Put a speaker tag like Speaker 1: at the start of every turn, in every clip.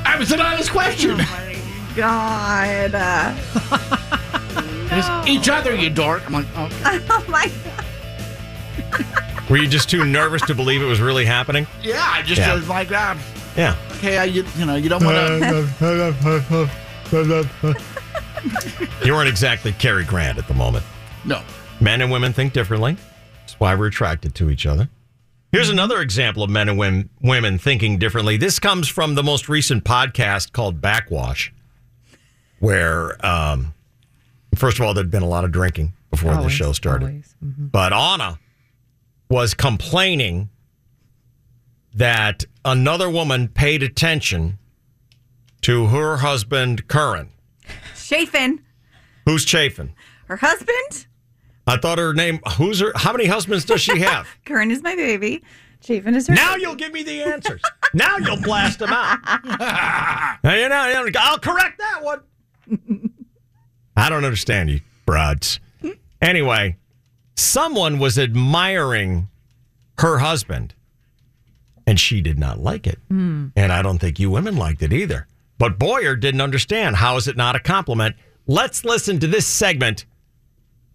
Speaker 1: I was an honest question.
Speaker 2: God. Uh,
Speaker 1: is each other, you dork. I'm like, oh,
Speaker 2: Oh my god.
Speaker 3: Were you just too nervous to believe it was really happening?
Speaker 1: yeah, I just
Speaker 3: Yeah.
Speaker 1: was like, ah,
Speaker 3: Yeah.
Speaker 1: okay, I, you, you know, you don't want to.
Speaker 3: You weren't exactly Cary Grant at the moment.
Speaker 1: no.
Speaker 3: Men and women think differently. That's why we're attracted to each other. Here's another example of men and women, women thinking differently. This comes from the most recent podcast called Backwash, where, um, first of all, there'd been a lot of drinking before the show started. But Anna was complaining that another woman paid attention to her husband, Curran.
Speaker 2: Chafin,
Speaker 3: Who's chafing?
Speaker 2: her husband.
Speaker 3: I thought her name. Who's her? How many husbands does she have?
Speaker 2: Curran is my baby. Chafin is her.
Speaker 3: now you'll give me the answers. Now you'll blast them out. Now you know, you know, I'll correct that one. I don't understand you, broads. Anyway, someone was admiring her husband, and she did not like it. And I don't think you women liked it either. But Boyer didn't understand. How is it not a compliment? Let's listen to this segment.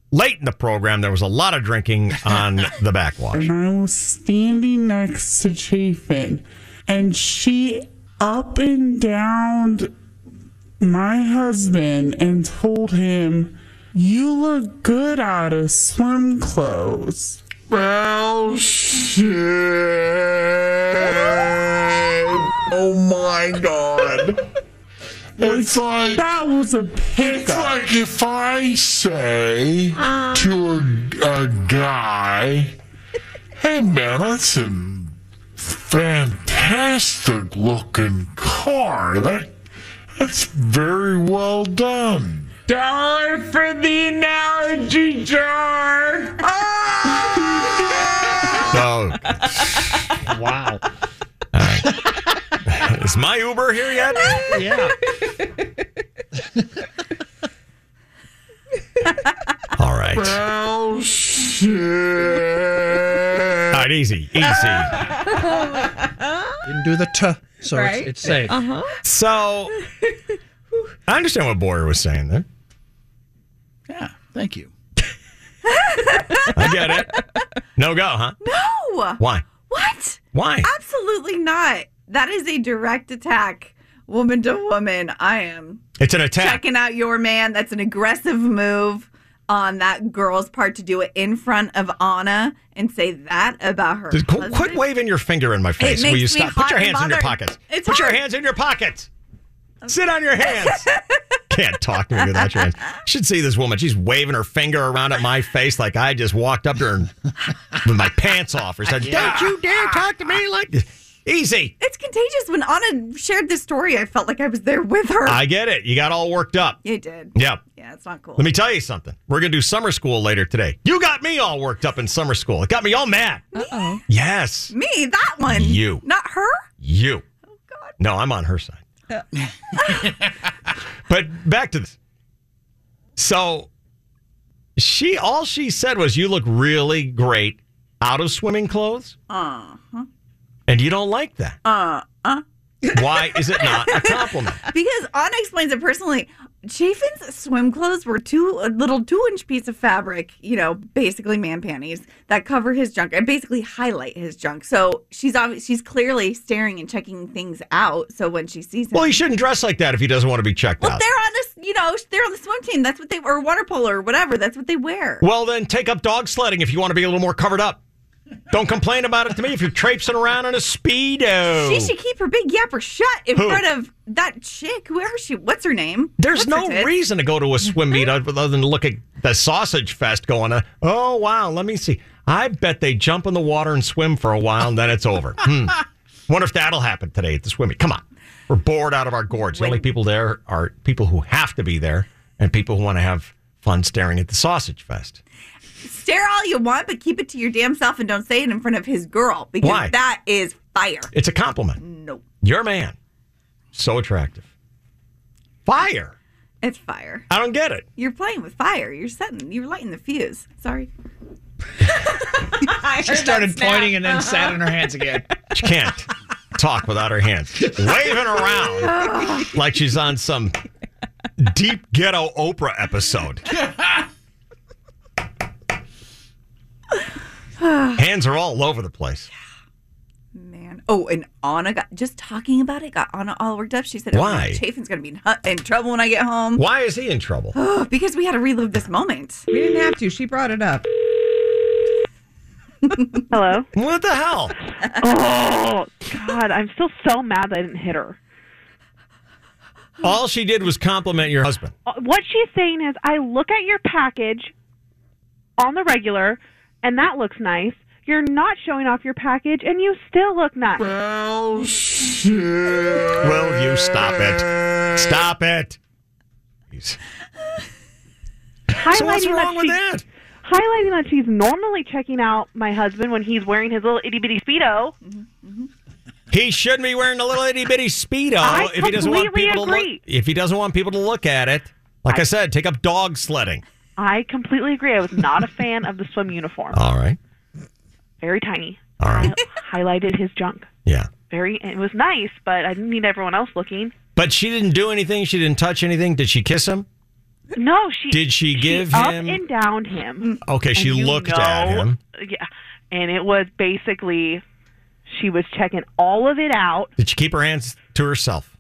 Speaker 3: Late in the program, there was a lot of drinking on the backwash.
Speaker 4: and I was standing next to Chafin, and she up and downed my husband and told him, "You look good out of swim clothes." Well, shit! Oh my god! It's like that was a pickup. It's like if I say to a, a guy, Hey man, that's a fantastic looking car. That, that's very well done. Dollar for the analogy jar. Ah!
Speaker 3: So
Speaker 1: Wow.
Speaker 3: Is my Uber here yet?
Speaker 1: Yeah.
Speaker 3: All right. All
Speaker 4: Oh shit!
Speaker 3: right, easy, easy.
Speaker 5: Didn't do the t, so
Speaker 6: Right?
Speaker 5: it's, it's safe.
Speaker 2: Uh-huh.
Speaker 3: So I understand what Boyer was saying there.
Speaker 1: Yeah. Thank you.
Speaker 3: I get it. No go, huh?
Speaker 2: No.
Speaker 3: Why?
Speaker 2: What?
Speaker 3: Why?
Speaker 2: Absolutely not. That is a direct attack, woman to woman. I am
Speaker 3: It's an attack.
Speaker 2: checking out your man. That's an aggressive move on that girl's part to do it in front of Anna and say that about her.
Speaker 3: Just qu-
Speaker 2: husband.
Speaker 3: Quit waving your finger in my face.
Speaker 2: makes
Speaker 3: Will you
Speaker 2: me
Speaker 3: stop?
Speaker 2: hot
Speaker 3: Put your
Speaker 2: and
Speaker 3: hands in your
Speaker 2: bothered.
Speaker 3: pockets.
Speaker 2: It's
Speaker 3: Put
Speaker 2: hard.
Speaker 3: your hands in your pockets. Sit on your hands. Can't talk to me without your hands. Should see this woman. She's waving her finger around at my face like I just walked up to her and- with my pants off or said, Don't you dare talk to me like Easy.
Speaker 2: It's contagious. When Anna shared this story, I felt like I was there with her.
Speaker 3: I get it. You got all worked up.
Speaker 2: you did.
Speaker 3: Yeah.
Speaker 2: Yeah, it's not cool.
Speaker 3: Let me tell you something. We're going to do summer school later today. You got me all worked up in summer school. It got me all mad.
Speaker 6: Uh-oh.
Speaker 3: Yes,
Speaker 2: me, that one.
Speaker 3: You.
Speaker 2: Not her?
Speaker 3: you.
Speaker 2: Oh,
Speaker 3: No, I'm on her side. but back to this. So she all she said was you look really great out of swimming clothes. Uh-huh. And you don't like that. Uh-uh. Why is it not a compliment?
Speaker 2: Because Anna explains it personally. Chafin's swim clothes were two a little two inch piece of fabric, you know, basically man panties that cover his junk and basically highlight his junk. So she's obvi- she's clearly staring and checking things out. So when she sees him,
Speaker 3: Well, he shouldn't dress like that if he doesn't want to be checked
Speaker 2: Well,
Speaker 3: out.
Speaker 2: they're on this, you know, they're on the swim team. That's what they or water polo or whatever. That's what they wear.
Speaker 3: Well, then take up dog sledding if you want to be a little more covered up. Don't complain about it to me if you're traipsing around in a speedo.
Speaker 2: She should keep her big yapper shut in
Speaker 3: Oh. Who?
Speaker 2: front of that chick. Whoever she, what's her name?
Speaker 3: There's
Speaker 2: What's her
Speaker 3: no
Speaker 2: tits?
Speaker 3: reason to go to a swim meet other other than look at the sausage fest going on. Oh, wow. Let me see. I bet they jump in the water and swim for a while and then it's over. Hmm. Wonder if that'll happen today at the swim meet. Come on. We're bored out of our gourds. The only people there are people who have to be there and people who want to have fun staring at the sausage fest.
Speaker 2: Stare all you want, but keep it to your damn self and don't say it in front of his girl because
Speaker 3: Why?
Speaker 2: that is fire.
Speaker 3: It's a compliment.
Speaker 2: No,
Speaker 3: You're a man. So attractive. Fire.
Speaker 2: it's fire.
Speaker 3: I don't get it.
Speaker 2: You're playing with fire. You're setting. You're lighting the fuse. Sorry.
Speaker 5: She started pointing and then sat on her hands again.
Speaker 3: She can't talk without her hands waving around like she's on some deep ghetto Oprah episode. Hands are all over the place.
Speaker 2: Man. Oh, and Anna got just talking about it got Anna all worked up. She said, oh,
Speaker 3: Why?
Speaker 2: Chafin's going to be in, hu- in trouble when I get
Speaker 7: Um,
Speaker 2: home.
Speaker 3: Why is he in trouble?
Speaker 2: Oh, because we had to relive this moment.
Speaker 8: We didn't have to. She brought it up.
Speaker 7: Hello.
Speaker 3: What the hell?
Speaker 7: Oh God, I'm still so mad that I didn't hit her.
Speaker 3: All she did was compliment your husband.
Speaker 7: Uh, What she's saying is, I look at your package on the regular, and that looks nice. You're not showing off your package, and you still look nice.
Speaker 9: Oh, shit.
Speaker 3: Will you stop it? Stop it. Jeez.
Speaker 7: Highlighting
Speaker 3: So what's wrong with
Speaker 7: she-
Speaker 3: that?
Speaker 7: Highlighting that she's normally checking out my husband when he's wearing his little itty bitty speedo.
Speaker 3: He shouldn't be wearing a little itty bitty speedo
Speaker 7: I
Speaker 3: if he doesn't want
Speaker 7: completely
Speaker 3: people to look.
Speaker 7: agree.
Speaker 3: If he doesn't want people to look at it, like I, said, take up dog sledding.
Speaker 7: I completely agree. I was not a fan of the swim uniform.
Speaker 3: All right,
Speaker 7: Very tiny.
Speaker 3: all right,
Speaker 7: Highlighted his junk.
Speaker 3: yeah.
Speaker 7: Very. It was nice, but I didn't need everyone else looking.
Speaker 3: But she didn't do anything. She didn't touch anything. Did she kiss him?
Speaker 7: No, she
Speaker 3: Did she give
Speaker 7: up
Speaker 3: him-
Speaker 7: and down him.
Speaker 3: Okay, she
Speaker 7: And you
Speaker 3: looked at
Speaker 7: know-
Speaker 3: him.
Speaker 7: Yeah, and it was basically she was checking all of it out.
Speaker 3: Did she keep her hands to herself?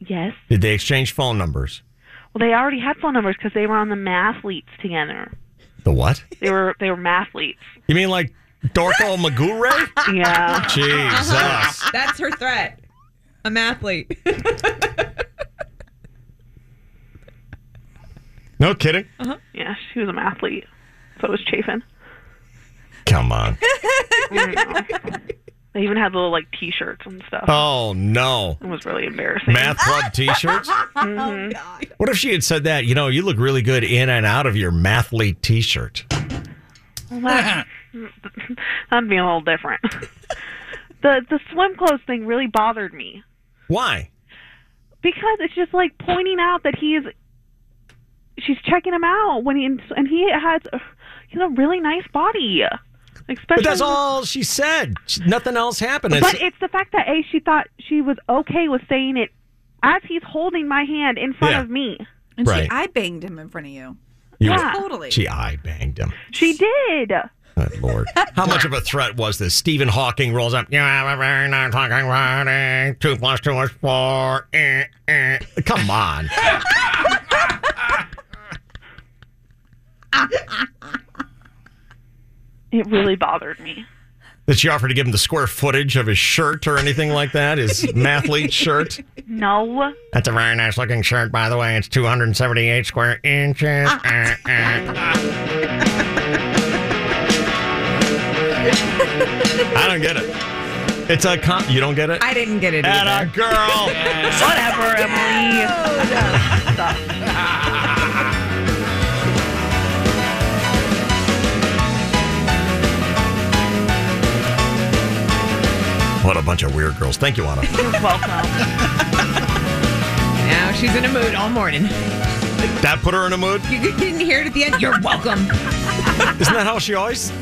Speaker 7: Yes,
Speaker 3: Did they exchange phone numbers?
Speaker 7: well, they already had phone numbers because they were on the mathletes together.
Speaker 3: The what?
Speaker 7: They were they were mathletes.
Speaker 3: You mean like Dorco Magure?
Speaker 7: Yeah,
Speaker 3: Jesus.
Speaker 8: That's her threat. I'm athlete.
Speaker 3: No kidding.
Speaker 7: yeah, she was a mathlete, so was Chafin.
Speaker 3: Come on.
Speaker 7: They even had little like T-shirts and stuff.
Speaker 3: Oh no.
Speaker 7: It was really embarrassing.
Speaker 3: Math club t-shirts?
Speaker 8: Oh God.
Speaker 3: What if she had said that? You know, you look really good in and out of your mathlete t-shirt.
Speaker 7: Mm-hmm. Well, that- That'd be a little different. the the swim clothes thing really bothered me.
Speaker 3: Why?
Speaker 7: Because it's just like pointing out that he's she's checking him out when he and he has he's a really nice body. Especially
Speaker 3: But that's all she said. She- Nothing else happened. It's-
Speaker 7: But it's the fact that A she thought she was okay with saying it as he's holding my hand in front
Speaker 3: Yeah.
Speaker 7: of me.
Speaker 2: And
Speaker 3: Right.
Speaker 2: she, I banged him in front of you.
Speaker 3: You-
Speaker 7: yeah.
Speaker 2: Totally.
Speaker 3: She eye banged him.
Speaker 7: She did.
Speaker 3: Good lord. How much of a threat was this? Stephen Hawking rolls up. You have a very nice Hawking writing. Two plus two is four. Eh, eh. Come on.
Speaker 7: It really bothered me.
Speaker 3: Did she offer to give him the square footage of his shirt or anything like that? His mathlete shirt?
Speaker 7: No.
Speaker 3: That's a very nice looking shirt, by the way. It's 278 square inches.
Speaker 7: Ah.
Speaker 3: Eh, eh. I don't get it. It's a com- you don't get it.
Speaker 8: I didn't get it
Speaker 3: At a
Speaker 8: either.
Speaker 3: girl.
Speaker 7: Whatever, Emily.
Speaker 3: what a bunch of weird girls. Thank you, Anna.
Speaker 7: You're welcome.
Speaker 8: Now she's in a mood all morning.
Speaker 3: That put her in a mood.
Speaker 8: You didn't hear it at the end. You're welcome.
Speaker 3: Isn't that how Oh, she always?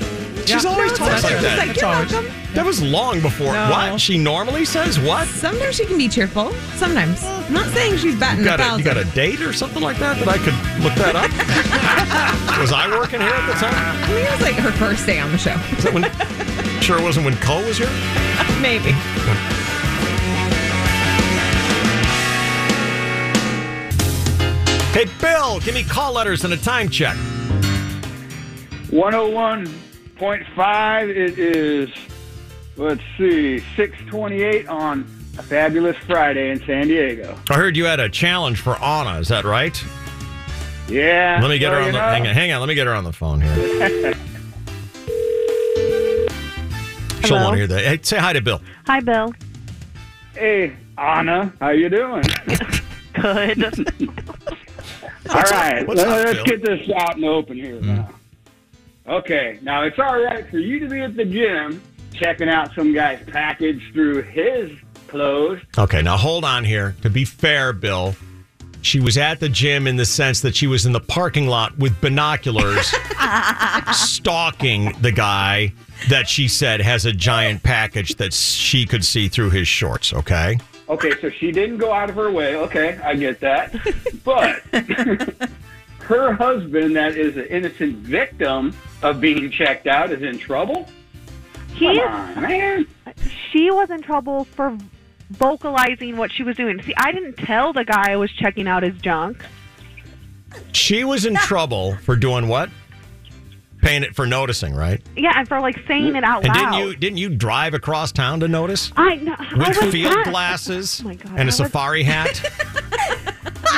Speaker 3: She's always talks like
Speaker 8: She's
Speaker 3: that.
Speaker 8: like, you're welcome.
Speaker 3: that was long before.
Speaker 8: No.
Speaker 3: What she normally says? What?
Speaker 8: Sometimes she can be cheerful. Sometimes. I'm not saying she's batting
Speaker 3: You
Speaker 8: a
Speaker 3: got a,
Speaker 8: thousand.
Speaker 3: you got a date or something like that that I could look that up? was I working here at the time?
Speaker 8: I mean, it was like her first day on the show.
Speaker 3: Is that when? Sure wasn't when Cole was here.
Speaker 8: Maybe.
Speaker 3: Hey, Bill, give me call letters and a time check.
Speaker 10: 101.5. It is, let's see, 628 on a fabulous Friday in San Diego.
Speaker 3: I heard you had a challenge for Anna. Is that right?
Speaker 10: Yeah.
Speaker 3: Let me get her
Speaker 10: so,
Speaker 3: on
Speaker 10: Uh, you
Speaker 3: the
Speaker 10: know,
Speaker 3: hang on, hang on. Let me get her on the phone here. She'll
Speaker 7: Hello?
Speaker 3: want to hear that. Hey, say hi to Bill.
Speaker 7: Hi, Bill.
Speaker 10: Hey, Anna, how you doing?
Speaker 7: Good.
Speaker 10: all right.
Speaker 3: what's
Speaker 10: let,
Speaker 3: up,
Speaker 10: us
Speaker 3: Bill? Hmm.
Speaker 10: get this out in the open here now. Okay. Now, it's all right for you to be at the gym checking out some guy's package through his clothes.
Speaker 3: Okay, now hold on here. To be fair, Bill, she was at the gym in the sense that she was in the parking lot with binoculars, stalking the guy that she said has a giant package that she could see through his shorts. Okay,
Speaker 10: Okay, so she didn't go out of her way. Okay, I get that. But her husband, that is an innocent victim of being checked out, is in trouble?
Speaker 7: He
Speaker 10: Come on, man.
Speaker 7: She was in trouble for vocalizing what she was doing. See, I didn't tell the guy I was checking out his junk.
Speaker 3: She was in trouble for doing what? Paying it for noticing, right?
Speaker 7: Yeah, and for like saying it out
Speaker 3: and
Speaker 7: loud.
Speaker 3: didn't you didn't you drive across town to notice?
Speaker 7: I know. I
Speaker 3: With
Speaker 7: was
Speaker 3: field
Speaker 7: not-
Speaker 3: glasses
Speaker 7: Oh my God, I
Speaker 3: and a
Speaker 7: was-
Speaker 3: safari hat.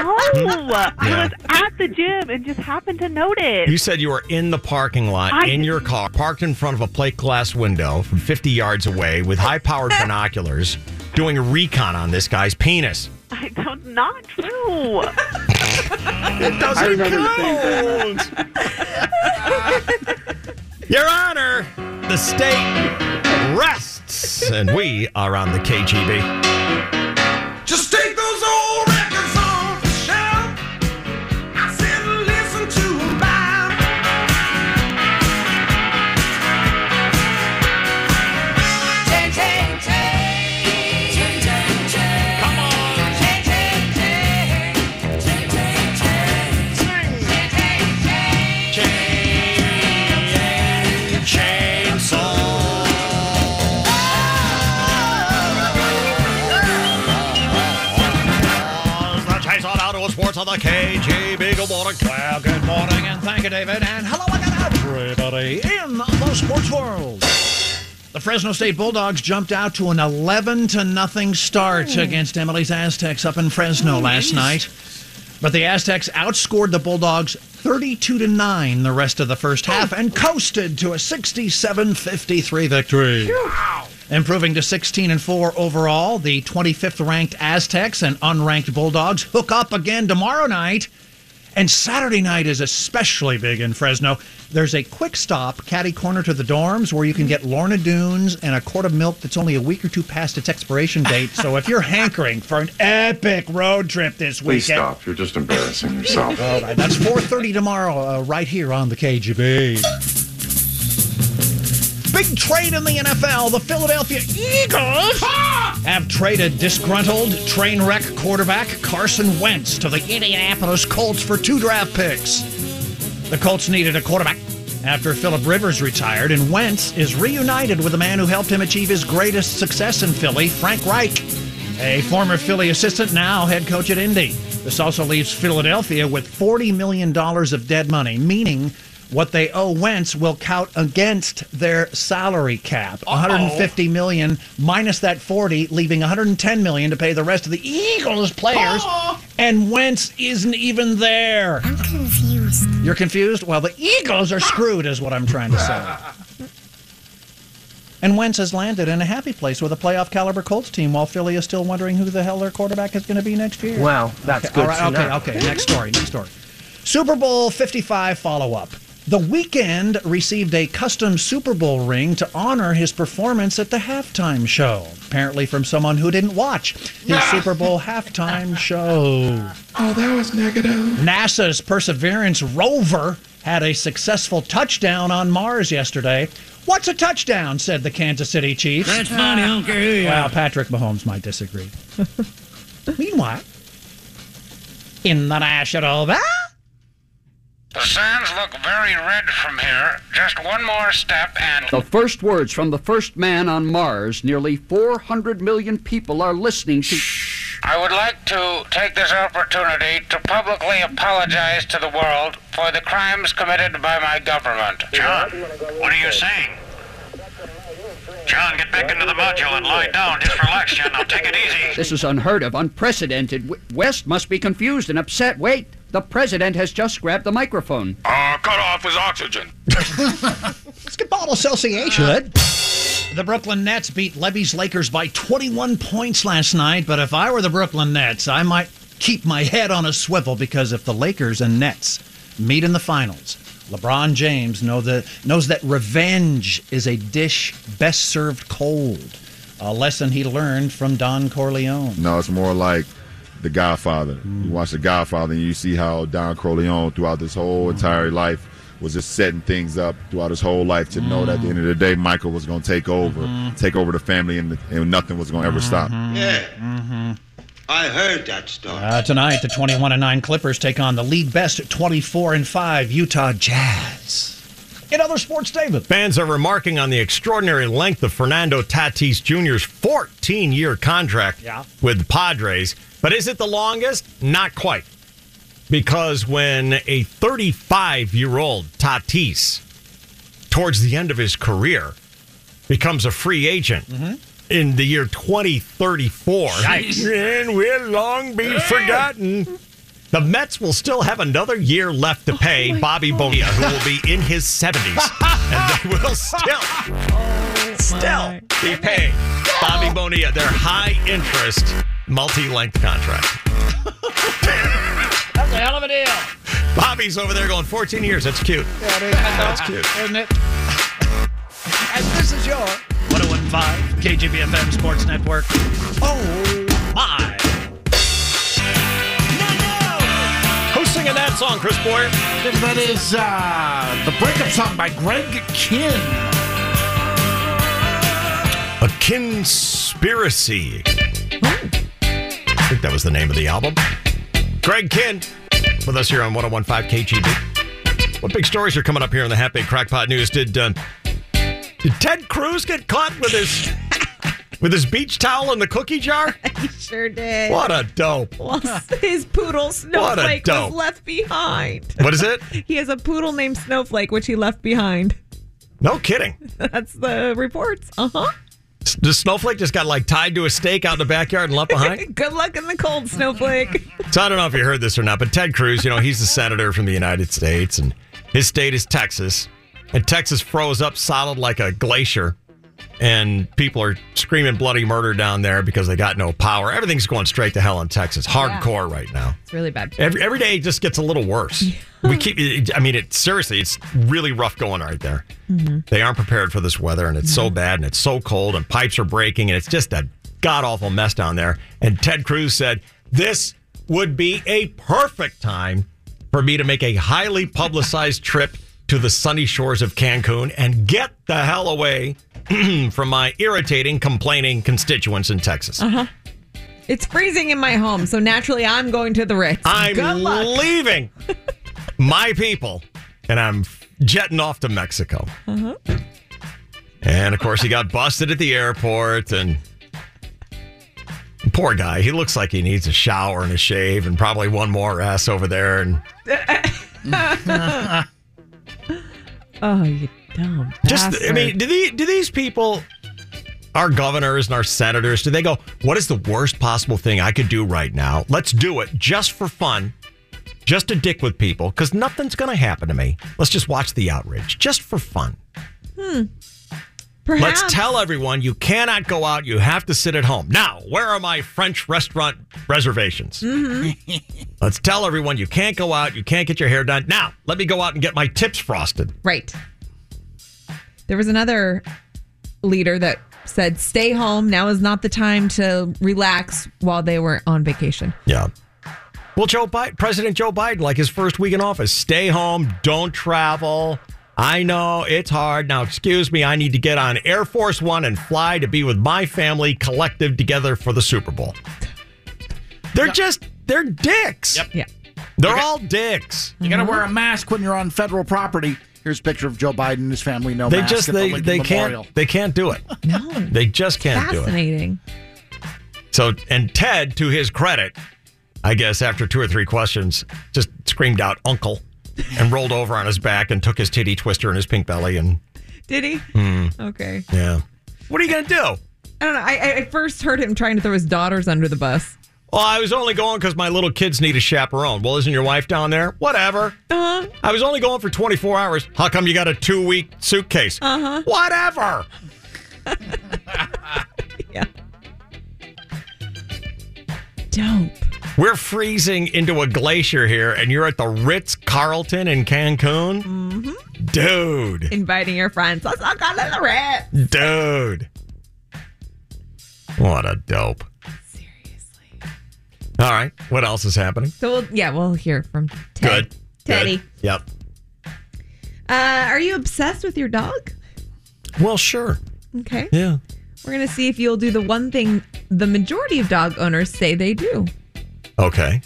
Speaker 3: Hmm?
Speaker 7: No,
Speaker 3: Yeah.
Speaker 7: I was at the gym and just happened to notice.
Speaker 3: You said you were in the parking lot
Speaker 7: I-
Speaker 3: in your car, parked in front of a plate glass window from 50 yards away with high powered binoculars, doing a recon on this guy's penis.
Speaker 7: I don't not true.
Speaker 3: It doesn't I remember the same Your Honor, the state rests, and we are on the KGB.
Speaker 4: Just take those old records off the shelf. I said, listen to 'em buy 'em. Change, change, change. Change, change, change. Come on. Change, change, change. Change, change, change. Change, change, change. Change, change, change.
Speaker 3: The Chainsaw Auto Sports on the KGB. Good morning, Claire. Good morning, and thank you, David. And hello again, everybody.
Speaker 5: In the sports world. The Fresno State Bulldogs jumped out to an 11 to nothing start against Emily's Aztecs up in Fresno last night. But the Aztecs outscored the Bulldogs 32 to 9 the rest of the first half and coasted to a 67-53 victory. Improving to 16 and 4 overall, the 25th ranked Aztecs and unranked Bulldogs hook up again tomorrow night. And Saturday night is especially big in Fresno. There's a quick stop, Caddy Corner to the dorms, where you can get Lorna Dunes and a quart of milk that's only a week or two past its expiration date. so if you're hankering for an epic road trip this
Speaker 11: Please
Speaker 5: weekend,
Speaker 11: stop. You're just embarrassing yourself.
Speaker 5: all right, that's 4:30 tomorrow, uh, right here on the KGB. Big trade in the NFL. The Philadelphia Eagles have traded disgruntled train wreck quarterback Carson Wentz to the Indianapolis Colts for two draft picks. The Colts needed a quarterback after Philip Rivers retired, and Wentz is reunited with the man who helped him achieve his greatest success in Philly, Frank Reich, a former Philly assistant, now head coach at Indy. This also leaves Philadelphia with $40 million of dead money, meaning what they owe Wentz will count against their salary cap. 150 million minus that 40, leaving 110 million to pay the rest of the Eagles players. And Wentz isn't even there. I'm confused. You're confused? Well, the Eagles are screwed, is what I'm trying to say. And Wentz has landed in a happy place with a playoff caliber Colts team, while Philly is still wondering who the hell their quarterback is going to be next year.
Speaker 12: Well, that's
Speaker 5: Okay,
Speaker 12: good
Speaker 5: all right,
Speaker 12: to know.
Speaker 5: Okay, okay. Next story. Next story. Super Bowl 55 follow up. The Weekend received a custom Super Bowl ring to honor his performance at the halftime show, apparently from someone who didn't watch his Super Bowl halftime show. Oh, that was negative. NASA's Perseverance rover had a successful touchdown on Mars yesterday. What's a touchdown? said the Kansas City Chiefs.
Speaker 13: That's funny, I don't care who you
Speaker 5: Well,
Speaker 13: are.
Speaker 5: Patrick Mahomes might disagree. Meanwhile, in the National
Speaker 14: The sands look very red from here. Just one more step and.
Speaker 15: The first words from the first man on Mars, nearly 400 million people are listening to.
Speaker 14: I would like to take this opportunity to publicly apologize to the world for the crimes committed by my government. John, what are you saying? John, get back into the module and lie down. Just relax, John. Now take it easy.
Speaker 15: This is unheard of, unprecedented. W- West must be confused and upset. Wait, the president has just grabbed the microphone.
Speaker 4: Uh, cut off his oxygen.
Speaker 5: Basketball Association. Uh, The Brooklyn Nets beat Levy's Lakers by 21 points last night, but if I were the Brooklyn Nets, I might keep my head on a swivel because if the Lakers and Nets meet in the finals, LeBron James know that, knows that revenge is a dish best served cold, a lesson he learned from Don Corleone. Mm.
Speaker 16: No, it's more like The Godfather. You watch The Godfather and you see how Don Corleone throughout his
Speaker 5: Mm.
Speaker 16: whole entire life was just setting things up throughout his whole life to know that at the end of the day Michael was
Speaker 5: Mm-hmm.
Speaker 16: going to take over, take over the family and, and nothing was going to ever stop.
Speaker 4: Yeah.
Speaker 12: Mm-hmm. I heard that story.
Speaker 5: Uh, tonight, the 21 and 9 Clippers take on the league best 24 and 5 Utah Jazz. In other sports, David.
Speaker 3: Fans are remarking on the extraordinary length of Fernando Tatis Jr.'s 14 year contract
Speaker 5: Yeah.
Speaker 3: with the Padres. But is it the longest? Not quite. Because when a 35 year old Tatis, towards the end of his career, becomes a free agent
Speaker 5: Mm-hmm.
Speaker 3: in the year 2034, and will long be forgotten. The Mets will still have another year left to pay Bobby Bonilla, who will be in his 70s. and they will still, still be paying Bobby Bonilla their high interest, multi length contract.
Speaker 5: That's a hell of a deal.
Speaker 3: Bobby's over there going 14 years. That's cute.
Speaker 5: That's
Speaker 3: cute.
Speaker 5: Isn't it? And this is your 1015 KGBFM Sports Network. Oh, my.
Speaker 3: Who's singing that song, Chris Boyer?
Speaker 1: That is
Speaker 3: Ah,
Speaker 1: uh, the breakup song by Greg Kinn.
Speaker 3: A Conspiracy. I think that was the name of the album. Greg Kinn with us here on 1015 KGB. What big stories are coming up here in the Happy Crackpot News? Did, uh, did Ted Cruz get caught with his with his beach towel in the cookie jar?
Speaker 8: He sure did.
Speaker 3: What a dope.
Speaker 8: Lost his poodle Snowflake was
Speaker 3: dope.
Speaker 8: left behind.
Speaker 3: What is it?
Speaker 8: He has a poodle named Snowflake, which he left behind.
Speaker 3: No kidding.
Speaker 8: That's the reports. Uh huh.
Speaker 3: S- The snowflake just got like tied to a stake out in the backyard and left behind?
Speaker 8: Good luck in the cold, Snowflake.
Speaker 3: So I don't know if you heard this or not, but Ted Cruz, you know, he's the senator from the United States, and his state is Texas. And Texas froze up solid like a glacier, and people are screaming bloody murder down there because they got no power. Everything's going straight to hell in Texas, hardcore right now.
Speaker 8: It's really bad.
Speaker 3: Every, every day it just gets a little worse. We keep, it- I mean, it seriously, it's really rough going right there. They aren't prepared for this weather, and it's so bad, and it's so cold, and pipes are breaking, and it's just a god awful mess down there. And Ted Cruz said, This would be a perfect time for me to make a highly publicized trip to the sunny shores of Cancun and get the hell away from my irritating, complaining constituents in Texas.
Speaker 8: Uh huh. It's freezing in my home, so naturally I'm going to the Ritz.
Speaker 3: I'm
Speaker 8: Good luck.
Speaker 3: leaving my people and I'm jetting off to Mexico.
Speaker 8: Uh-huh.
Speaker 3: And of course, he got busted at the airport. And poor guy, he looks like he needs a shower and a shave and probably one more ass over there. And
Speaker 8: oh, you dumb.
Speaker 3: just, I mean, do, the, do these people, our governors and our senators, do they go, what is the worst possible thing I could do right now? Let's do it just for fun. Just to dick with people, because nothing's going to happen to me. Let's just watch the outrage, just for fun.
Speaker 8: Hmm. Perhaps.
Speaker 3: Let's tell everyone you cannot go out. You have to sit at home. Now, where are my French restaurant reservations?
Speaker 8: Mhm.
Speaker 3: Let's tell everyone you can't go out. You can't get your hair done. Now, let me go out and get my tips frosted.
Speaker 8: Right. There was another leader that said, stay home. Now is not the time to relax while they were on vacation.
Speaker 3: Yeah. Well, Joe Biden, President Joe Biden, like his first week in office, stay home, don't travel. I know it's hard. Now, excuse me, I need to get on Air Force One and fly to be with my family collective together for the Super Bowl. They're just, they're dicks. Yep.
Speaker 8: Yeah.
Speaker 3: They're all dicks.
Speaker 1: You gotta
Speaker 3: Mm-hmm.
Speaker 1: wear a mask when you're on federal property. Here's a picture of Joe Biden and his family. No
Speaker 3: they
Speaker 1: mask
Speaker 3: just
Speaker 1: at the
Speaker 3: they
Speaker 1: Lincoln
Speaker 3: they
Speaker 1: Memorial.
Speaker 3: can't they can't do it.
Speaker 8: No,
Speaker 3: they just can't do it.
Speaker 8: Fascinating.
Speaker 3: So and Ted, to his credit, I guess after two or three questions, just screamed out "Uncle" and rolled over on his back and took his titty twister in his pink belly and
Speaker 8: Did he?
Speaker 3: Hmm.
Speaker 8: Okay.
Speaker 3: yeah. What are you gonna do?
Speaker 8: I don't know. I, I- I first heard him trying to throw his daughters under the bus.
Speaker 3: Well, I was only going because my little kids need a chaperone. Well, isn't your wife down there? Whatever.
Speaker 8: Uh-huh.
Speaker 3: I was only going for 24 hours. How come you got a two week suitcase?
Speaker 8: Uh huh.
Speaker 3: Whatever.
Speaker 8: Dope.
Speaker 3: We're freezing into a glacier here, and you're at the Ritz Carlton in Cancun?
Speaker 8: hmm
Speaker 3: Dude.
Speaker 8: Inviting your friends. Let's all go to the red.
Speaker 3: Dude. What a dope. Seriously. All right. What else is happening?
Speaker 8: So we'll, yeah, we'll hear from
Speaker 3: Good.
Speaker 8: Teddy.
Speaker 3: Good. Yep.
Speaker 8: Uh, are you obsessed with your dog?
Speaker 3: Well, sure.
Speaker 8: Okay.
Speaker 3: Yeah.
Speaker 8: We're going to see if you'll do the one thing the majority of dog owners say they do.
Speaker 3: Okay.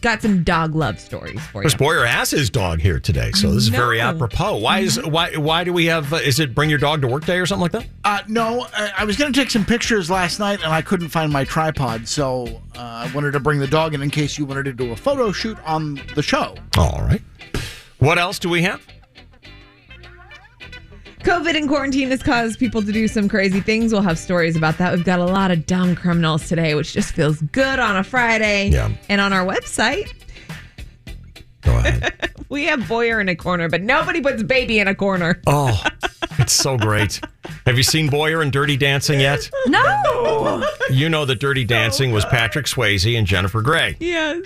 Speaker 8: Got some dog love stories for you.
Speaker 3: Chris Boyer has his dog here today, so this is
Speaker 8: I
Speaker 3: very
Speaker 8: know.
Speaker 3: apropos. Why is why why do we have? Uh, is it bring your dog to work day or something like that?
Speaker 1: Uh, no, I, I was going to take some pictures last night and I couldn't find my tripod, so uh, I wanted to bring the dog in in case you wanted to do a photo shoot on the show.
Speaker 3: All right. What else do we have?
Speaker 8: COVID and quarantine has caused people to do some crazy things. We'll have stories about that. We've got a lot of dumb criminals today, which just feels good on a Friday.
Speaker 4: Yeah.
Speaker 8: And on our website, we have Boyer in a corner, but nobody puts baby in a corner.
Speaker 3: Oh, it's so great. Have you seen Boyer and Dirty Dancing yet?
Speaker 8: No.
Speaker 3: You know that Dirty Dancing was Patrick Swayze and Jennifer Grey.
Speaker 8: yes.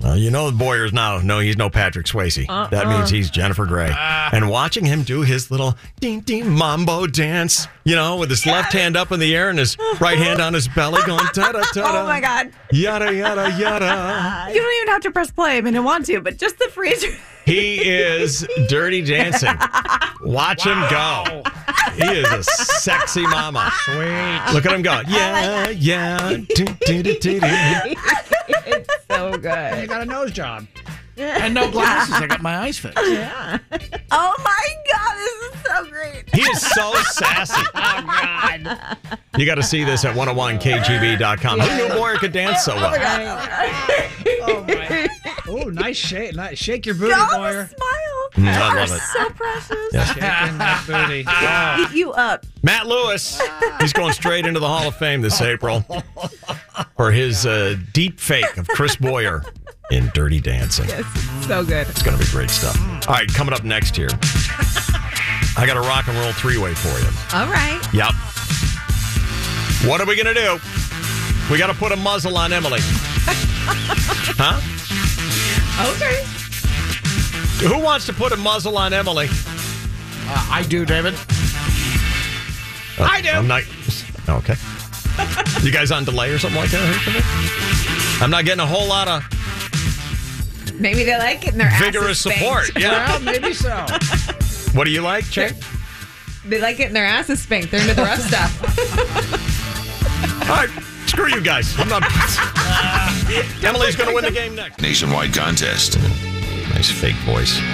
Speaker 3: Well, you know Boyer's now. No, he's no Patrick Swayze.
Speaker 4: Uh-uh.
Speaker 3: That means he's Jennifer Grey.
Speaker 4: Ah.
Speaker 3: And watching him do his little ding ding mambo dance, you know, with his left hand up in the air and his right hand on his belly going ta da ta da.
Speaker 2: Oh my god.
Speaker 3: Yada yada yada.
Speaker 2: You don't even have to press play. I mean, I want to, but just the freezer.
Speaker 3: He is dirty dancing. Watch him go. He is a sexy mama. Sweet. Look at him go. Yeah, yeah. Do, do, do, do, do.
Speaker 8: it's so good. I
Speaker 5: got a nose job.
Speaker 1: And no glasses. I got my eyes fixed.
Speaker 2: Yeah. Oh my god, this is so great.
Speaker 3: He is so sassy.
Speaker 2: Oh god.
Speaker 3: You got to see this at 101kgb.com. Who knew Boyer could dance so well?
Speaker 2: oh
Speaker 5: Oh, my. oh nice shake. Nice. Shake your booty,
Speaker 2: Don't
Speaker 5: Boyer.
Speaker 2: smile.
Speaker 3: Mm, I love
Speaker 2: You're
Speaker 3: it.
Speaker 2: So precious.
Speaker 3: Yes.
Speaker 5: Shaking that booty.
Speaker 2: Eat you up.
Speaker 3: Matt Lewis. He's going straight into the Hall of Fame this April for his uh, deep fake of Chris Boyer in Dirty Dancing.
Speaker 8: So good.
Speaker 3: It's going to be great stuff. All right, coming up next here, I got a rock and roll three way for you.
Speaker 8: All right.
Speaker 3: Yep. What are we going to do? We got to put a muzzle on Emily. huh?
Speaker 8: Okay.
Speaker 3: Who wants to put a muzzle on Emily?
Speaker 1: Uh, I do, David.
Speaker 3: I do. Uh, I'm not. Okay. you guys on delay or something like that? I'm not getting a whole lot of
Speaker 8: Maybe they like it and their
Speaker 3: Vigorous
Speaker 8: ass is spanked.
Speaker 3: support, yeah. Well,
Speaker 5: maybe so.
Speaker 3: What do you like, Chick?
Speaker 8: They like it and their ass is spanked. They're into the rough stuff.
Speaker 3: All right, screw you guys. I'm not. Emily's going to win the game next.
Speaker 11: Nationwide contest.
Speaker 3: Nice fake voice. He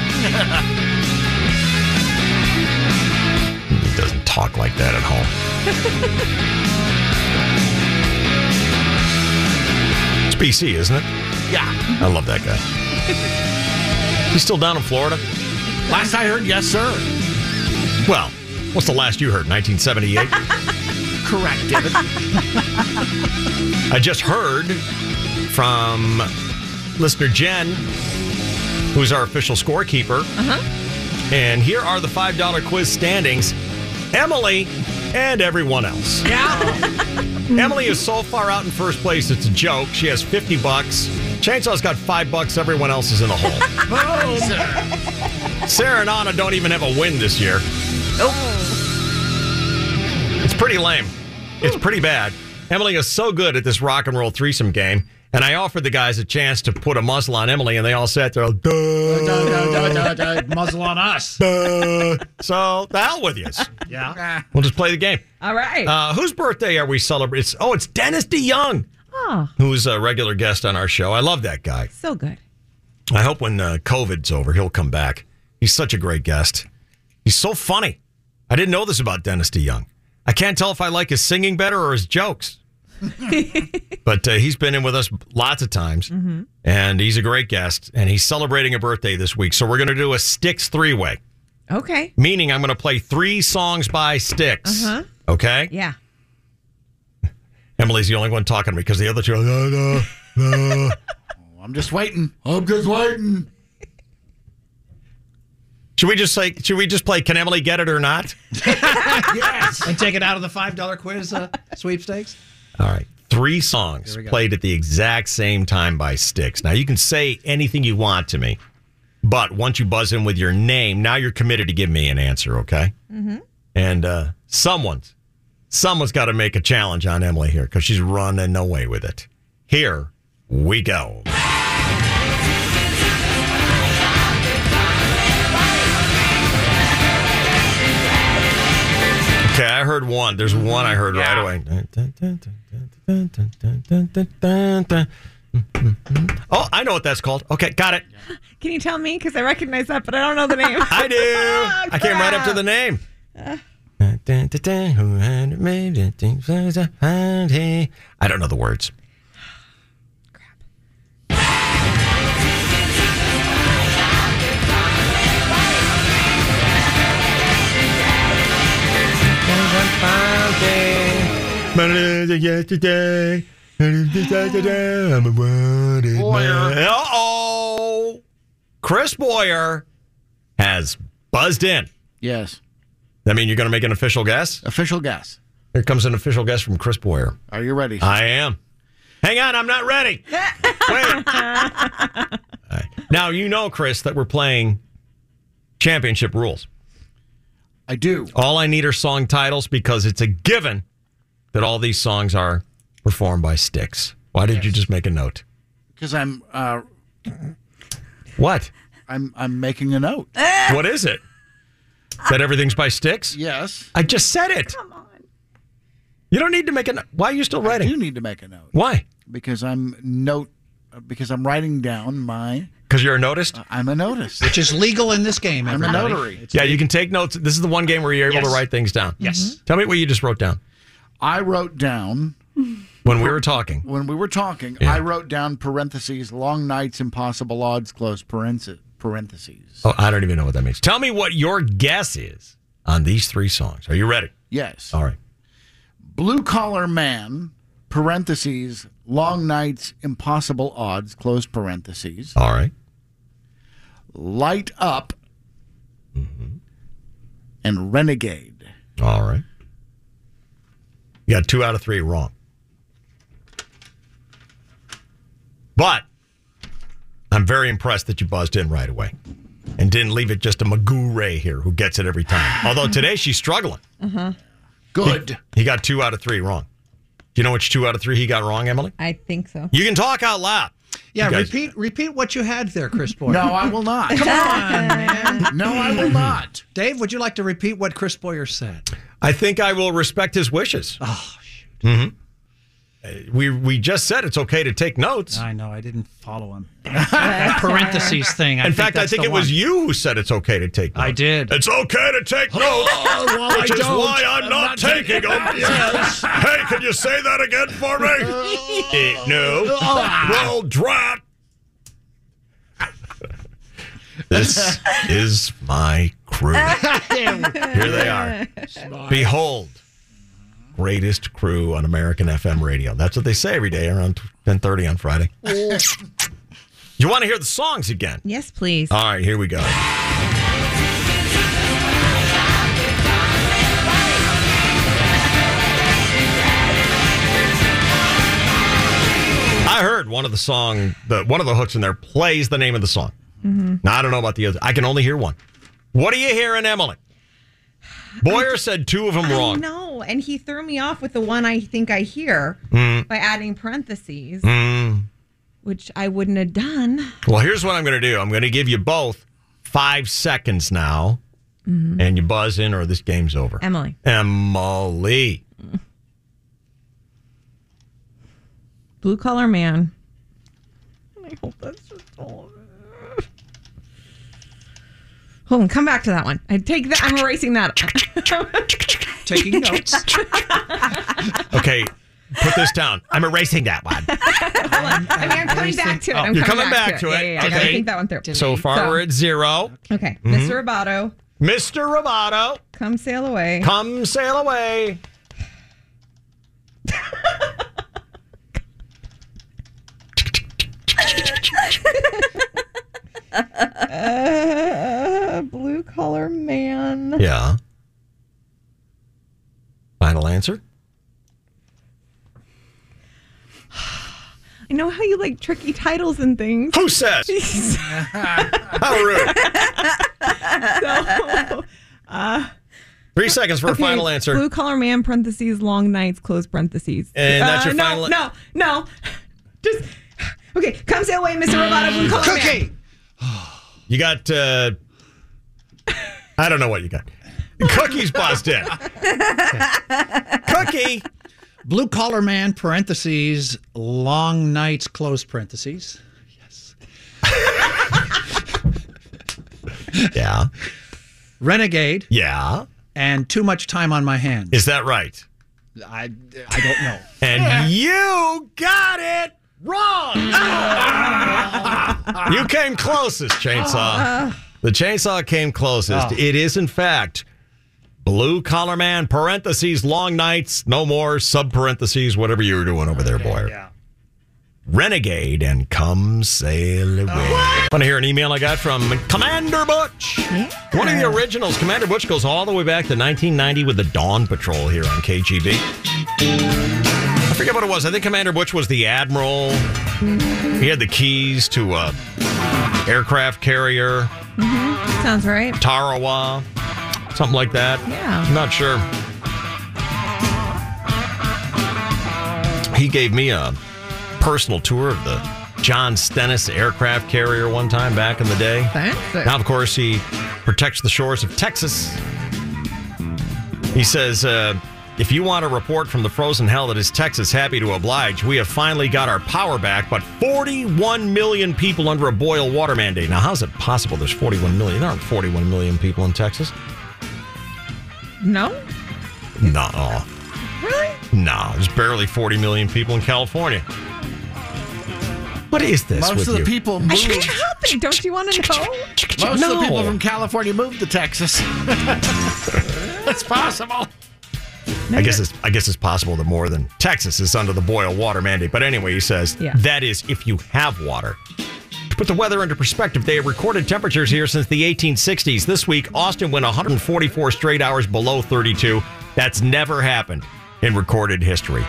Speaker 3: doesn't talk like that at home. It's BC, isn't it?
Speaker 1: Yeah.
Speaker 3: I love that guy. He's still down in Florida.
Speaker 1: Last I heard, yes, sir.
Speaker 3: Well, what's the last you heard? 1978.
Speaker 1: Correct, David.
Speaker 3: I just heard from listener Jen, who's our official scorekeeper. Uh-huh. And here are the $5 quiz standings Emily and everyone else. Emily is so far out in first place, it's a joke. She has 50 bucks. Chainsaw's got 5 bucks. Everyone else is in the hole. Sarah and Anna don't even have a win this year. It's pretty lame. It's pretty bad. Emily is so good at this rock and roll threesome game, and I offered the guys a chance to put a muzzle on Emily, and they all sat there. Duh.
Speaker 5: Duh, duh, duh, duh, Muzzle on us.
Speaker 3: Duh. So the hell with you.
Speaker 5: Yeah.
Speaker 3: We'll just play the game.
Speaker 8: All right.
Speaker 3: Uh, whose birthday are we celebrating? Oh, it's Dennis DeYoung,
Speaker 8: oh,
Speaker 3: who's a regular guest on our show. I love that guy.
Speaker 8: so good.
Speaker 3: I hope when uh, COVID's over, he'll come back. He's such a great guest. He's so funny. I didn't know this about Dennis DeYoung. I can't tell if I like his singing better or his jokes. but uh, he's been in with us lots of times,
Speaker 8: Mm-hmm.
Speaker 5: Mm-hmm.
Speaker 3: and he's a great guest. And he's celebrating a birthday this week, so we're going to do a Sticks three way,
Speaker 8: Okay.
Speaker 3: meaning I'm going to play three songs by Sticks.
Speaker 8: Uh-huh.
Speaker 3: Okay,
Speaker 8: Yeah.
Speaker 3: Emily's the only one talking to me because the other two. Are, "No, no, no."
Speaker 1: Oh, I'm just waiting. I'm just waiting.
Speaker 3: should we just like? Should we just play? Can Emily get it or not?
Speaker 5: yes. And take it out of the $5 quiz uh, sweepstakes.
Speaker 3: All right. Three songs
Speaker 5: Here we go.
Speaker 3: played at the exact same time by Sticks. Now, you can say anything you want to me, but once you buzz in with your name, now you're committed to give me an answer, okay?
Speaker 4: Mm-hmm.
Speaker 3: And uh, someone's, someone's got to make a challenge on Emily here because she's running away with it. Here we go. Okay, I heard heard one. There's one I heard right away. Oh, I know what that's called. Okay, got it.
Speaker 8: Can you tell me? Because I recognize that, but I don't know the name.
Speaker 3: I do. I came right up to the name. I don't know the words. Yesterday, I'm a wanted man. Uh-oh. Chris Boyer has buzzed in.
Speaker 1: Yes.
Speaker 3: That mean you're going to make an official guess?
Speaker 1: Official guess.
Speaker 3: Here comes an official guess from Chris Boyer.
Speaker 1: Are you ready?
Speaker 3: I am. Hang on, I'm not ready. Wait. All right. Now you know, Chris, that we're playing championship rules.
Speaker 1: I do.
Speaker 3: All I need are song titles because it's a given that all these songs are performed by Sticks. Why did you just make a note?
Speaker 1: Because I'm uh,
Speaker 3: What?
Speaker 1: I'm I'm making a note.
Speaker 3: What is it? That everything's by Sticks?
Speaker 1: Yes.
Speaker 3: I just said it. Come on. You don't need to make a note. Why are you still writing?
Speaker 1: You need to make a note
Speaker 3: Why?
Speaker 1: because I'm note uh, because I'm writing down my.
Speaker 3: Because you're a noticed?
Speaker 1: I'm a notice.
Speaker 5: Which is legal in this game.
Speaker 1: I'm a
Speaker 5: everybody.
Speaker 1: notary.
Speaker 5: It's
Speaker 3: yeah, you can take notes. This is the one game where you're able to
Speaker 1: Yes.
Speaker 3: write things down.
Speaker 1: Yes.
Speaker 3: Tell me what you just wrote down
Speaker 1: I wrote down
Speaker 3: when we were talking.
Speaker 1: when we were talking. I wrote down parentheses, long nights, impossible odds, close parentheses. Parentheses.
Speaker 3: Oh, I don't even know what that means. Tell me what your guess is on these three songs. Are you ready?
Speaker 1: Yes.
Speaker 3: All right.
Speaker 1: Blue collar man. Parentheses, long nights, impossible odds. Close parentheses.
Speaker 3: All right.
Speaker 1: Light up. And renegade.
Speaker 3: Mm-hmm. All right. You got two out of three wrong. But I'm very impressed that you buzzed in right away and didn't leave it just to Magoo Ray here who gets it every time. Although today she's struggling.
Speaker 8: Uh-huh.
Speaker 1: Good.
Speaker 3: He, he got two out of three wrong. Do you know which two out of three he got wrong, Emily?
Speaker 8: I think so.
Speaker 3: You can talk out loud.
Speaker 5: Yeah,
Speaker 3: You guys-
Speaker 5: repeat repeat what you had there, Chris Boyer.
Speaker 1: No, I will not.
Speaker 5: Come on, man.
Speaker 1: No, I will not.
Speaker 5: Dave, would you like to repeat what Chris Boyer said?
Speaker 3: I think I will respect his wishes.
Speaker 5: Ah.
Speaker 3: Oh, shoot. hmm We, we just said it's okay to take notes.
Speaker 5: I know, I didn't follow him. That parentheses thing. I
Speaker 3: In
Speaker 5: think
Speaker 3: fact, I
Speaker 5: that's
Speaker 3: think
Speaker 5: the
Speaker 3: it was
Speaker 5: one.
Speaker 3: you who said it's okay to take notes. I did. It's okay to take
Speaker 5: Oh,
Speaker 3: notes,
Speaker 4: well,
Speaker 3: which
Speaker 4: I
Speaker 3: is
Speaker 4: don't.
Speaker 3: why I'm, not,
Speaker 4: I'm not
Speaker 3: taking
Speaker 4: taking-
Speaker 3: them.
Speaker 4: Yes.
Speaker 3: Hey, can you say that again for me? Eh,
Speaker 5: Oh,
Speaker 3: no.
Speaker 4: Ah.
Speaker 3: well, drat. this is my crew. Here they are. Behold, greatest crew on American FM radio. That's what they say every day around 10:30 on Friday. You want to hear the songs again?
Speaker 8: Yes, please.
Speaker 3: All right, here we go. I heard one of the song, the one of the hooks in there plays the name of the song.
Speaker 8: Mm-hmm.
Speaker 4: Mhm.
Speaker 3: Now I don't know about the other. I can only hear one. What are you hearing, Emily? Boyer said two of them
Speaker 8: I
Speaker 3: wrong.
Speaker 8: know, and he threw me off with the one I think I hear
Speaker 3: Mm.
Speaker 8: by adding parentheses,
Speaker 3: Mm.
Speaker 8: which I wouldn't have done.
Speaker 3: Well, here's what I'm going to do. I'm going to give you both five seconds now,
Speaker 8: Mm-hmm.
Speaker 3: and you buzz in, or this game's over.
Speaker 8: Hmm. Emily.
Speaker 3: Emily.
Speaker 8: Blue collar man.
Speaker 4: I hope that's just all of it.
Speaker 8: Hold on, come back to that one. I take that. I'm erasing that.
Speaker 5: Taking notes.
Speaker 3: Okay, put this down. I'm erasing that one. Oh,
Speaker 8: I mean, I'm coming back to it. I'm
Speaker 3: You're coming back, to it.
Speaker 8: Yeah, yeah, yeah. I gotta
Speaker 3: Okay.
Speaker 8: think that one through.
Speaker 3: So far, we're at zero.
Speaker 8: Okay,
Speaker 3: Mhm.
Speaker 8: Mr. Roboto,
Speaker 3: Mr. Roboto,
Speaker 8: come sail away.
Speaker 3: come sail away.
Speaker 8: Uh, blue collar man.
Speaker 3: Yeah. Final answer.
Speaker 8: I know how you like tricky titles and things.
Speaker 3: Who says? How rude.
Speaker 8: so, uh,
Speaker 3: Three seconds for a
Speaker 8: okay,
Speaker 3: final answer.
Speaker 8: Blue collar man, parentheses, long nights, close parentheses. Uh,
Speaker 3: And that's your
Speaker 8: no,
Speaker 3: final-
Speaker 8: No, no. Just, okay, come sail away, Mr. Roboto, blue collar man.
Speaker 3: You got. Uh, I don't know what you got. Cookie's buzzed in. Cookie.
Speaker 5: Blue collar man, parentheses, long nights, close parentheses. Yes.
Speaker 3: yeah.
Speaker 5: Renegade.
Speaker 3: Yeah.
Speaker 5: And too much time on my hands.
Speaker 3: Is that right?
Speaker 5: I, I don't know.
Speaker 3: And you got it wrong. you came closest, Chainsaw. The chainsaw came closest.
Speaker 12: Oh.
Speaker 3: It is, in fact, blue collar man, parentheses, long nights, no more, sub parentheses, whatever you were doing over there, boy. Renegade and come sail away. Want to hear an email I got from Commander Butch? One of the originals. Commander Butch goes all the way back to 1990 with the Dawn Patrol here on KGB. I forget what it was. I think Commander Butch was the admiral. He had the keys to a aircraft carrier.
Speaker 8: Mhm. Sounds right.
Speaker 3: Tarawa, something like that.
Speaker 8: Yeah.
Speaker 3: I'm not sure. He gave me a personal tour of the John Stennis aircraft carrier one time back in the day.
Speaker 8: Fancy.
Speaker 3: Now, of course, he protects the shores of Texas. He says, uh, if you want a report from the frozen hell that is Texas, happy to oblige. We have finally got our power back, but 41 million people under a boil water mandate. Now, how is it possible there's 41 million? There aren't 41 million people in Texas.
Speaker 8: No?
Speaker 3: No.
Speaker 8: Really?
Speaker 3: No, there's barely 40 million people in California. What is this?
Speaker 1: Most
Speaker 3: with
Speaker 1: of the
Speaker 3: you?
Speaker 1: people
Speaker 8: I
Speaker 1: moved.
Speaker 8: can't help it. Don't you want to know?
Speaker 1: Most of the people
Speaker 3: No.
Speaker 1: from California moved to Texas. That's possible.
Speaker 3: I guess it's I guess it's possible that more than Texas is under the boil water mandate. But anyway, he says
Speaker 1: Yeah.
Speaker 3: that is if you have water. To put the weather into perspective, they have recorded temperatures here since the 1860s. This week, Austin went 144 straight hours below 32. That's never happened in recorded history.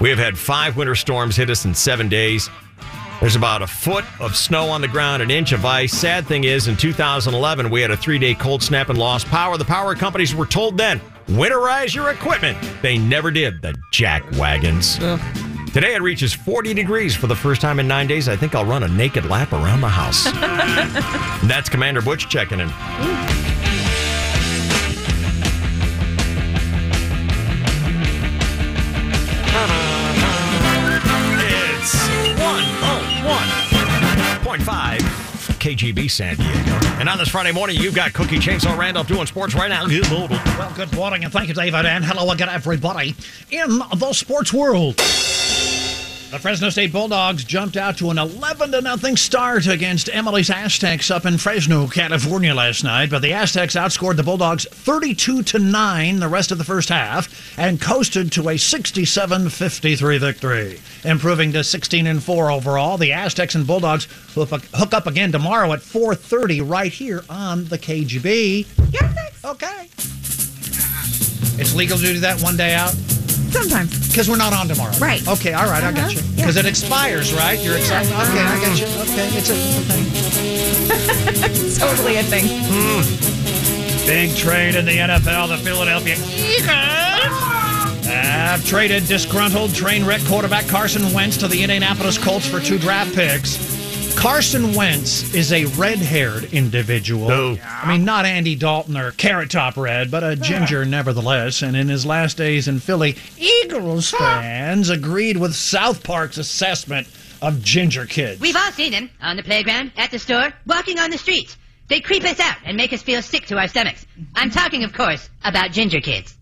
Speaker 3: We have had five winter storms hit us in seven days. There's about a foot of snow on the ground, an inch of ice. Sad thing is, in 2011, we had a three day cold snap and lost power. The power companies were told then, winterize your equipment. They never did, the jack wagons. Today it reaches 40 degrees for the first time in nine days. I think I'll run a naked lap around the house. That's Commander Butch checking in. It's 101.5 KGB San Diego. And on this Friday morning, you've got Cookie Chainsaw Randolph doing sports right now. Good morning.
Speaker 5: Well, good morning, and thank you, David, and hello again, everybody in the sports world. The Fresno State Bulldogs jumped out to an 11 to nothing start against Emily's Aztecs up in Fresno, California last night, but the Aztecs outscored the Bulldogs 32 to 9 the rest of the first half and coasted to a 67-53 victory, improving to 16 and 4 overall. The Aztecs and Bulldogs hook hook up again tomorrow at 4:30 right here on the KGB. Okay. It's legal to do that one day out? Sometimes. Because we're not on tomorrow. Right. Okay, all right, I got you. Because it expires, right? You're excited. Okay, I got you. Okay, it's a
Speaker 8: thing. totally a thing.
Speaker 5: Big trade in the NFL, the Philadelphia Eagles have traded disgruntled train wreck quarterback Carson Wentz to the Indianapolis Colts for two draft picks. Carson Wentz is a red haired individual. I mean, not Andy Dalton or Carrot Top Red, but a ginger nevertheless. And in his last days in Philly, Eagles fans agreed with South Park's assessment of ginger kids.
Speaker 13: We've all seen them on the playground, at the store, walking on the streets. They creep us out and make us feel sick to our stomachs. I'm talking, of course, about ginger kids.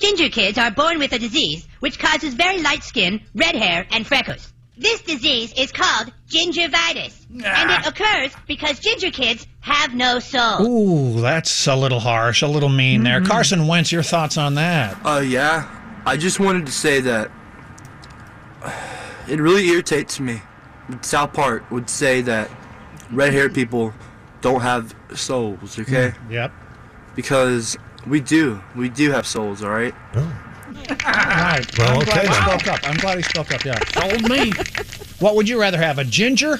Speaker 13: Ginger kids are born with a disease which causes very light skin, red hair, and freckles. This disease is called gingivitis, and it occurs because ginger kids have no soul.
Speaker 5: Ooh, that's a little harsh, a little mean there. Carson Wentz, your thoughts on that?
Speaker 17: Uh, yeah. I just wanted to say that it really irritates me. that South Park would say that red-haired people don't have souls, okay?
Speaker 5: Mm, Yep.
Speaker 17: Because we do. We do have souls, all right?
Speaker 5: Oh. right.
Speaker 17: Well,
Speaker 5: I'm
Speaker 17: okay
Speaker 5: Glad he
Speaker 17: then.
Speaker 5: spoke up. I'm glad he spoke up. Yeah. Told me. What would you rather have, a ginger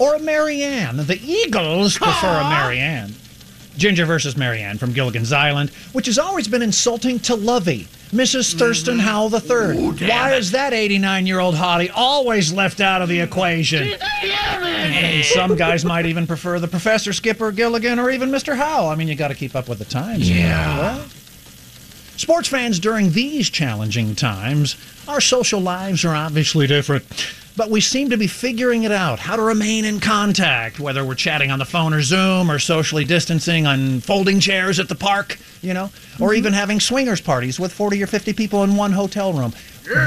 Speaker 5: or a Marianne? The Eagles prefer a Marianne. Ginger versus Marianne from Gilligan's Island, which has always been insulting to Lovey. Mrs. Thurston Howell III. Why is that 89 year old hottie always left out of the equation? And some guys might even prefer the Professor Skipper Gilligan or even Mr. Howell. I mean, you got to keep up with the times. you know,
Speaker 4: Yeah.
Speaker 5: well. Sports fans during these challenging times, our social lives are obviously different. But we seem to be figuring it out how to remain in contact, whether we're chatting on the phone or Zoom or socially distancing on folding chairs at the park, you know, or even having swingers parties with 40 or 50 people in one hotel room.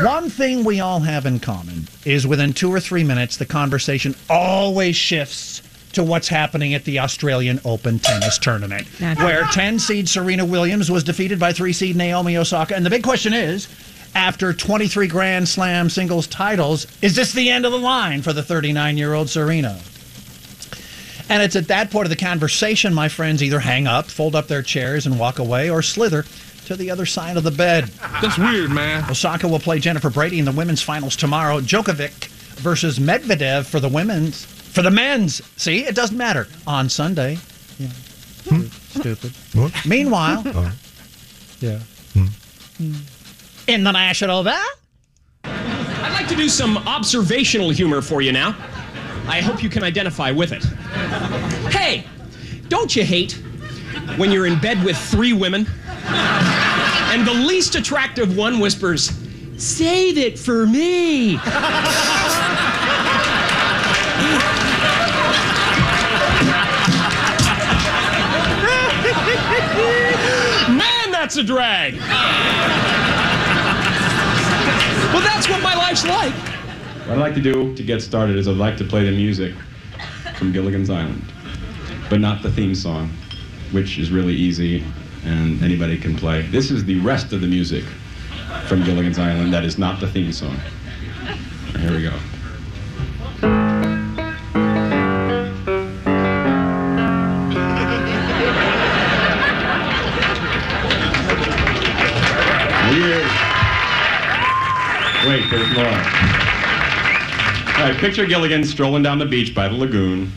Speaker 5: One thing we all have in common is within two or three minutes, the conversation always shifts to what's happening at the Australian Open tennis tournament, where 10 seed Serena Williams was defeated by 3 seed Naomi Osaka. And the big question is after 23 Grand Slam singles titles, is this the end of the line for the 39 year old Serena? And it's at that point of the conversation, my friends either hang up, fold up their chairs, and walk away, or slither to the other side of the bed. That's weird, man. Osaka will play Jennifer Brady in the women's finals tomorrow. Djokovic versus Medvedev for the women's. For the men's. See, it doesn't matter. On Sunday. Yeah. Stupid. Meanwhile, yeah. in the national bell.
Speaker 12: I'd like to do some observational humor for you now. I hope you can identify with it. Hey, don't you hate when you're in bed with three women and the least attractive one whispers, Save it for me? Man, that's a drag! Well, that's what my life's like.
Speaker 18: What I'd like to do to get started is I'd like to play the music from Gilligan's Island, but not the theme song, which is really easy and anybody can play. This is the rest of the music from Gilligan's Island that is not the theme song. Here we go. Weird. Wait, there's more. All right, picture Gilligan strolling down the beach by the lagoon.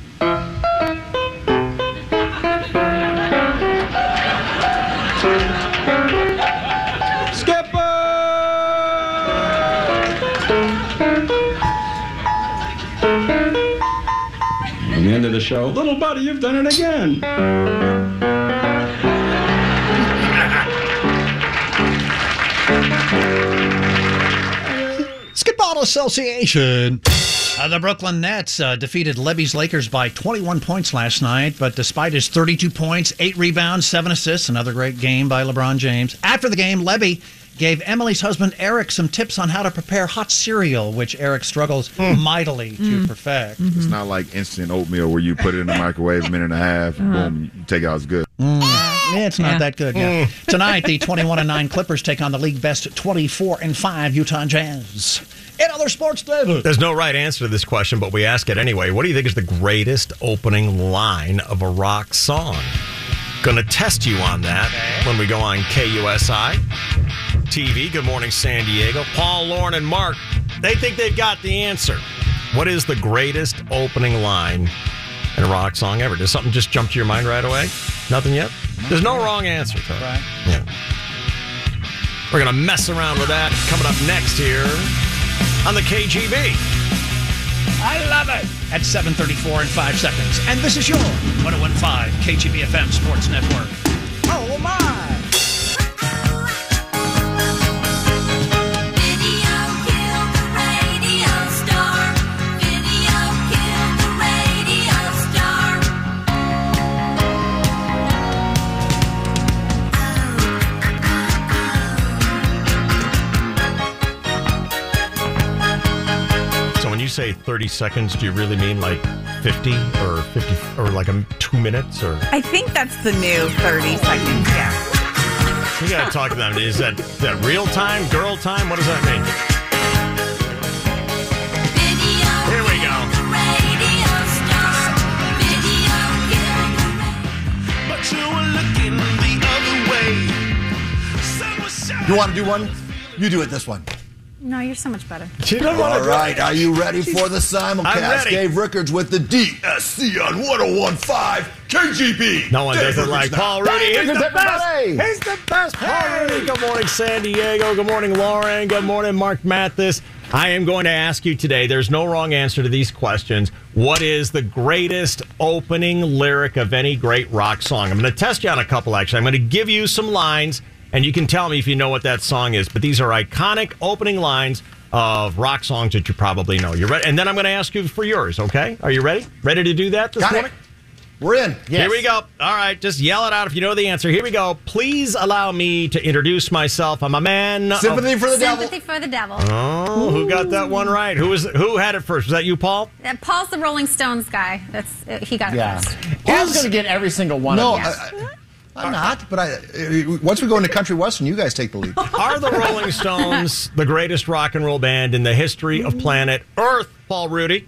Speaker 18: Skipper! On the end of the show, little buddy, you've done it again.
Speaker 5: Skitball Association. Uh, the Brooklyn Nets uh, defeated Levy's Lakers by 21 points last night, but despite his 32 points, 8 rebounds, 7 assists, another great game by LeBron James. After the game, Levy gave Emily's husband Eric some tips on how to prepare hot cereal, which Eric struggles mightily to perfect.
Speaker 16: Hmm. Mm-hmm. It's not like instant oatmeal where you put it in the microwave a minute and a half,
Speaker 5: Uh-huh.
Speaker 16: boom, you take out, it's good.
Speaker 5: Mm. Yeah, it's not that good. Yeah.
Speaker 16: Mm.
Speaker 5: Tonight, the 21 and 9 Clippers take on the league best 24 and 5 Utah Jazz. In other sports, David.
Speaker 3: There's no right answer to this question, but we ask it anyway. What do you think is the greatest opening line of a rock song? Going to test you on that when we go on KUSI TV. Good morning, San Diego. Paul, Lauren, and Mark, they think they've got the answer. What is the greatest opening line in a rock song ever? Does something just jump to your mind right away? Nothing yet? There's no wrong answer to it.
Speaker 5: Right.
Speaker 3: Yeah. We're going to mess around with that coming up next here on the KGB.
Speaker 5: I love it. At 7:34 and 5 seconds. And this is your 1015 KGB FM Sports Network. Oh my!
Speaker 3: So when you say 30 seconds, do you really mean like 50 or 50 or like a m- two minutes or?
Speaker 2: I think that's the new 30 seconds. Yeah.
Speaker 3: We gotta talk to them. Is that that real time, girl time? What does that mean? Here we go.
Speaker 4: But you were looking the other way.
Speaker 19: You want to do one? You do it this one.
Speaker 2: No, you're so much better.
Speaker 4: All right, are you ready for the simulcast? ready. Dave Rickards with the DSC on 1015 KGB.
Speaker 3: No one
Speaker 4: Dave
Speaker 3: doesn't like
Speaker 4: Rickards now.
Speaker 3: Paul Rudy. He's
Speaker 4: Dave Rickards,
Speaker 3: the best.
Speaker 4: everybody.
Speaker 3: He's the best. Paul Rudy. Good morning, San Diego. Good morning, Lauren. Good morning, Mark Mathis. I am going to ask you today. There's no wrong answer to these questions. What is the greatest opening lyric of any great rock song? I'm going to test you on a couple. Actually, I'm going to give you some lines, and you can tell me if you know what that song is. But these are iconic opening lines of rock songs that you probably know. You ready? And then I'm going to ask you for yours. Okay? Are you ready? Ready to do that this
Speaker 4: Got it.
Speaker 3: morning?
Speaker 4: We're in.
Speaker 3: Here we go. All right, just yell it out if you know the answer. Here we go. Please allow me to introduce myself. I'm a man. of-
Speaker 2: Sympathy for the devil.
Speaker 3: Oh, who got that one right? Who was who had it first? Was that you, Paul?
Speaker 2: Uh, Paul's the Rolling Stones guy. That's uh, he got it first.
Speaker 4: Paul's going to get every single
Speaker 2: one
Speaker 4: no,
Speaker 2: of these.
Speaker 4: I, I, I'm not, but I, uh, once we go into Country Western, you guys take the lead.
Speaker 3: Are the Rolling Stones the greatest rock and roll band in the history of planet Earth, Paul Rudy?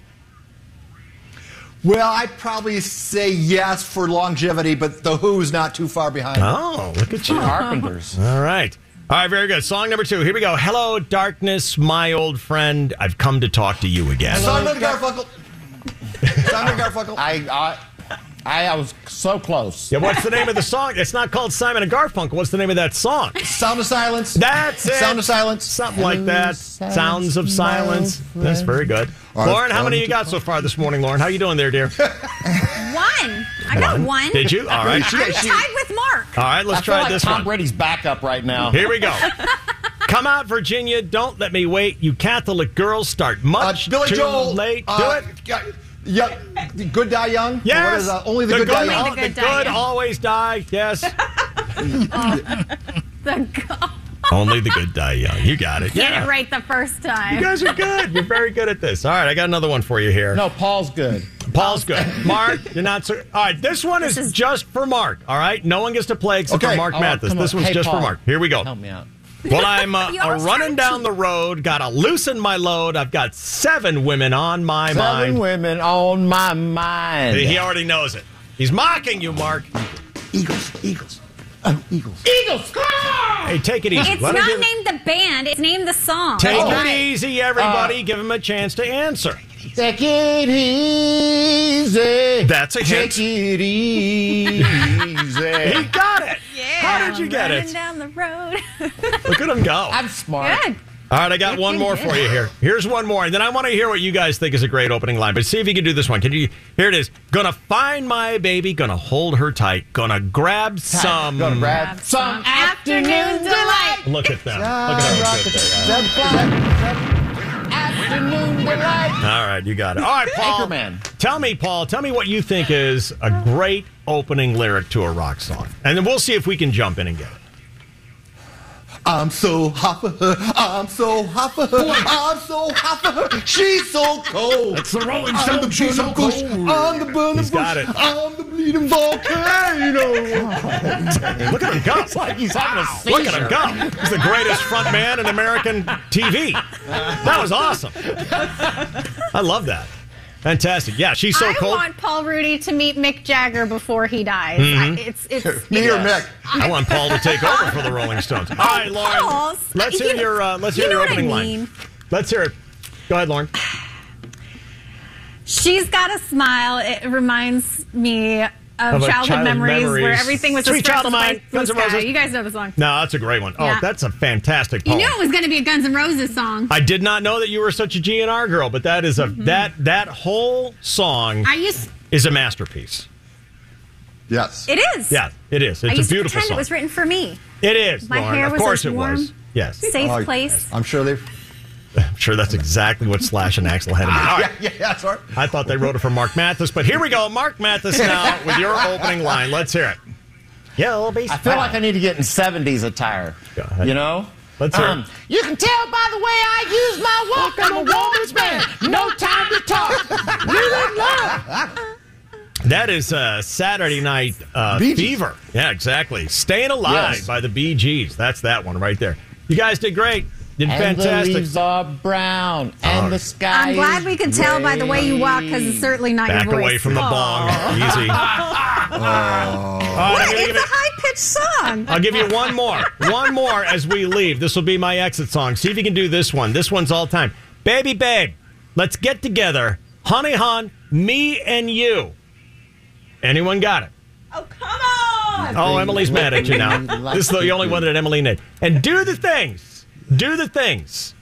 Speaker 4: Well, I'd probably say yes for longevity, but The Who's not too far behind.
Speaker 3: Oh, look at you. All right. All right, very good. Song number two. Here we go. Hello, darkness, my old friend. I've come to talk to you again.
Speaker 4: Simon and Garfunkel. Simon and Garfunkel.
Speaker 15: I, I, I was so close.
Speaker 3: Yeah, what's the name of the song? It's not called Simon and Garfunkel. What's the name of that song?
Speaker 4: Sound of Silence.
Speaker 3: That's it.
Speaker 4: Sound of Silence.
Speaker 3: Something like that.
Speaker 4: Silence,
Speaker 3: Sounds of
Speaker 4: my
Speaker 3: Silence.
Speaker 4: old
Speaker 3: That's very good.
Speaker 4: All right,
Speaker 3: Lauren, how many
Speaker 4: um,
Speaker 3: you got so far this morning, Lauren? How you doing there, dear?
Speaker 2: One. I got
Speaker 3: One.
Speaker 2: one.
Speaker 3: Did you? All right.
Speaker 2: I'm
Speaker 3: She- she-
Speaker 2: tied with Mark.
Speaker 3: All right, let's
Speaker 15: I feel
Speaker 3: try
Speaker 15: like
Speaker 3: this
Speaker 15: Tom
Speaker 3: one.
Speaker 15: Brady's back up right now.
Speaker 3: Here we go. Come out, Virginia. Don't let me wait. You Catholic girls start much
Speaker 4: Billy
Speaker 3: too
Speaker 4: Joel.
Speaker 3: late.
Speaker 4: uh,
Speaker 3: Do it.
Speaker 4: Yeah, good die young.
Speaker 3: Yes.
Speaker 4: What is, uh, only the, good, die young.
Speaker 3: al- the good always die. Yes. only the good die young. You got it.
Speaker 2: Get
Speaker 3: Yeah.
Speaker 2: it right the first time.
Speaker 3: You guys are good. You're very good at this. All right, I got another one for you here. No,
Speaker 15: Paul's good.
Speaker 3: Paul's good. Mark, you're not so. All right, this one is, just for Mark. All right, no one gets to play except for
Speaker 15: Okay.
Speaker 3: Mark
Speaker 15: Oh,
Speaker 3: Mathis.
Speaker 15: come on.
Speaker 3: This one's
Speaker 15: Hey,
Speaker 3: just
Speaker 15: Paul.
Speaker 3: for Mark. Here we go.
Speaker 15: Help me out.
Speaker 3: Well, I'm uh,
Speaker 15: You
Speaker 3: a
Speaker 15: always
Speaker 3: running down the road. Gotta loosen my load. I've got seven women on my
Speaker 15: Seven
Speaker 3: mind.
Speaker 15: women on my mind.
Speaker 3: He already knows it. He's mocking you, Mark.
Speaker 4: Eagles, Eagles,
Speaker 3: oh, Eagles.
Speaker 15: Eagles.
Speaker 3: Hey, take it easy.
Speaker 2: It's
Speaker 3: Let him
Speaker 2: not
Speaker 3: give-
Speaker 2: named the band. It's named the song.
Speaker 3: Take
Speaker 2: That's
Speaker 3: it
Speaker 2: right.
Speaker 3: easy,
Speaker 15: Uh,
Speaker 3: everybody. give him a chance to answer.
Speaker 15: Take it easy.
Speaker 3: That's a hint.
Speaker 15: Take it easy.
Speaker 3: He got it. How did you get
Speaker 2: Running
Speaker 3: it?
Speaker 2: down the road.
Speaker 3: Look at him go.
Speaker 15: I'm smart.
Speaker 2: Good.
Speaker 3: All right, I got one
Speaker 2: Freaking
Speaker 3: more
Speaker 2: good.
Speaker 3: for you here. Here's one more, and then I want to hear what you guys think is a great opening line. But see if you can do this one. Can you? Here it is. Gonna find my baby. Gonna hold her tight. Gonna grab some.
Speaker 15: Gonna grab some afternoon delight.
Speaker 3: Look at them. Look at how good they are.
Speaker 15: Afternoon delight.
Speaker 3: All right, you got it. All right, Paul. Tell me, Paul. Tell me what you think is a great opening lyric to a rock song, and then we'll see if we can jump in and get it.
Speaker 4: I'm so hot for her. I'm so hot for her. I'm so hot for her. She's so cold. That's the
Speaker 1: Rolling
Speaker 4: I'm the
Speaker 1: Stones. She's so
Speaker 4: burning bush.
Speaker 1: cold.
Speaker 4: I'm the burning
Speaker 1: He's
Speaker 4: bush.
Speaker 1: got it.
Speaker 4: I'm the bleeding volcano.
Speaker 3: Look at him go. It's like
Speaker 15: he's having a
Speaker 3: Look at him go. He's the greatest front man in American TV. That was awesome. I love that. Fantastic. Yeah, she's so
Speaker 2: I
Speaker 3: cold.
Speaker 2: want Paul Rudy to meet Mick Jagger before he dies.
Speaker 3: Mhm.
Speaker 2: I, it's it's
Speaker 3: Yes.
Speaker 2: it's-
Speaker 3: I want Paul to take over for the Rolling Stones. All right, Lauren.
Speaker 2: Paul's-
Speaker 3: Let's hear
Speaker 2: Oh, you-
Speaker 3: your uh, let's
Speaker 2: you
Speaker 3: hear
Speaker 2: know
Speaker 3: your
Speaker 2: what I
Speaker 3: opening
Speaker 2: mean.
Speaker 3: line. Let's hear it. Go ahead, Lauren.
Speaker 2: She's got a smile. It reminds me of,
Speaker 3: Of a
Speaker 2: childhood
Speaker 3: childhood
Speaker 2: memories, where
Speaker 3: memories.
Speaker 2: everything was
Speaker 3: Sweet
Speaker 2: just
Speaker 3: Child of
Speaker 2: bright
Speaker 3: Mine,
Speaker 2: blue
Speaker 3: Guns N'
Speaker 2: sky.
Speaker 3: Roses.
Speaker 2: You guys know the song.
Speaker 3: No, that's a great one. Oh,
Speaker 2: Yeah.
Speaker 3: that's a fantastic
Speaker 2: You
Speaker 3: poem.
Speaker 2: knew it was going to be a Guns N' Roses song.
Speaker 3: I did not know that you were such a GNR girl, but that is a that that whole song
Speaker 2: Mm-hmm. I used
Speaker 3: is a masterpiece.
Speaker 4: Yes.
Speaker 2: it is.
Speaker 3: Yeah, it is.
Speaker 2: I
Speaker 3: It's
Speaker 2: used
Speaker 3: a beautiful
Speaker 2: to pretend
Speaker 3: song.
Speaker 2: it was written for me.
Speaker 3: It is.
Speaker 2: My
Speaker 3: Lauren.
Speaker 2: hair
Speaker 3: of
Speaker 2: was
Speaker 3: course
Speaker 2: as
Speaker 3: it
Speaker 2: warm,
Speaker 3: was. Yes.
Speaker 2: safe Oh, place.
Speaker 4: I'm sure they.
Speaker 3: I'm sure that's exactly what Slash and Axel had in mind.
Speaker 15: Ah,
Speaker 3: All right.
Speaker 4: Yeah, yeah, that's right.
Speaker 3: I thought they wrote it for Mark Mathis, but here we go. Mark Mathis now with your opening line. Let's hear it. Yeah, it'll be.
Speaker 15: I feel like I need to get in 70s attire. You know? Um,
Speaker 3: Let's hear it.
Speaker 15: You can tell by the way I use my walk, I'm a woman's man. No time to talk. Real in love.
Speaker 3: That is uh, Saturday Night uh,
Speaker 15: Bee Gees.
Speaker 3: Fever. Yeah, exactly. Staying Alive
Speaker 15: Yes.
Speaker 3: by the BGs. That's that one right there. You guys did great. Did
Speaker 15: And
Speaker 3: fantastic.
Speaker 15: the leaves are brown, and the sky
Speaker 2: I'm glad we could tell by the way you walk because it's certainly not
Speaker 3: Back
Speaker 2: your voice.
Speaker 3: away from the bong.
Speaker 2: What?
Speaker 3: Easy. All right, I'm gonna
Speaker 2: It's
Speaker 3: give
Speaker 2: a
Speaker 3: it-
Speaker 2: high pitched song.
Speaker 3: I'll give you one more. One more as we leave. This will be my exit song. See if you can do this one. This one's all time. Baby babe, let's get together. Honey hon, me and you. Anyone got it? Oh, come on. Oh, Emily's mad at you now. This is the only one that Emily did. And do the things. Do the things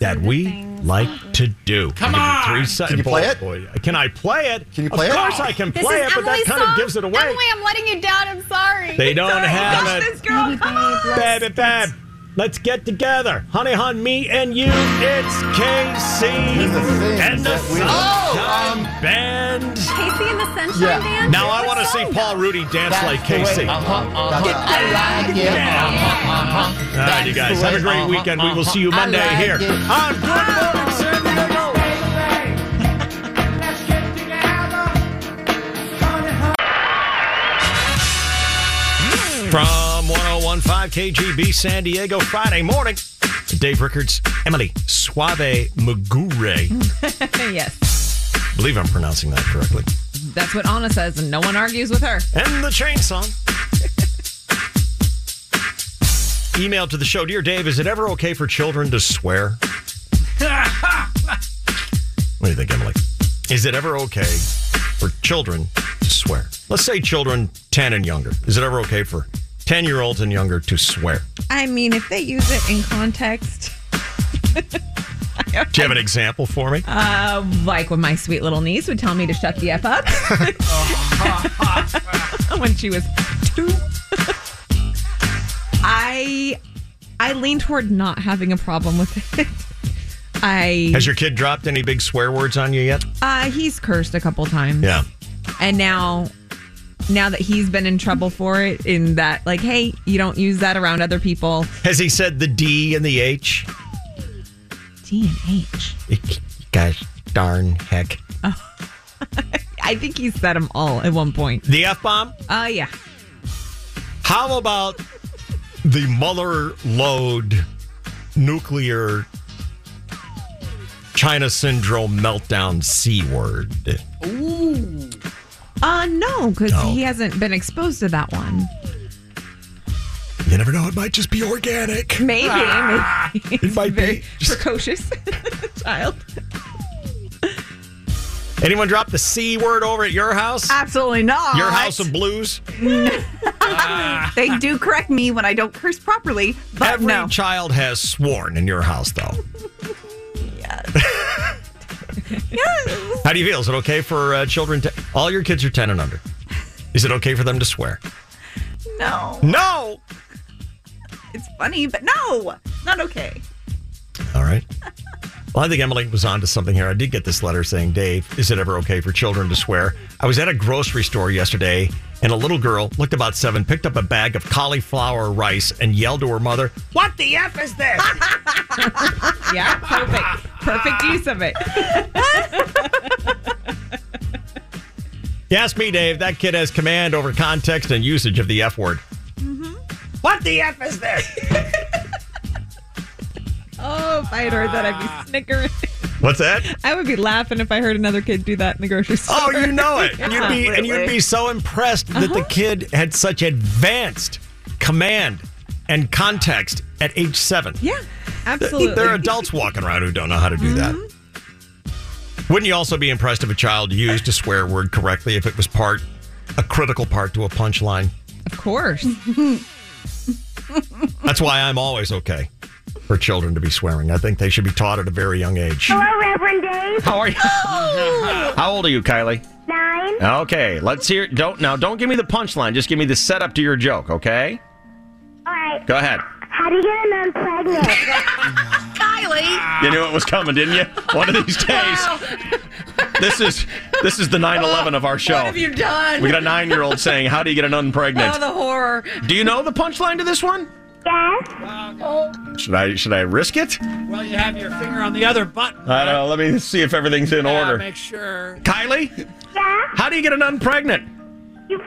Speaker 3: that we like to do. Come on. Three se-
Speaker 20: Can you play it?
Speaker 3: Boy, can I play it? Can you
Speaker 20: play it?
Speaker 3: Of course I can
Speaker 19: This
Speaker 3: play
Speaker 19: is
Speaker 3: it, but that
Speaker 19: Emily's
Speaker 3: kind
Speaker 19: song?
Speaker 3: of gives it away.
Speaker 19: Emily, I'm letting you down. I'm sorry.
Speaker 3: They don't
Speaker 19: Sorry.
Speaker 3: have
Speaker 19: Gosh,
Speaker 3: it.
Speaker 19: This girl, come on.
Speaker 3: Baby, babe, let's get together. Honey, hon, me and you. It's KC and the
Speaker 4: we-
Speaker 19: Oh,
Speaker 3: Sunshine Band.
Speaker 19: Casey and the Sunshine
Speaker 3: Yeah.
Speaker 19: Band.
Speaker 3: Now I want to see Paul Rudy dance like KC.
Speaker 4: Uh-huh, I like it.
Speaker 3: All right, you guys, have a great weekend. We will see you Monday here. on Good Morning San Diego. From 1015 KGB San Diego, Friday morning, Dave Rickards, Emily Suave Mugure.
Speaker 8: yes.
Speaker 3: I believe I'm pronouncing that correctly.
Speaker 8: That's what Anna says, and no one argues with her.
Speaker 3: And the train song. Email to the show Dear Dave, is it ever okay for children to swear? What do you think, Emily? Is it ever okay for children to swear? Let's say children 10 and younger. Is it ever okay for 10 year olds and younger to swear?
Speaker 8: I mean, if they use it in context,
Speaker 3: Do you have an example for me?
Speaker 8: uh, like when my sweet little niece would tell me to shut the F up when she was two, I, I lean toward not having a problem with it. I.
Speaker 3: Has your kid dropped any big swear words on you yet?
Speaker 8: Uh, he's cursed a couple times.
Speaker 3: Yeah.
Speaker 8: And now, now that he's been in trouble for it, in that, like, hey, you don't use that around other people.
Speaker 3: Has he said the D and the H?
Speaker 8: D and H.
Speaker 3: Gosh darn heck.
Speaker 8: I think he said them all at one point.
Speaker 3: The F bomb?
Speaker 8: Uh, yeah.
Speaker 3: How about the Mueller load nuclear China syndrome meltdown C word?
Speaker 8: Ooh. Uh, no, because
Speaker 3: No.
Speaker 8: he hasn't been exposed to that one.
Speaker 3: You never know, it might just be organic.
Speaker 8: Maybe.
Speaker 3: Ah,
Speaker 8: maybe. It might very Precocious child.
Speaker 3: Anyone drop the C word over at your house?
Speaker 2: Absolutely not.
Speaker 3: Your house of blues? Ah,
Speaker 2: they do correct me when I don't curse properly, but
Speaker 3: Every
Speaker 2: no.
Speaker 3: child has sworn in your house, though.
Speaker 2: Yes.
Speaker 3: How do you feel? Is it okay for uh, children to. All your kids are 10 and under. Is it okay for them to swear?
Speaker 2: No.
Speaker 3: No.
Speaker 2: It's funny, but no. Not okay.
Speaker 3: All right. Well, I think Emily was onto something here. I did get this letter saying, Dave, is it ever okay for children to swear? I was at a grocery store yesterday and a little girl, looked about seven, picked up a bag of cauliflower rice and yelled to her mother, What the F is this?
Speaker 8: yeah, perfect. Perfect use of it.
Speaker 3: You ask me, Dave, that kid has command over context and usage of the F word.
Speaker 21: Mm-hmm.
Speaker 4: What the F is this?
Speaker 8: Oh, if I had
Speaker 2: Ah.
Speaker 8: heard that,
Speaker 21: Ah.
Speaker 8: I'd be snickering.
Speaker 3: What's that?
Speaker 8: I would be laughing if I heard another kid do that in the grocery store.
Speaker 3: Oh, you know it. And you'd be and you'd
Speaker 8: Absolutely.
Speaker 3: be so impressed that
Speaker 8: Uh-huh.
Speaker 3: the kid had such advanced command and context at age seven.
Speaker 8: Yeah, absolutely.
Speaker 3: There are adults walking around who don't know how to do that.
Speaker 8: Mm-hmm.
Speaker 3: Wouldn't you also be impressed if a child used a swear word correctly if it was part a critical part to a punchline?
Speaker 8: Of course.
Speaker 3: That's why I'm always okay for children to be swearing. I think they should be taught at a very young age.
Speaker 4: Hello, Reverend Dave.
Speaker 21: How are you?
Speaker 3: Oh.
Speaker 21: How old are you, Kylie?
Speaker 4: Nine.
Speaker 21: Okay, let's hear. Don't now. Don't give me the punchline. Just give me the setup to your joke. Okay.
Speaker 4: All right.
Speaker 21: Go ahead.
Speaker 4: How do you get a man pregnant? Kylie.
Speaker 21: You knew it was coming, didn't you? One of these days. This is this is the 9/11 of our show.
Speaker 4: have you done?
Speaker 21: We got a nine-year-old saying, "How do you get an
Speaker 3: Oh,
Speaker 21: unpregnant?"
Speaker 4: horror.
Speaker 21: do you know the punchline to this one?
Speaker 4: Yes.
Speaker 21: Should I should I risk it?
Speaker 22: Well, you have your finger on the other button.
Speaker 21: I don't know. Let me see if everything's in
Speaker 22: Yeah,
Speaker 21: order.
Speaker 22: Make sure.
Speaker 21: Kylie? Yeah? How do you get an unpregnant? You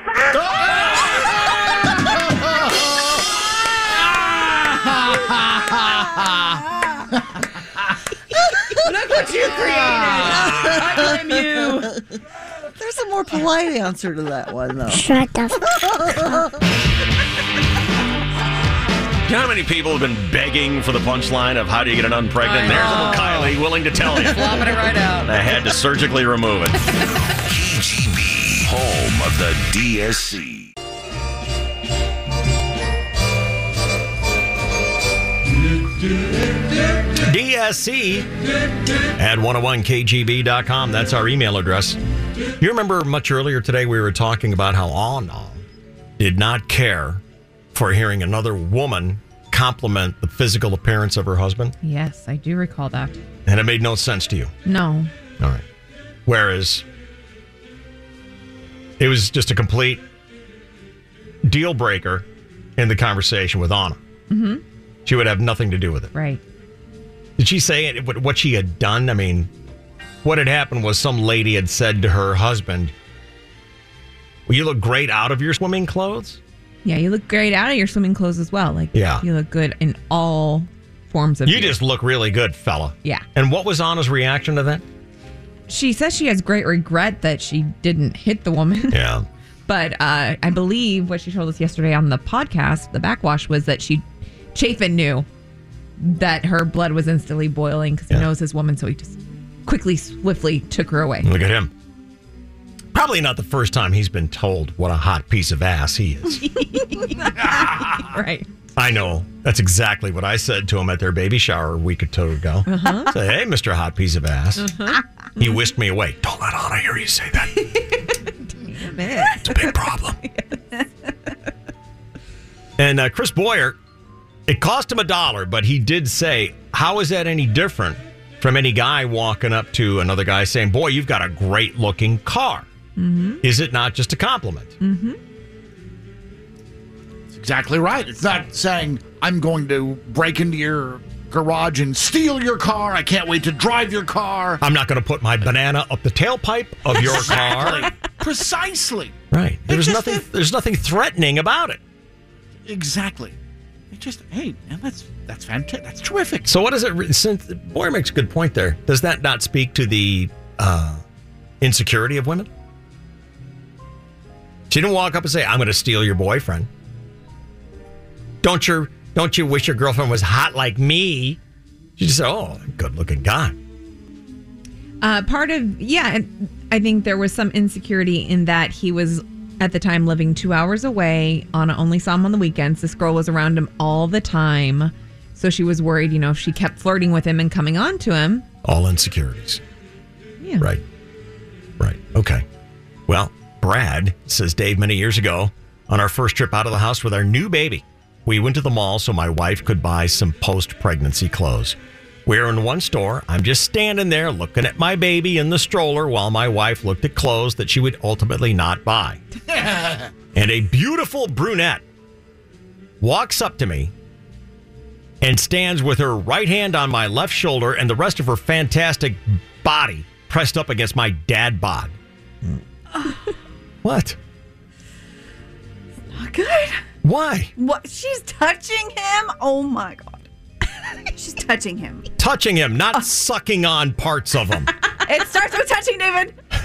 Speaker 4: Look what you created. I blame you.
Speaker 23: There's a more polite answer to that one, though.
Speaker 4: Shut the fuck up.
Speaker 21: You know how many people have been begging for the punchline of how do you get an unpregnant?
Speaker 4: I
Speaker 21: There's little
Speaker 4: know.
Speaker 21: Kylie willing to tell you.
Speaker 4: Flopping it right out.
Speaker 21: I had to surgically remove it.
Speaker 4: KGB, home of the DSC.
Speaker 5: E.
Speaker 3: DSC at 101kgb.com. That's our email address. You remember much earlier today we were talking about how Anna did not care for hearing another woman compliment the physical appearance of her husband,
Speaker 9: Yes, I do recall that.
Speaker 3: and it made no sense to you.
Speaker 9: No.
Speaker 3: All right. Whereas it was just a complete deal breaker in the conversation with Anna.
Speaker 9: Mm-hmm.
Speaker 3: She would have nothing to do with it.
Speaker 9: Right.
Speaker 3: Did she say it, what- what she had done? I mean, what had happened was some lady had said to her husband, Well, you look great out of your swimming clothes.
Speaker 8: Yeah, you look great out of your swimming clothes as well. Like,
Speaker 3: Yeah.
Speaker 8: you look good in all forms of.
Speaker 3: You just look really good, fella.
Speaker 8: Yeah.
Speaker 3: And what was Anna's reaction to that?
Speaker 8: She says she has great regret that she didn't hit the woman.
Speaker 3: Yeah.
Speaker 8: But uh, I believe what she told us yesterday on the podcast, the backwash, was that she, Chafin knew that her blood was instantly boiling because he knows his woman. So he just quickly, swiftly took her away.
Speaker 3: Look at him. Probably not the first time he's been told what a hot piece of ass he is.
Speaker 8: right.
Speaker 3: I know. That's exactly what I said to him at their baby shower a week or two ago.
Speaker 4: Uh-huh.
Speaker 3: Say, hey, Mr. Hot Piece of Ass.
Speaker 4: Uh-huh.
Speaker 3: He whisked me away. Don't let Anna hear you say that.
Speaker 4: It's
Speaker 3: a big problem. And uh, Chris Boyer, it cost him a dollar, but he did say, How is that any different from any guy walking up to another guy saying, Boy, you've got a great looking car?
Speaker 1: Mm-hmm.
Speaker 3: Is it not just a compliment?
Speaker 1: Mm-hmm. It's exactly right. It's not saying I'm going to break into your garage and steal your car. I can't wait to drive your car.
Speaker 3: I'm not going to put my banana up the tailpipe of your car.
Speaker 1: Exactly. Precisely.
Speaker 3: right. There's
Speaker 1: just
Speaker 3: nothing, there's nothing threatening about it.
Speaker 1: Exactly. It just hey, man, that's that's fantastic. That's terrific.
Speaker 3: So what does it? re- Since Boyer makes a good point there, does that not speak to the uh, insecurity of women? She didn't walk up and say, "I'm going to steal your boyfriend." Don't you? Don't you wish your girlfriend was hot like me? She just said, "Oh, good-looking guy."
Speaker 8: Uh, part of yeah, and I think there was some insecurity in that he was at the time living two hours away. Anna only saw him on the weekends. This girl was around him all the time, so she was worried. You know, if she kept flirting with him and coming on to him,
Speaker 3: All insecurities.
Speaker 8: Yeah.
Speaker 3: Right. Right. Okay. Well, Brad says, Dave, many years ago, on our first trip out of the house with our new baby, we went to the mall so my wife could buy some post pregnancy clothes. We're in one store. I'm just standing there looking at my baby in the stroller while my wife looked at clothes that she would ultimately not buy. and a beautiful brunette walks up to me and stands with her right hand on my left shoulder and the rest of her fantastic body pressed up against my dad bod. what?
Speaker 2: Not good.
Speaker 3: Why?
Speaker 2: What? She's touching him. Oh my god. She's touching him.
Speaker 3: Touching him, not sucking on parts of him.
Speaker 2: It starts with touching, David.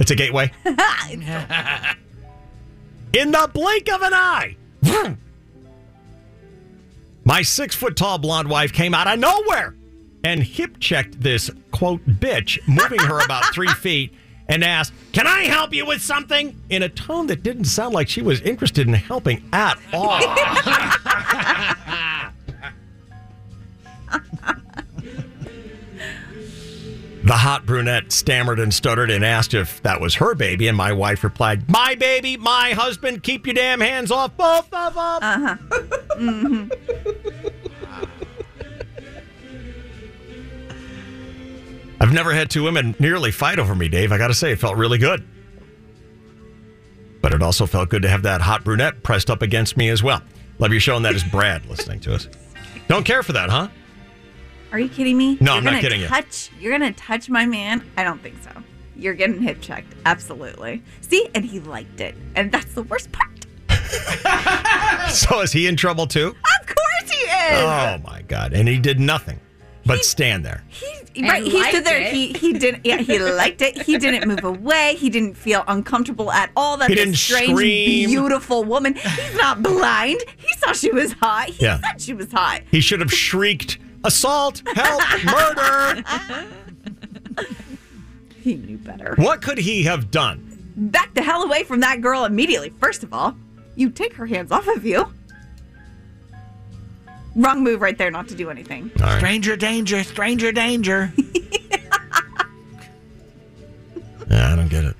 Speaker 3: It's a gateway. In the blink of an eye. vroom, My six foot tall blonde wife came out of nowhere and hip checked this quote bitch, moving her about three feet, and asked, Can I help you with something? In a tone that didn't sound like she was interested in helping at all. the hot brunette stammered and stuttered and asked if that was her baby, and my wife replied, My baby, my husband, keep your damn hands off both of them.
Speaker 8: Uh-huh.
Speaker 2: Uh huh. hmm
Speaker 3: I've never had two women nearly fight over me, Dave. I got to say, it felt really good. But it also felt good to have that hot brunette pressed up against me as well. Love your show, and that is Brad listening to us. Don't care for that, huh?
Speaker 2: Are you kidding me?
Speaker 3: No, I'm not
Speaker 2: gonna
Speaker 3: kidding you.
Speaker 2: touch, you. are gonna touch my man? I don't think so. You're getting hip checked. Absolutely. See, and he liked it, and that's the worst part.
Speaker 3: So is he in trouble too?
Speaker 2: Of course he is.
Speaker 3: Oh my god! And he did nothing but stand there.
Speaker 4: And
Speaker 2: right, he stood
Speaker 4: liked
Speaker 2: there.
Speaker 4: it.
Speaker 2: He he didn't. Yeah, he liked it. He didn't move away. He didn't feel uncomfortable at all. That
Speaker 3: He
Speaker 2: this
Speaker 3: didn't
Speaker 2: strange,
Speaker 3: scream.
Speaker 2: beautiful woman. He's not blind. He's saw she was hot. He
Speaker 3: Yeah.
Speaker 2: said she was hot.
Speaker 3: He should have shrieked, assault, help, murder.
Speaker 2: He knew better.
Speaker 3: What could he have done?
Speaker 2: Back the hell away from that girl immediately. First of all, you take her hands off of you. Wrong move right there not to do anything.
Speaker 1: Stranger danger, stranger danger.
Speaker 3: Yeah, I don't get it.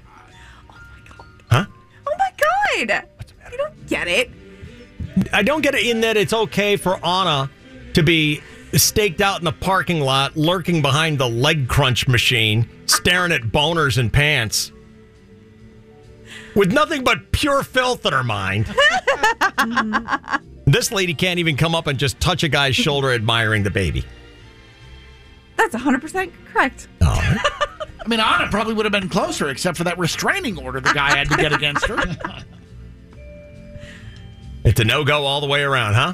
Speaker 2: Oh my god! You don't get it.
Speaker 3: I don't get it in that it's okay for Anna to be staked out in the parking lot, lurking behind the leg crunch machine, staring at boners in pants, with nothing but pure filth in her mind. this lady can't even come up and just touch a guy's shoulder, admiring the baby.
Speaker 2: That's 100% correct.
Speaker 1: I mean, Anna probably would have been closer, except for that restraining order the guy had to get against her.
Speaker 3: It's a no go all the way around, huh?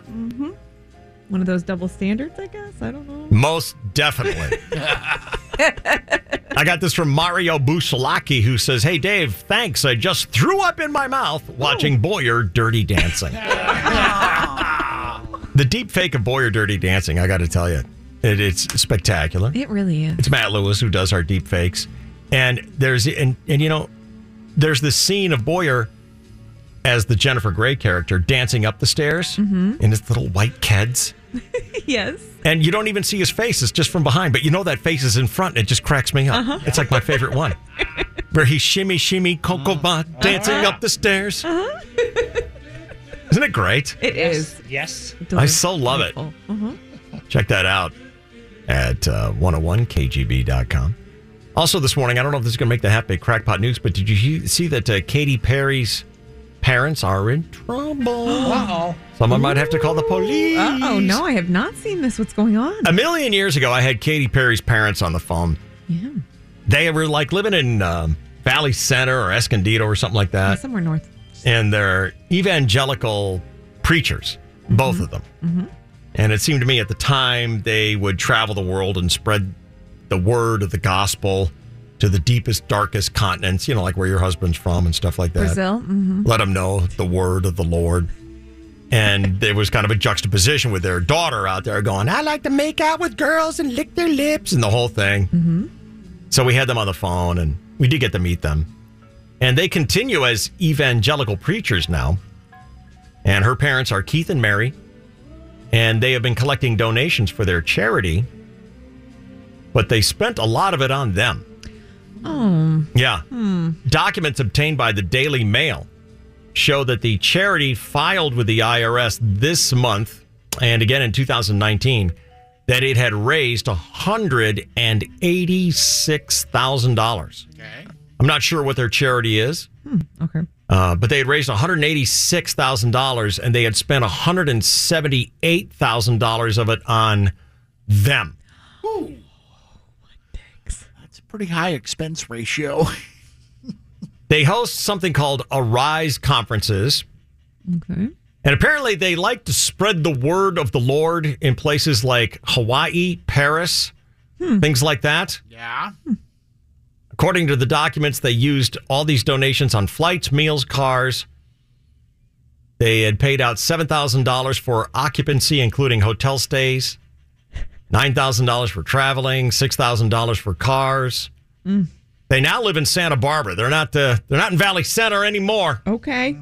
Speaker 8: One of those double standards, I guess. I don't know.
Speaker 3: Most definitely. I got this from Mario Busalaki, who says, Hey, Dave, thanks. I just threw up in my mouth watching Boyer Dirty Dancing. the deep fake of Boyer Dirty Dancing, I got to tell you, it, it's spectacular.
Speaker 8: It really is.
Speaker 3: It's Matt Lewis who does our deep fakes. And there's, and, and you know, there's this scene of Boyer as the Jennifer Gray character dancing up the stairs
Speaker 8: Mhm.
Speaker 3: in his little white keds.
Speaker 8: yes.
Speaker 3: And you don't even see his face. It's just from behind. But you know that face is in front. and It just cracks me up.
Speaker 8: Uh-huh.
Speaker 3: It's like my favorite one. Where he shimmy, shimmy,
Speaker 8: Mm.
Speaker 3: cocoa bot, dancing
Speaker 8: Uh-huh.
Speaker 3: up the stairs. Isn't it great?
Speaker 8: It is. Mm-hmm.
Speaker 5: Yes.
Speaker 3: I so love it. Check that out at uh, 101kgb.com. Also, this morning, I don't know if this is going to make the half baked crackpot news, but did you he- see that uh, Katy Perry's parents are in trouble?
Speaker 8: Uh-oh.
Speaker 3: Someone might have to call the police.
Speaker 8: Oh no, I have not seen this. What's going on?
Speaker 3: A million years ago, I had Katy Perry's parents on the phone.
Speaker 8: Yeah.
Speaker 3: They were like living in um, Valley Center or Escondido or something like that.
Speaker 8: Somewhere north.
Speaker 3: And they're evangelical preachers, both of them.
Speaker 8: Mhm.
Speaker 3: And it seemed to me at the time they would travel the world and spread the word of the gospel to the deepest, darkest continents, you know, like where your husband's from and stuff like that.
Speaker 8: Brazil. Mm-hmm.
Speaker 3: Let them know the word of the Lord. And there was kind of a juxtaposition with their daughter out there going, I like to make out with girls and lick their lips and the whole thing.
Speaker 4: Mm-hmm.
Speaker 3: So we had them on the phone and we did get to meet them. And they continue as evangelical preachers now. And her parents are Keith and Mary. And they have been collecting donations for their charity. But they spent a lot of it on them.
Speaker 8: Oh.
Speaker 3: Yeah.
Speaker 8: Hmm.
Speaker 3: Documents obtained by the Daily Mail show that the charity filed with the IRS this month and again in 2019 that it had raised $186,000. Okay. I'm not sure what their charity is.
Speaker 8: Okay.
Speaker 3: Uh, but they had raised $186,000 and they had spent $178,000 of it on them.
Speaker 1: It's a pretty high expense ratio.
Speaker 3: They host something called Arise Conferences.
Speaker 8: Okay.
Speaker 3: And apparently, they like to spread the word of the Lord in places like Hawaii, Paris, things like that.
Speaker 1: Yeah.
Speaker 3: According to the documents, they used all these donations on flights, meals, cars. They had paid out $7,000 for occupancy, including hotel stays, $9,000 for traveling, $6,000 for cars.
Speaker 4: Mm.
Speaker 3: They now live in Santa Barbara. They're not uh, they're not in Valley Center anymore.
Speaker 8: Okay.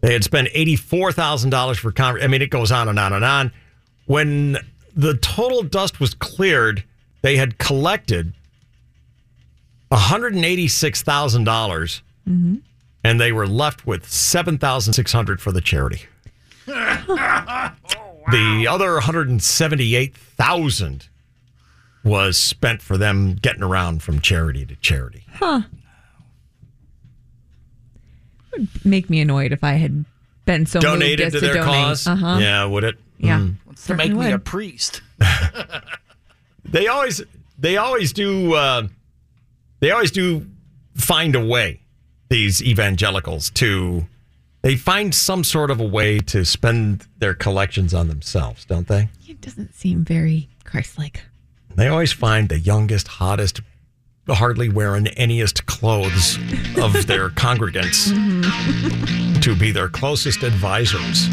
Speaker 3: They had spent eighty-four thousand dollars for con- I mean, it goes on and on and on. When the total dust was cleared, they had collected one hundred and eighty-six thousand dollars,
Speaker 4: Mm-hmm.
Speaker 3: and they were left with seven thousand six hundred for the charity. The other one hundred and seventy-eight thousand was spent for them getting around from charity to charity.
Speaker 8: Huh. Would make me annoyed if I had been so
Speaker 3: Donated
Speaker 8: moved
Speaker 3: to
Speaker 8: as
Speaker 3: their
Speaker 8: donate.
Speaker 3: cause.
Speaker 8: Uh-huh.
Speaker 3: Yeah, would it?
Speaker 8: Yeah.
Speaker 3: Mm.
Speaker 1: to make
Speaker 8: Certainly
Speaker 1: me a
Speaker 8: would.
Speaker 1: priest.
Speaker 3: they always they always do uh, they always do find a way these evangelicals to they find some sort of a way to spend their collections on themselves don't they
Speaker 8: It doesn't seem very Christ-like.
Speaker 3: they always find the youngest hottest hardly wearing anyest clothes of their congregants to be their closest advisors.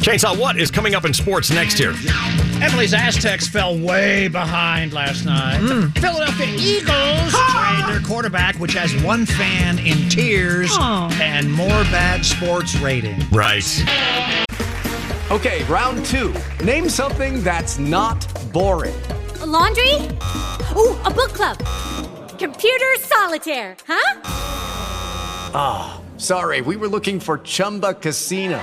Speaker 3: Chainsaw, what is coming up in sports next year?
Speaker 5: Emily's Aztecs fell way behind last night. The Philadelphia Eagles traded their quarterback, which has one fan in tears and more bad sports rating.
Speaker 3: Right.
Speaker 9: Okay, round two. Name something that's not boring.
Speaker 10: A laundry? Ooh, a book club. Computer solitaire, huh?
Speaker 9: Ah, sorry, we were looking for Chumba Casino.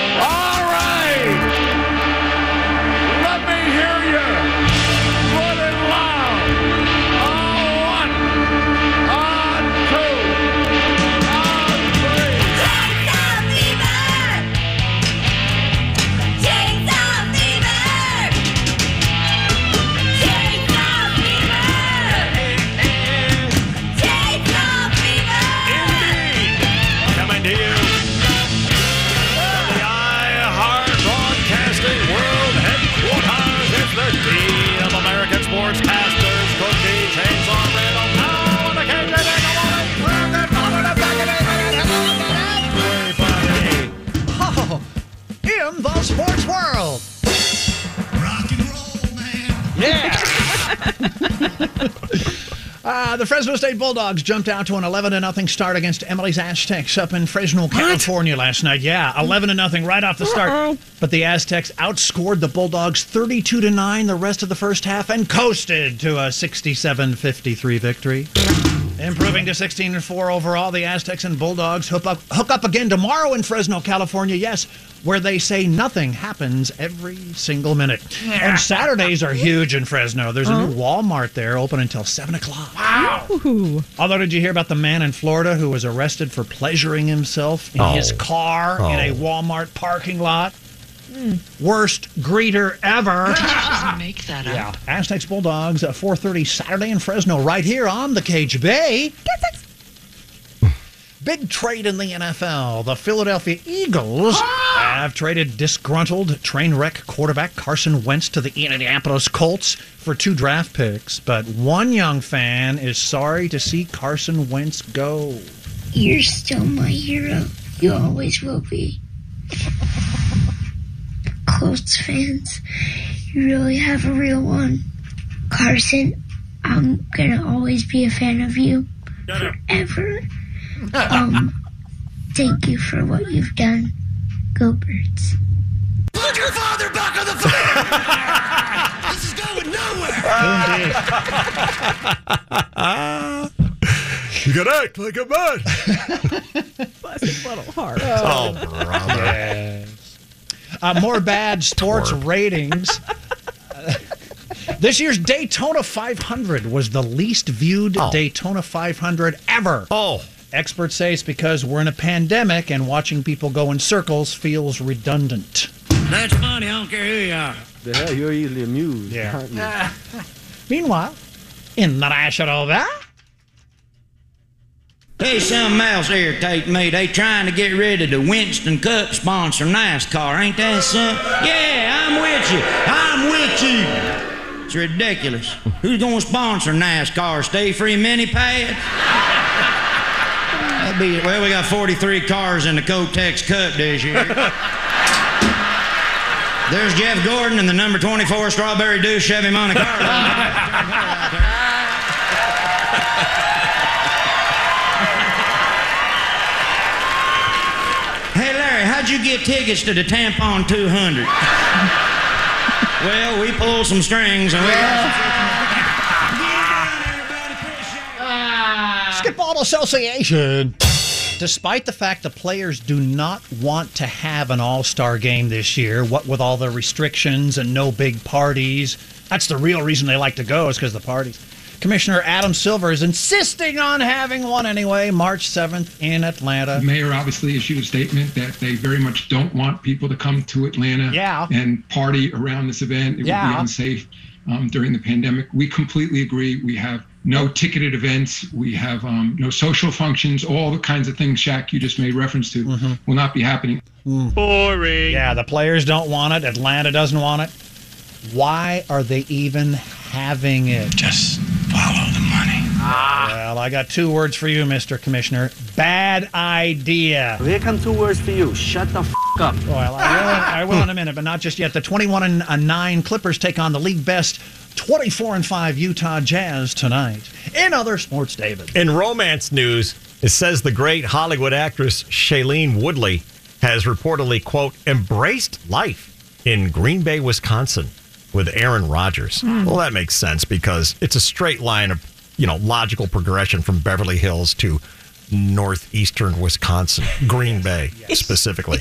Speaker 4: All right. Let me hear you. Put it loud. On one. On two. On three. Jackson Fever! Jackson Fever! Jackson Fever! Jackson Fever! Indeed!
Speaker 21: Coming to you from the iHeart Broadcasting World Headquarters. It's the Dean of American Sportscasters, Cookie Chainsaw Randall Powell, and the KJJ.
Speaker 5: Oh, in the sports world. Rock and roll, man. Yeah. Uh, the Fresno State Bulldogs jumped out to an 11 to nothing start against Emily's Aztecs up in Fresno, California last night. Yeah, 11 to nothing right off the start. But the Aztecs outscored the Bulldogs 32 to 9 the rest of the first half and coasted to a 67 53 victory. Improving to 16 and 4 overall, the Aztecs and Bulldogs hook up, hook up again tomorrow in Fresno, California. Yes, where they say nothing happens every single minute. And Saturdays are huge in Fresno. There's a new Walmart there open until 7 o'clock. Wow. Although, did you hear about the man in Florida who was arrested for pleasuring himself in
Speaker 4: Oh.
Speaker 5: his car in a
Speaker 4: Oh.
Speaker 5: Walmart parking lot? Worst greeter ever.
Speaker 4: make that
Speaker 5: Yeah. Aztecs Bulldogs at 4:30 Saturday in Fresno, right here on the Cage Bay. Big trade in the NFL. The Philadelphia Eagles have traded disgruntled train wreck quarterback Carson Wentz to the Indianapolis Colts for two draft picks, but one young fan is sorry to see Carson Wentz go.
Speaker 23: You're still my hero. You always will be. Colts fans, you really have a real one. Carson, I'm gonna always be a fan of you forever. Um, thank you for what you've done. Go Birds.
Speaker 4: Put your father back on the phone. this is going nowhere.
Speaker 3: You gotta act like a man.
Speaker 4: Blessed little heart.
Speaker 3: Oh, brother.
Speaker 5: Uh, more bad sports ratings. Uh, this year's Daytona 500 was the least viewed Daytona 500 ever.
Speaker 3: Oh.
Speaker 5: Experts say it's because we're in a pandemic and watching people go in circles feels redundant.
Speaker 22: That's money. I don't care who you are.
Speaker 5: The hell, you're easily amused. Yeah. Meanwhile, in the national back.
Speaker 24: Hey, something else irritate me. They trying to get rid of the Winston Cup sponsor NASCAR. Ain't that something? Yeah, I'm with you. I'm with you. It's ridiculous. Who's going to sponsor NASCAR? Stay free mini pad? That'd be, well, we got 43 cars in the Kotex Cup this year. There's Jeff Gordon in the number 24 Strawberry Dew Chevy Monte Carlo. Hey, Larry, how'd you get tickets to the Tampon 200? well, we pulled some strings and we
Speaker 5: Skipball Association. Despite the fact the players do not want to have an all star game this year, what with all the restrictions and no big parties, that's the real reason they like to go, is because the parties. Commissioner Adam Silver is insisting on having one anyway, March 7th in Atlanta.
Speaker 7: uh, mayor obviously issued a statement that they very much don't want people to come to Atlanta
Speaker 5: Yeah.
Speaker 7: and party around this event. It would
Speaker 5: Yeah.
Speaker 7: be unsafe um, during the pandemic. We completely agree. We have no ticketed events. We have um, no social functions. All the kinds of things, Shaq, you just made reference to, will not be happening.
Speaker 5: Boring. Mm. Yeah, the players don't want it. Atlanta doesn't want it. Why are they even having it? Just follow the money. Well, I got two words for you, Mr. Commissioner. Bad idea. Here come two words for you. Shut the f- up. Well, I will, I will in a minute, but not just yet. The 21 and uh, 9 Clippers take on the league best 24 and 5 Utah Jazz tonight. In other sports, David.
Speaker 3: In romance news, it says the great Hollywood actress Shailene Woodley has reportedly, quote, embraced life in Green Bay, Wisconsin with Aaron Rodgers.
Speaker 21: Hmm.
Speaker 3: Well, that makes sense because it's a straight line of, you know, logical progression from Beverly Hills to northeastern Wisconsin, Green Bay specifically.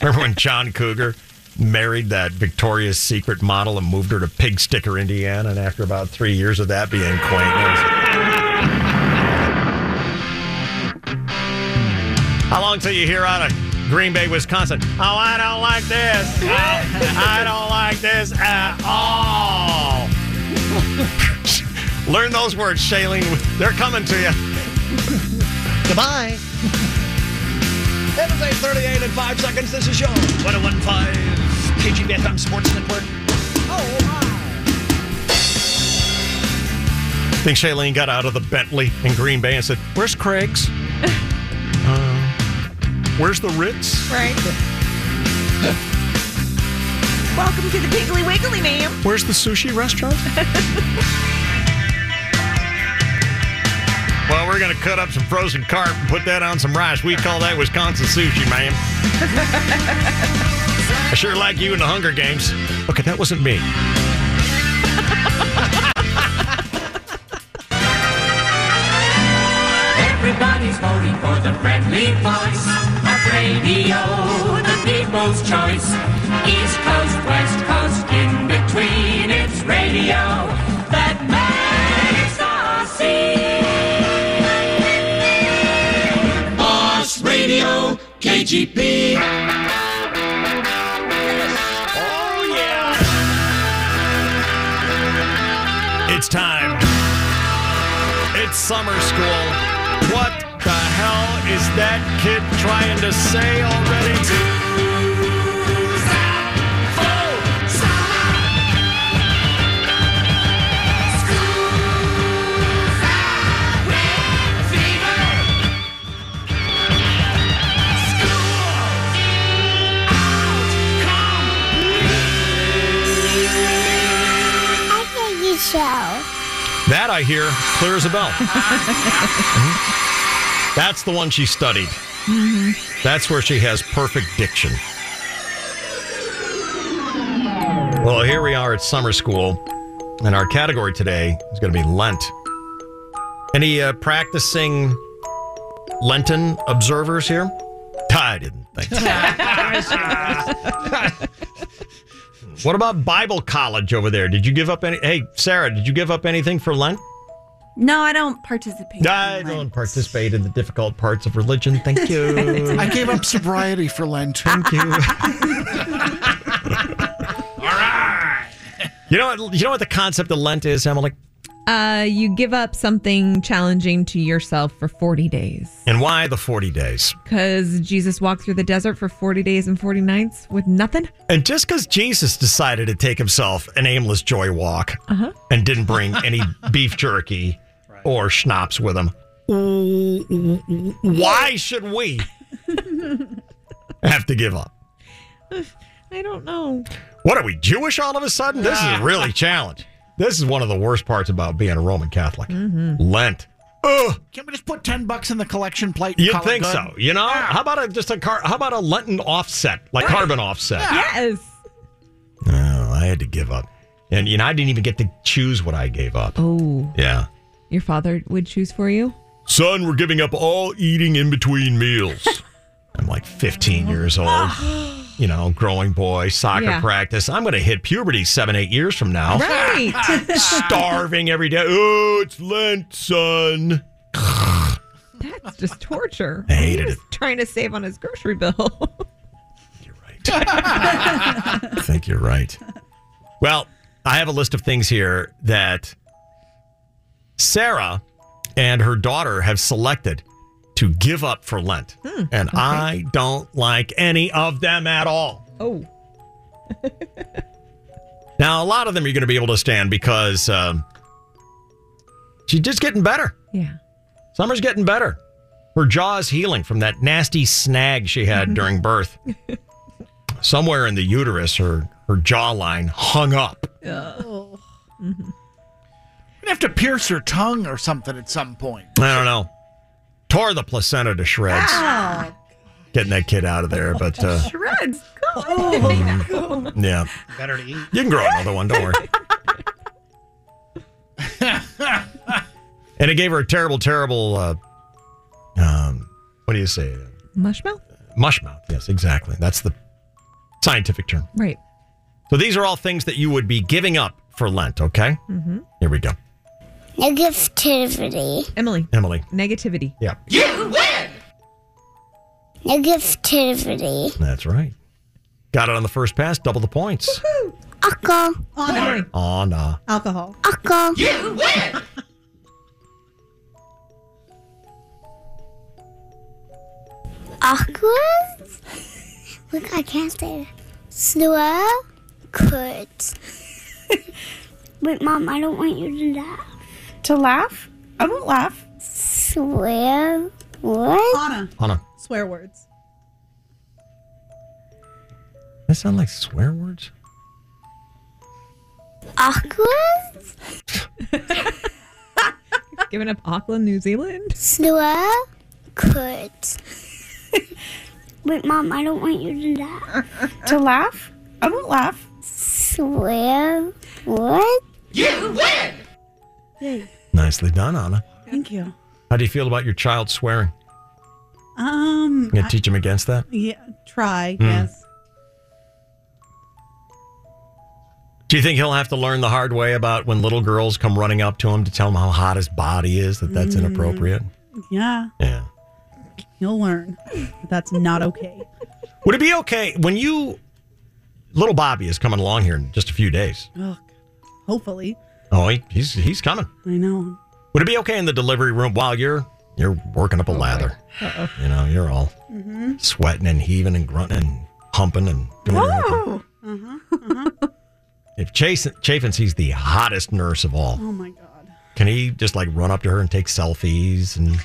Speaker 3: Remember when John Cougar married that Victoria's Secret model and moved her to Pig Sticker, Indiana? And after about three years of that being quaint, it was- How long till you hear out of Green Bay, Wisconsin? Oh, I don't like this. Oh, I don't like this at all. Oh. Learn those words, Shailene. They're coming to you.
Speaker 5: Goodbye. It is 8.38 and 5 seconds. This is your 1015 KGBFM Sports Network. Oh,
Speaker 3: Think Shailene got out of the Bentley in Green Bay and said, "Where's Craig's? Uh, where's the Ritz?
Speaker 8: Right. Welcome to the Piggly Wiggly, ma'am.
Speaker 3: Where's the sushi restaurant? Well, we're gonna cut up some frozen carp and put that on some rice. We call that Wisconsin sushi, man. I sure like you in the Hunger Games. Okay, that wasn't me.
Speaker 4: Everybody's voting for the friendly voice of radio, the people's choice. East Coast, West Coast, in between, it's radio that makes us see. Boss Radio, KGP. Oh, yeah.
Speaker 3: It's time. It's summer school. What the hell is that kid trying to say already?
Speaker 23: I think you show.
Speaker 3: That I hear clear as a bell. Mhm. That's the one she studied. That's where she has perfect diction. Well, here we are at summer school, and our category today is going to be Lent. Any uh, practicing Lenten observers here? I didn't think so. What about Bible college over there? Did you give up any? Hey, Sarah, did you give up anything for Lent?
Speaker 2: No, I don't participate.
Speaker 3: I don't participate in the difficult parts of religion. Thank you.
Speaker 1: I gave up sobriety for Lent.
Speaker 3: Thank you. You know what? You know what the concept of Lent is, Emily,
Speaker 8: Uh, you give up something challenging to yourself for 40 days.
Speaker 3: and why the forty days?
Speaker 8: Because Jesus walked through the desert for 40 days and 40 nights with nothing.
Speaker 3: And just because Jesus decided to take himself an aimless joy walk
Speaker 8: Uh-huh.
Speaker 3: and didn't bring any beef jerky or schnapps with him, why should we have to give up?
Speaker 8: I don't know.
Speaker 3: What are we Jewish all of a sudden? This is really challenge. This is one of the worst parts about being a Roman Catholic.
Speaker 1: Mhm.
Speaker 3: Lent. Mm-hmm. Ugh.
Speaker 1: Can we just put ten bucks in the collection plate? and
Speaker 3: You'd
Speaker 1: call it
Speaker 3: think
Speaker 1: good?
Speaker 3: so, you know? How about a, just a car? How about a Lenten offset, like
Speaker 1: Right.
Speaker 3: carbon offset?
Speaker 8: Yes.
Speaker 3: Oh, I had to give up, and you know I didn't even get to choose what I gave up.
Speaker 8: Oh,
Speaker 3: Yeah,
Speaker 8: your father would choose for you?
Speaker 3: son, we're giving up all eating in between meals. I'm like 15 years old. you know, growing boy, soccer
Speaker 8: Yeah.
Speaker 3: practice. I'm going to hit puberty seven, eight years from now.
Speaker 8: Right.
Speaker 3: Starving every day. Oh, it's Lent, son.
Speaker 8: That's just torture.
Speaker 3: I hated it.
Speaker 8: Trying to save on his grocery bill. You're
Speaker 3: right. I think you're right. Well, I have a list of things here that Sarah and her daughter have selected to give up for Lent.
Speaker 8: Hmm,
Speaker 3: and
Speaker 8: okay.
Speaker 3: I don't like any of them at all.
Speaker 8: oh,
Speaker 3: Now, a lot of them you're going to be able to stand because um, she's just getting better.
Speaker 8: Yeah.
Speaker 3: Summer's getting better. Her jaw is healing from that nasty snag she had during birth. Somewhere in the uterus, her, her jawline hung up.
Speaker 8: Oh.
Speaker 1: You'd have to pierce her tongue or something at some point.
Speaker 3: I don't know. Tore the placenta to shreds.
Speaker 1: Ah.
Speaker 3: Getting that kid out of there, but uh,
Speaker 2: Shreds.
Speaker 3: yeah.
Speaker 5: Better to eat.
Speaker 3: You can grow another one. Don't worry. and it gave her a terrible, terrible. Uh, um, what do you say?
Speaker 8: mushmouth.
Speaker 3: Mush mouth. Yes, exactly. That's the scientific term.
Speaker 8: Right.
Speaker 3: So these are all things that you would be giving up for Lent. Okay.
Speaker 23: Mm-hmm.
Speaker 3: Here we go.
Speaker 23: Negativity.
Speaker 8: Emily.
Speaker 3: Emily.
Speaker 8: Negativity.
Speaker 3: Yeah.
Speaker 23: You win! Negativity.
Speaker 3: That's right. Got it on the first pass. Double the points.
Speaker 23: Alcohol.
Speaker 3: On uh,
Speaker 23: Alcohol. Alcohol. You win! Awkward? Look, I can't say it. Slow. Good. Wait, Mom, I don't want you to laugh. To laugh? I won't laugh. Swear. What? Anna.
Speaker 3: Anna.
Speaker 23: Swear words.
Speaker 3: That sound like swear words.
Speaker 23: Awkward?
Speaker 8: Giving up Auckland, New Zealand.
Speaker 23: Slow. Good. Wait, Mom, I don't want you to laugh. to laugh? I won't laugh. Swear. What? You win!
Speaker 3: Nicely done, Anna.
Speaker 11: Thank you.
Speaker 3: How do you feel about your child swearing?
Speaker 11: Um,
Speaker 3: You gonna
Speaker 11: I-
Speaker 3: teach him against that?
Speaker 11: yeah, try.
Speaker 3: Hmm.
Speaker 11: Yes.
Speaker 3: Do you think he'll have to learn the hard way about when little girls come running up to him to tell him how hot his body is, that that's
Speaker 11: Mm.
Speaker 3: inappropriate?
Speaker 11: Yeah.
Speaker 3: Yeah.
Speaker 11: You'll learn. But that's not okay.
Speaker 3: Would it be okay when you, little Bobby is coming along here in just a few days?
Speaker 11: Ugh. Hopefully.
Speaker 3: Oh, he, he's he's coming.
Speaker 11: I know.
Speaker 3: Would it be okay in the delivery room while you're you're working up a lather? You know, you're all
Speaker 11: Mm-hmm.
Speaker 3: sweating and heaving and grunting and humping and doing. your own thing.
Speaker 11: Uh-huh. Uh-huh.
Speaker 3: If Chase, Chafin sees the hottest nurse of all,
Speaker 11: oh my god.
Speaker 3: Can he just like run up to her and take selfies and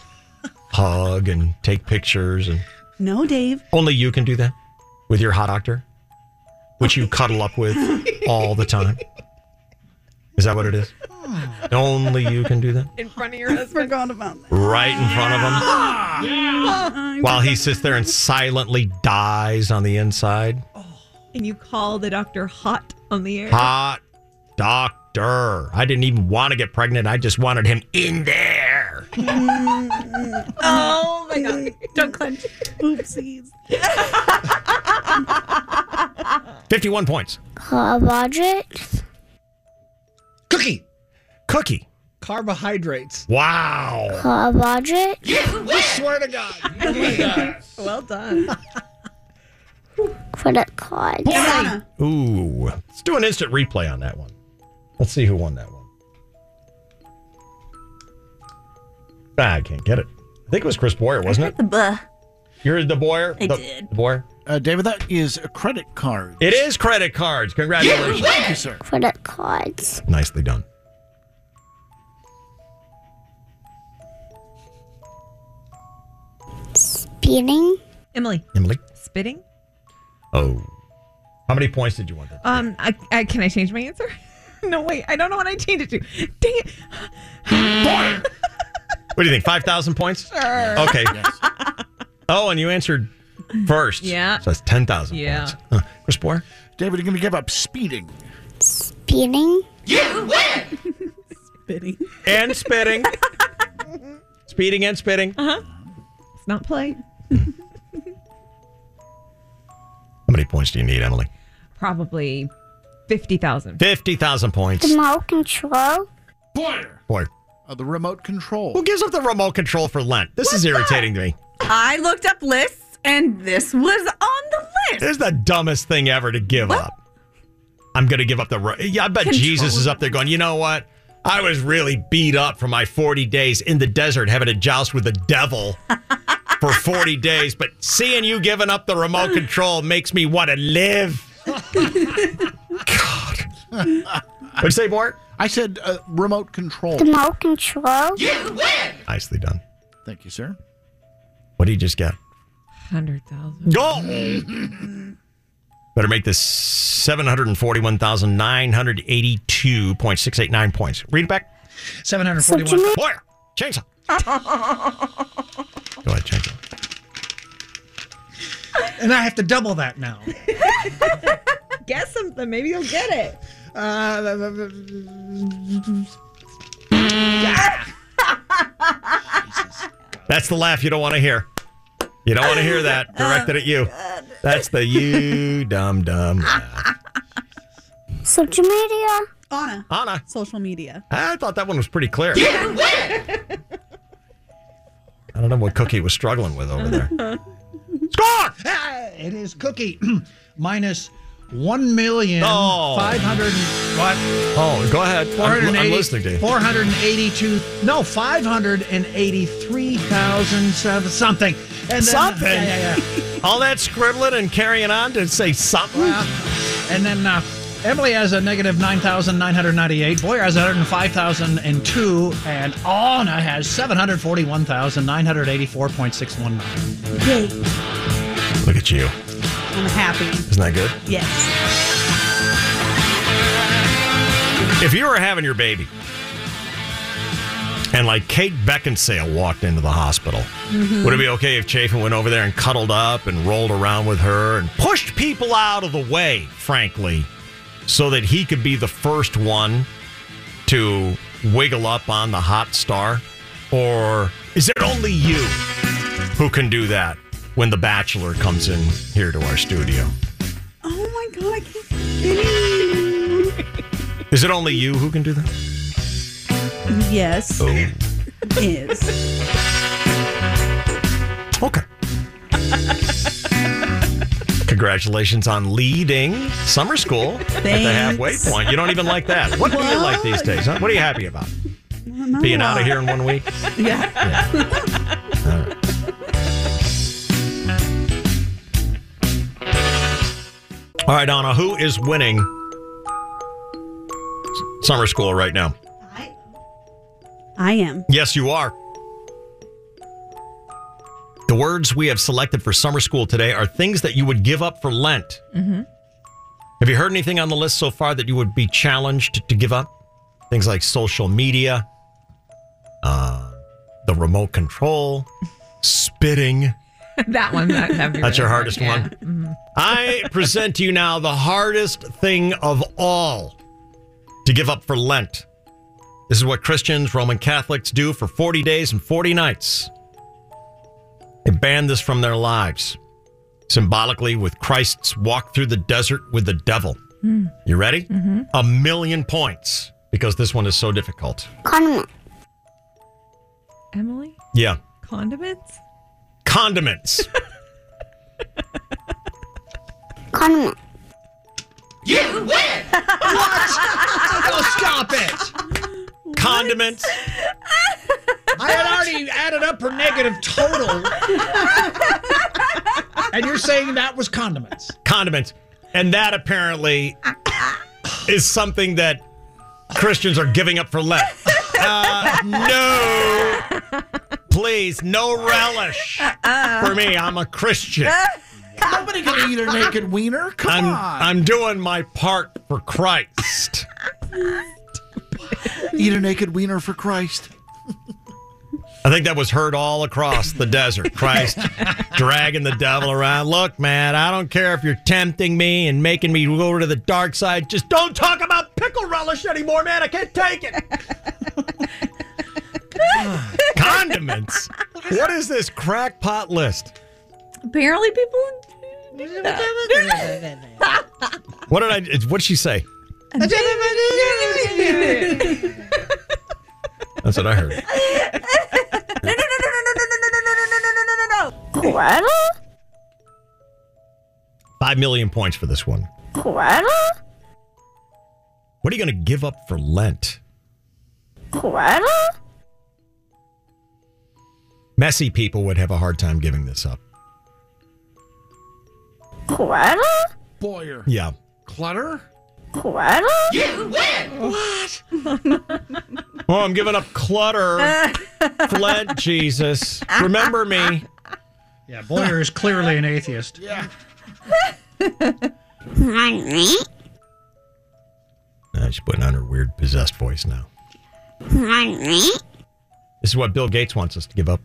Speaker 3: hug and take pictures? And
Speaker 11: No, Dave.
Speaker 3: only you can do that with your hot doctor, which you cuddle up with all the time. Is that what it is? Only you can do that
Speaker 11: In front of your husband. forgot about that.
Speaker 3: right in front of
Speaker 5: Ah,
Speaker 3: him while he sits there and silently dies on the inside.
Speaker 8: And you call the doctor hot on the air.
Speaker 3: Hot doctor. I didn't even want to get pregnant. I just wanted him in there.
Speaker 8: oh my god. Don't clench.
Speaker 11: Mm. Oopsies.
Speaker 3: 51 points.
Speaker 23: Carbohydrates.
Speaker 3: Cookie. Cookie.
Speaker 5: Carbohydrates.
Speaker 3: Wow.
Speaker 23: Carbohydrates.
Speaker 5: I swear to God. Oh my God.
Speaker 8: well done.
Speaker 23: Credit card.
Speaker 3: Ooh. Let's do an instant replay on that one. Let's see who won that one. Ah, I can't get it. I think it was Chris Boyer, wasn't it?
Speaker 2: The buh.
Speaker 3: You're the Boyer.
Speaker 2: I
Speaker 3: the,
Speaker 2: did.
Speaker 3: The Boyer.
Speaker 1: Uh, David, that is a credit card.
Speaker 3: It is credit cards. Congratulations.
Speaker 1: Thank you, sir.
Speaker 23: Credit cards.
Speaker 3: Nicely done.
Speaker 23: Spinning.
Speaker 8: Emily.
Speaker 3: Emily.
Speaker 8: Spitting.
Speaker 3: Oh. How many points did you want? There?
Speaker 8: Um, I, I can I change my answer? no, wait. I don't know what I changed it to. Dang it.
Speaker 3: What do you think? 5,000 points?
Speaker 8: Sure.
Speaker 3: Okay. Oh, and you answered first.
Speaker 23: Yeah.
Speaker 3: So that's 10,000
Speaker 23: Yeah.
Speaker 3: points. Huh. Chris Boyer?
Speaker 1: David, you're going to give up speeding.
Speaker 23: Spinning. You win!
Speaker 11: Spitting.
Speaker 3: And spitting. Speeding and spitting.
Speaker 1: Uh-huh.
Speaker 8: Uh huh. It's not play.
Speaker 3: How many points do you need, Emily?
Speaker 8: Probably 50,000.
Speaker 3: 50,000 points.
Speaker 23: Remote control?
Speaker 1: Boyer.
Speaker 3: Boy,
Speaker 1: Uh, the remote control.
Speaker 3: who gives up the remote control for Lent? This is irritating to me.
Speaker 2: I looked up lists, and this was on the list.
Speaker 3: This is the dumbest thing ever to give up. I'm going to give up the. ro- Yeah, I bet
Speaker 2: Control.
Speaker 3: Jesus is up there going, you know what? I was really beat up for my 40 days in the desert having to joust with the devil for 40 days, but seeing you giving up the remote control makes me want to live. What'd you say, Bart?
Speaker 1: I said uh, remote control.
Speaker 23: Remote control?
Speaker 3: Nicely done.
Speaker 1: Thank you, sir.
Speaker 3: What do you just get?
Speaker 8: 100,000.
Speaker 3: Better make this 741,982.689 points. Read it back.
Speaker 5: 741.
Speaker 3: Boy, chainsaw. Go ahead, chainsaw.
Speaker 5: And I have to double that now.
Speaker 8: Guess something. Maybe you'll get it.
Speaker 5: Uh,
Speaker 3: That's the laugh you don't want to hear. You don't want to hear that directed at you. That's the you dumb dumb.
Speaker 23: Social media?
Speaker 11: Anna.
Speaker 3: Anna.
Speaker 11: Social media.
Speaker 3: I thought that one was pretty clear.
Speaker 11: Yeah,
Speaker 3: I don't know what Cookie was struggling with over there. Score!
Speaker 5: It is Cookie minus 1 million
Speaker 3: Oh.
Speaker 5: 500 what?
Speaker 3: Oh, go ahead. I'm- I'm,
Speaker 5: 480
Speaker 3: listening to you.
Speaker 5: 482 no 583,000 some- something. And then,
Speaker 3: Something?
Speaker 5: Yeah, yeah, yeah.
Speaker 3: All that scribbling and carrying on to say something.
Speaker 5: And then uh, Emily has a negative 9,998. Boyer has 105,002. And Anna has 741,984.619.
Speaker 11: Yay.
Speaker 3: Look at you.
Speaker 11: I'm happy.
Speaker 3: Isn't that good?
Speaker 11: Yes.
Speaker 3: If you were having your baby and like Kate Beckinsale walked into the hospital,
Speaker 4: Mhm.
Speaker 3: would it be okay if Chafin went over there and cuddled up and rolled around with her and pushed people out of the way, frankly, so that he could be the first one to wiggle up on the hot star? Or is it only you who can do that when The Bachelor comes in here to our studio?
Speaker 2: Oh my god, I can't believe
Speaker 3: Is it only you who can do that?
Speaker 11: Yes.
Speaker 3: Oh.
Speaker 11: Is.
Speaker 3: Okay. Congratulations on leading summer school at the halfway
Speaker 11: Thanks.
Speaker 3: point. You don't even like that. What do you like these days? Huh? What are you happy about? Being out of here in one week?
Speaker 11: Yeah.
Speaker 3: All right, Donna, who is winning s- summer school right now?
Speaker 11: I am.
Speaker 3: Yes, you are. The words we have selected for summer school today are things that you would give up for Lent.
Speaker 8: Mm-hmm.
Speaker 3: Have you heard anything on the list so far that you would be challenged to give up? Things like social media, uh, the remote control, spitting.
Speaker 8: that one. That, that'd be Mm-hmm.
Speaker 3: That's your
Speaker 8: really
Speaker 3: hardest
Speaker 8: hard.
Speaker 3: one. I present to you now the hardest thing of all to give up for Lent. This is what Christians, Roman Catholics do for 40 days and 40 nights. They ban this from their lives, symbolically with Christ's walk through the desert with the devil.
Speaker 4: Hmm.
Speaker 3: You ready?
Speaker 5: Mm-hmm.
Speaker 4: Mhm.
Speaker 3: A million points because this one is so difficult.
Speaker 23: Condiment.
Speaker 8: Emily?
Speaker 3: Yeah.
Speaker 8: Condiments?
Speaker 3: Condiments.
Speaker 23: Condiment.
Speaker 4: You win! what?
Speaker 5: Oh, stop it!
Speaker 3: Condiments.
Speaker 5: I had already added up her negative total. and you're saying that was condiments.
Speaker 3: condiments. And that apparently is something that Christians are giving up for Lent. Uh, no. Please, no relish for me. I'm a Christian.
Speaker 1: Nobody can eat a naked wiener.
Speaker 3: I'm,
Speaker 1: Come on.
Speaker 3: I'm doing my part for Christ.
Speaker 1: eat a naked wiener for Christ.
Speaker 3: I think that was heard all across the desert. Christ dragging the devil around. Look, man, I don't care if you're tempting me and making me go to the dark side. Just don't talk about pickle relish anymore, man. I can't take it. Condiments. What is this crackpot list?
Speaker 2: Apparently, people
Speaker 3: What did I? it's- What'd she say? That's what I heard.
Speaker 23: Gretel?
Speaker 3: Five million points for this one.
Speaker 23: Gretel?
Speaker 3: What are you going to give up for Lent?
Speaker 23: Gretel?
Speaker 3: Messy people would have a hard time giving this up.
Speaker 23: Gretel?
Speaker 1: Boyer.
Speaker 3: Yeah.
Speaker 1: Clutter?
Speaker 23: Gretel?
Speaker 1: You
Speaker 23: win! What?
Speaker 3: Oh, I'm giving up clutter. for Lent, Jesus. Remember me.
Speaker 5: Yeah, Boyer is clearly an atheist.
Speaker 1: Yeah.
Speaker 3: Nah, she's putting on her weird possessed voice now. This is what Bill Gates wants us to give up.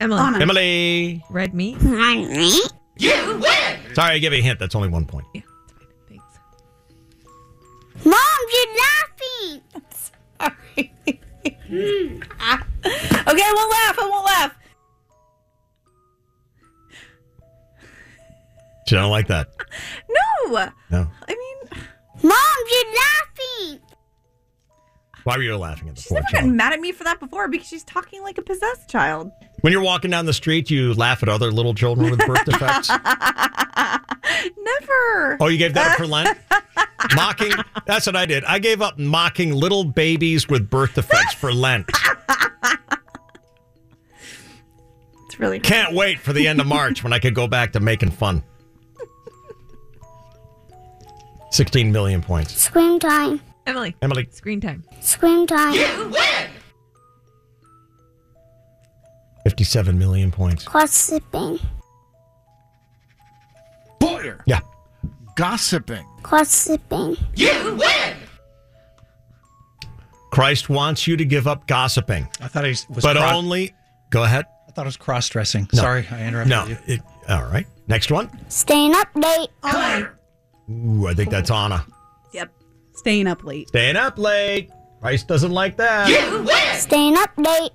Speaker 8: Emily.
Speaker 3: Anna. Emily.
Speaker 8: Red meat.
Speaker 23: You win!
Speaker 3: Sorry, I gave you a hint. That's only one point.
Speaker 23: Mom, you're laughing. Hmm. Sorry.
Speaker 2: okay, I won't laugh. I won't laugh.
Speaker 3: She don't like that.
Speaker 2: No.
Speaker 3: No.
Speaker 2: I mean,
Speaker 23: Mom, you're laughing.
Speaker 3: Why were you laughing at the
Speaker 2: She's
Speaker 3: poor
Speaker 2: never
Speaker 3: child?
Speaker 2: gotten mad at me for that before because she's talking like a possessed child.
Speaker 3: When you're walking down the street, you laugh at other little children with birth defects.
Speaker 2: never.
Speaker 3: Oh, you gave that up for Lent? mocking? That's what I did. I gave up mocking little babies with birth defects for Lent.
Speaker 2: It's really
Speaker 3: Can't wait for the end of March when I could go back to making fun. 16 million points.
Speaker 23: Scream time.
Speaker 8: Emily.
Speaker 3: Emily.
Speaker 8: Screen time.
Speaker 23: Scream time.
Speaker 8: You
Speaker 23: win.
Speaker 3: 57 million points.
Speaker 23: Gossiping.
Speaker 1: Boyer.
Speaker 3: Yeah.
Speaker 1: Gossiping.
Speaker 23: Gossiping. You win.
Speaker 3: Christ wants you to give up gossiping.
Speaker 5: I thought he was.
Speaker 3: but
Speaker 5: cross-
Speaker 3: only. Go ahead.
Speaker 5: I thought it was cross dressing.
Speaker 3: No.
Speaker 5: Sorry, I interrupted
Speaker 3: No.
Speaker 5: you.
Speaker 3: It- all right. Next one.
Speaker 23: Staying up late.
Speaker 3: Ooh, I think that's Anna.
Speaker 2: Yep.
Speaker 11: Staying up late.
Speaker 3: Staying up late. Christ doesn't like that.
Speaker 23: Staying up late.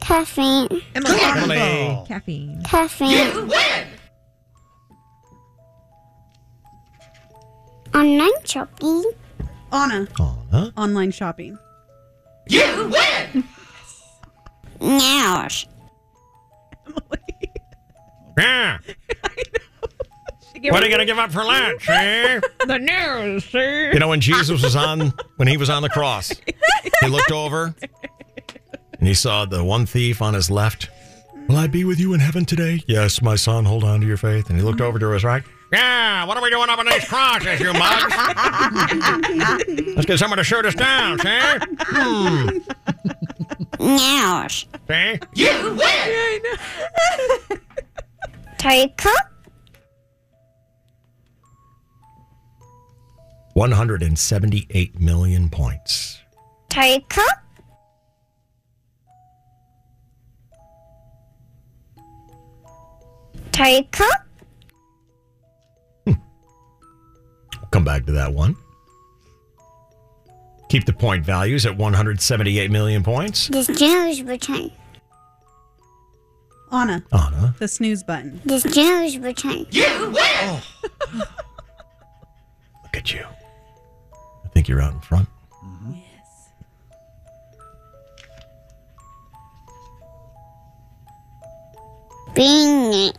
Speaker 23: Caffeine.
Speaker 3: Emily.
Speaker 8: Caffeine.
Speaker 23: Caffeine. Online shopping.
Speaker 11: Anna.
Speaker 3: Anna.
Speaker 11: Online shopping.
Speaker 23: You win. Nails.
Speaker 3: Yeah. What are you gonna give up for lunch? eh?
Speaker 8: the news, sir.
Speaker 3: You know when Jesus was on when he was on the cross, he looked over and he saw the one thief on his left. Will I be with you in heaven today? Yes, my son. Hold on to your faith. And he looked over to his right. Yeah, what are we doing up on these crosses, you mugs? Let's get someone to shoot us down, see? Hmm.
Speaker 23: Nails.
Speaker 3: See?
Speaker 23: You win. Take up.
Speaker 3: 178 million points.
Speaker 23: Take up. Take up.
Speaker 3: We'll come back to that one. Keep the point values at 178 million points.
Speaker 23: The snooze button.
Speaker 11: Anna.
Speaker 3: Anna.
Speaker 11: The snooze button.
Speaker 23: The snooze button. You win.
Speaker 3: Look at you. I think you're out in front.
Speaker 23: Bing it.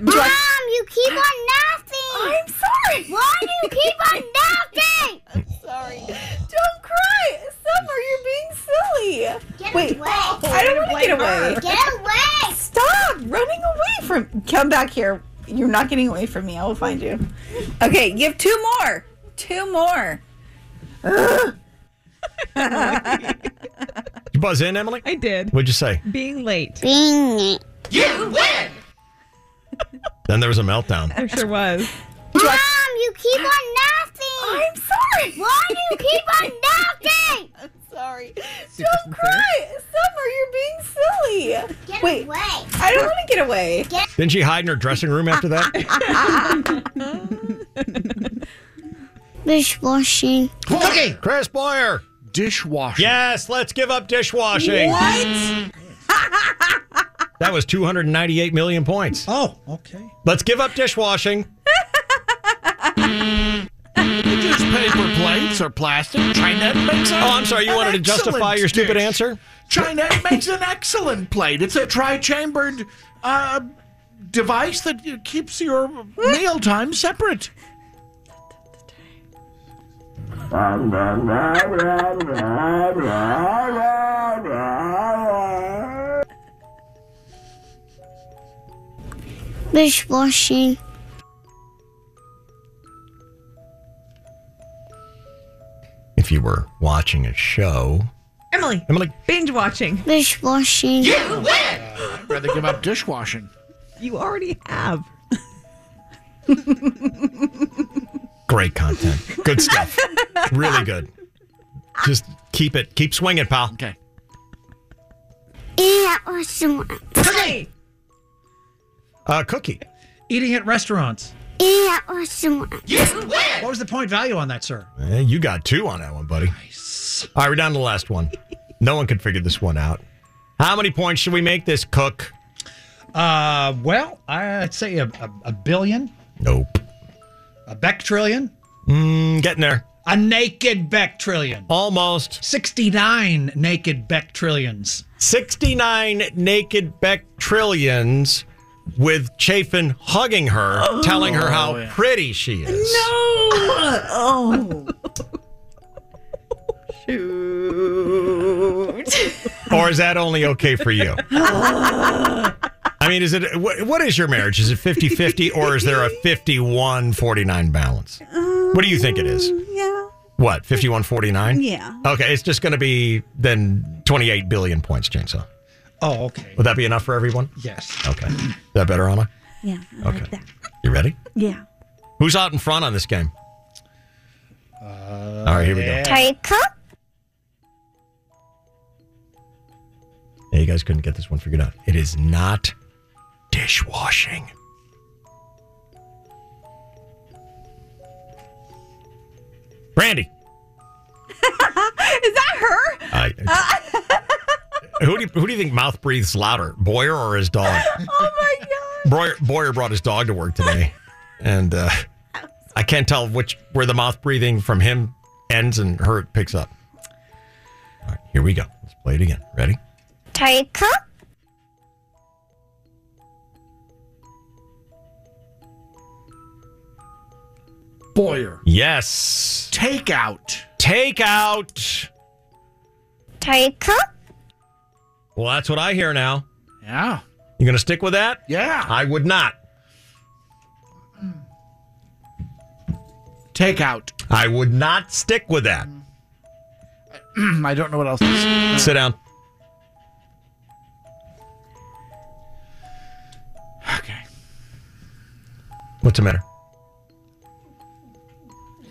Speaker 23: Mom, you keep on laughing. I'm sorry. Why do you keep on laughing?
Speaker 2: Sorry. Don't cry. Summer, you're being silly.
Speaker 23: Get
Speaker 2: Wait.
Speaker 23: away.
Speaker 2: I don't want to get away.
Speaker 23: Get away.
Speaker 2: Stop running away from. Come back here. You're not getting away from me. I will find you. Okay, you have two more. Two more. Ugh.
Speaker 3: You buzz in, Emily?
Speaker 8: I did.
Speaker 3: What'd you say?
Speaker 8: Being late.
Speaker 23: Bing it. You win.
Speaker 3: Then there was a meltdown.
Speaker 8: There sure was.
Speaker 23: Mom, you keep on laughing. I'm sorry. Why do you keep on laughing?
Speaker 2: I'm sorry. Don't cry. Summer, you're being silly.
Speaker 23: Get
Speaker 2: Wait.
Speaker 23: away.
Speaker 2: I don't want to get away.
Speaker 3: Didn't she hide in her dressing room after that?
Speaker 23: Dishwashing.
Speaker 3: Cookie! Chris Boyer!
Speaker 1: Dishwashing.
Speaker 3: Yes, let's give up dishwashing.
Speaker 2: What?
Speaker 3: That was 298 million points.
Speaker 5: Oh, okay.
Speaker 3: Let's give up dishwashing.
Speaker 1: Just paper plates or plastic. Chinette makes a-
Speaker 3: Oh, I'm sorry, you
Speaker 1: an
Speaker 3: wanted to justify
Speaker 1: excellent
Speaker 3: your stupid
Speaker 1: dish.
Speaker 3: answer?
Speaker 1: Chinette makes an excellent plate. It's a tri-chambered uh, device that keeps your meal time separate.
Speaker 23: Dishwashing.
Speaker 3: If you were watching a show,
Speaker 8: Emily.
Speaker 3: Emily.
Speaker 8: Binge watching.
Speaker 23: Dishwashing.
Speaker 1: I'd rather give up dishwashing.
Speaker 8: You already have.
Speaker 3: great content. Good stuff. really good. Just keep it. Keep swinging, pal.
Speaker 1: Okay.
Speaker 23: Yeah, awesome.
Speaker 8: Cookie.
Speaker 3: Uh, cookie.
Speaker 5: Eating at restaurants.
Speaker 23: Yeah, awesome.
Speaker 5: What was the point value on that, sir?
Speaker 3: Eh, you got two on that one, buddy. All right, we're down to the last one. No one could figure this one out. How many points should we make this, Cook?
Speaker 5: Uh, well, I'd say a, a, a billion.
Speaker 3: Nope.
Speaker 5: A Beck trillion.
Speaker 3: Mm, getting there.
Speaker 5: A naked Beck trillion.
Speaker 3: Almost.
Speaker 5: 69 naked Beck trillions.
Speaker 3: 69 naked Beck trillions with Chafin hugging her, telling her
Speaker 5: Oh,
Speaker 3: how pretty she is.
Speaker 2: Oh. Shoot.
Speaker 3: Or is that only okay for you? I mean, is it what, what is your marriage? Is it 50 50 or is there a 51 49 balance? What do you think it is?
Speaker 2: Um, Yeah.
Speaker 3: What, 51 49?
Speaker 2: Yeah.
Speaker 3: Okay, it's just going to be then 28 billion points, Chainsaw.
Speaker 5: Oh, okay.
Speaker 3: Would that be enough for everyone?
Speaker 5: Yes.
Speaker 3: Okay. Is that better, Anna?
Speaker 2: Yeah. I
Speaker 3: Okay.
Speaker 2: Like that.
Speaker 3: You ready?
Speaker 2: Yeah.
Speaker 3: Who's out in front on this game? All right, here we go.
Speaker 23: Sorry, cook.
Speaker 3: Yeah, you guys couldn't get this one figured out. It is not dishwashing. Brandy.
Speaker 2: Is that her?
Speaker 3: I,
Speaker 8: Uh,
Speaker 3: who, do you, who do you think mouth breathes louder, Boyer or his dog?
Speaker 2: Oh my god.
Speaker 3: Boyer, Boyer brought his dog to work today, and uh, I can't tell which where the mouth breathing from him ends and her picks up. All right, here we go. Let's play it again. Ready?
Speaker 23: Sorry, cook.
Speaker 1: Boyer.
Speaker 3: Yes.
Speaker 1: Takeout.
Speaker 3: Takeout.
Speaker 23: Sorry, cook.
Speaker 3: Well, that's what I hear now.
Speaker 1: Yeah.
Speaker 3: You gonna stick with that?
Speaker 1: Yeah.
Speaker 3: I would not.
Speaker 1: Takeout.
Speaker 3: I would not stick with that.
Speaker 1: I don't know what else to say.
Speaker 3: Sit down.
Speaker 1: Okay.
Speaker 3: What's the matter?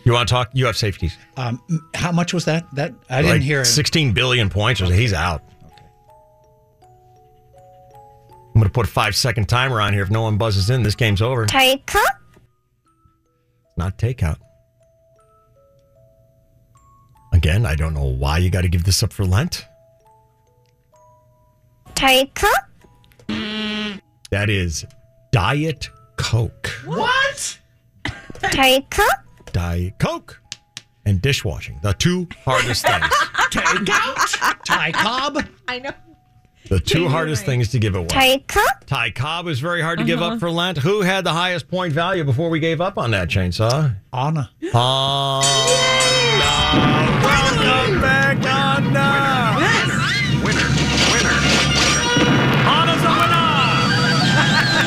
Speaker 3: You want to talk? You have safeties.
Speaker 5: Um, m- how much was that? That I didn't
Speaker 3: Like
Speaker 5: hear it.
Speaker 3: 16 billion points. or so. He's out. I'm going to put a five second timer on here. If no one buzzes in, this game's over.
Speaker 23: Sorry, cook.
Speaker 3: Not takeout. Again, I don't know why you got to give this up for Lent.
Speaker 23: Sorry, cook.
Speaker 3: That is Diet Coke.
Speaker 1: What?
Speaker 23: Sorry, cook.
Speaker 3: Diet Coke and dishwashing. The two hardest things.
Speaker 1: Takeout.
Speaker 5: Ty Cobb.
Speaker 8: I know.
Speaker 3: The two hardest things to give away.
Speaker 23: Sorry, cook.
Speaker 3: Ty Cobb is very hard to give up for Lent. Who had the highest point value before we gave up on that chainsaw? Ah.
Speaker 5: Anna.
Speaker 3: Oh, no. Welcome back, Anna.
Speaker 4: Winner, winner, winner. Anna's the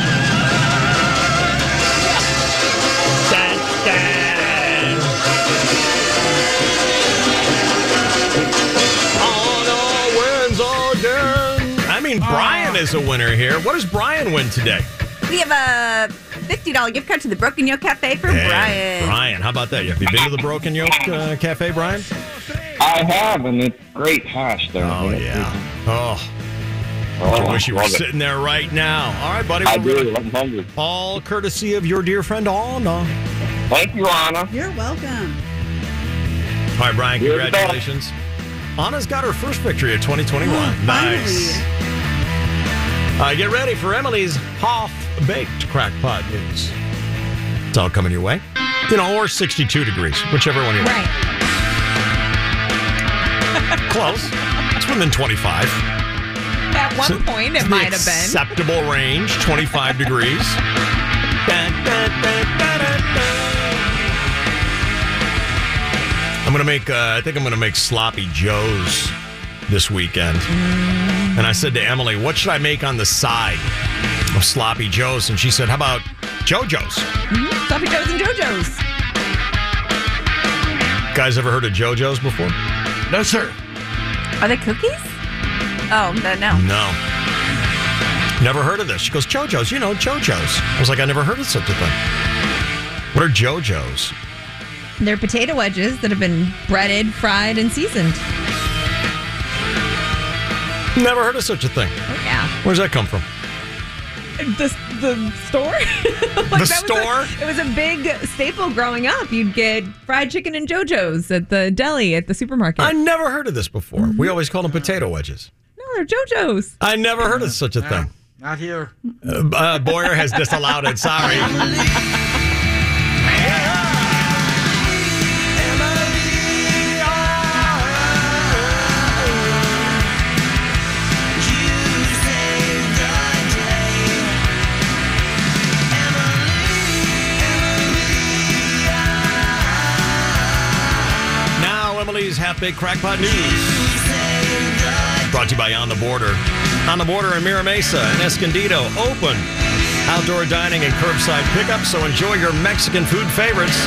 Speaker 4: winner.
Speaker 3: Anna wins again. I mean, Brian is a winner here. What does Brian win today?
Speaker 2: We have a $50 gift card to the Broken Yo Cafe for
Speaker 3: Hey,
Speaker 2: Brian.
Speaker 3: Brian, how about that? Have you been to the Broken Yolk uh, Cafe, Brian?
Speaker 13: I have, and it's great hash Oh, there.
Speaker 3: Oh, yeah. Oh, I wish you were sitting there right now. All right, buddy.
Speaker 13: I
Speaker 3: Well, really-
Speaker 13: do. I'm hungry.
Speaker 3: All courtesy of your dear friend Anna.
Speaker 13: Thank you, Anna.
Speaker 11: You're welcome.
Speaker 3: All right, Brian,
Speaker 13: You're the best.
Speaker 3: congratulations. Anna's got her first victory of 2021. nice. Uh, get ready for Emily's half baked crackpot news. It's all coming your way. You know, or 62 degrees, whichever one you want. Close. It's within 25.
Speaker 8: At one
Speaker 3: So-
Speaker 8: point,
Speaker 3: it's
Speaker 8: it
Speaker 3: the
Speaker 8: might have been.
Speaker 3: acceptable range, 25 degrees. Dun, dun, dun, dun, dun, dun. I'm gonna make. Uh, I think I'm gonna make sloppy joes this weekend. And I said to Emily, "What should I make on the side of sloppy joes?" And she said, "How about JoJo's?"
Speaker 8: Mhm. Sloppy Joes and JoJo's.
Speaker 3: Guys, ever heard of JoJo's before? No, sir.
Speaker 2: Are they cookies? Oh, no, no.
Speaker 3: No. Never heard of this. She goes, JoJo's, you know, JoJo's. I was like, I never heard of such a thing. What are JoJo's?
Speaker 8: They're potato wedges that have been breaded, fried, and seasoned.
Speaker 3: Never heard of such a thing.
Speaker 8: Oh, Yeah.
Speaker 3: Where's that come from?
Speaker 8: The, the store?
Speaker 3: the
Speaker 8: store? it was a big staple growing up. You'd get fried chicken and JoJo's at the deli, at the supermarket. Mm-hmm.
Speaker 3: I never heard of this before. We always called Uh, them potato wedges.
Speaker 8: No, they're JoJo's.
Speaker 3: I never heard of such a thing.
Speaker 1: Not here.
Speaker 3: Uh, uh, Boyer has disallowed it. Sorry. Now, Emily's Half Baked Crackpot News. Brought to you by On the Border. On the Border in Mira Mesa and Escondido. Open outdoor dining and curbside pickup, so enjoy your Mexican food favorites.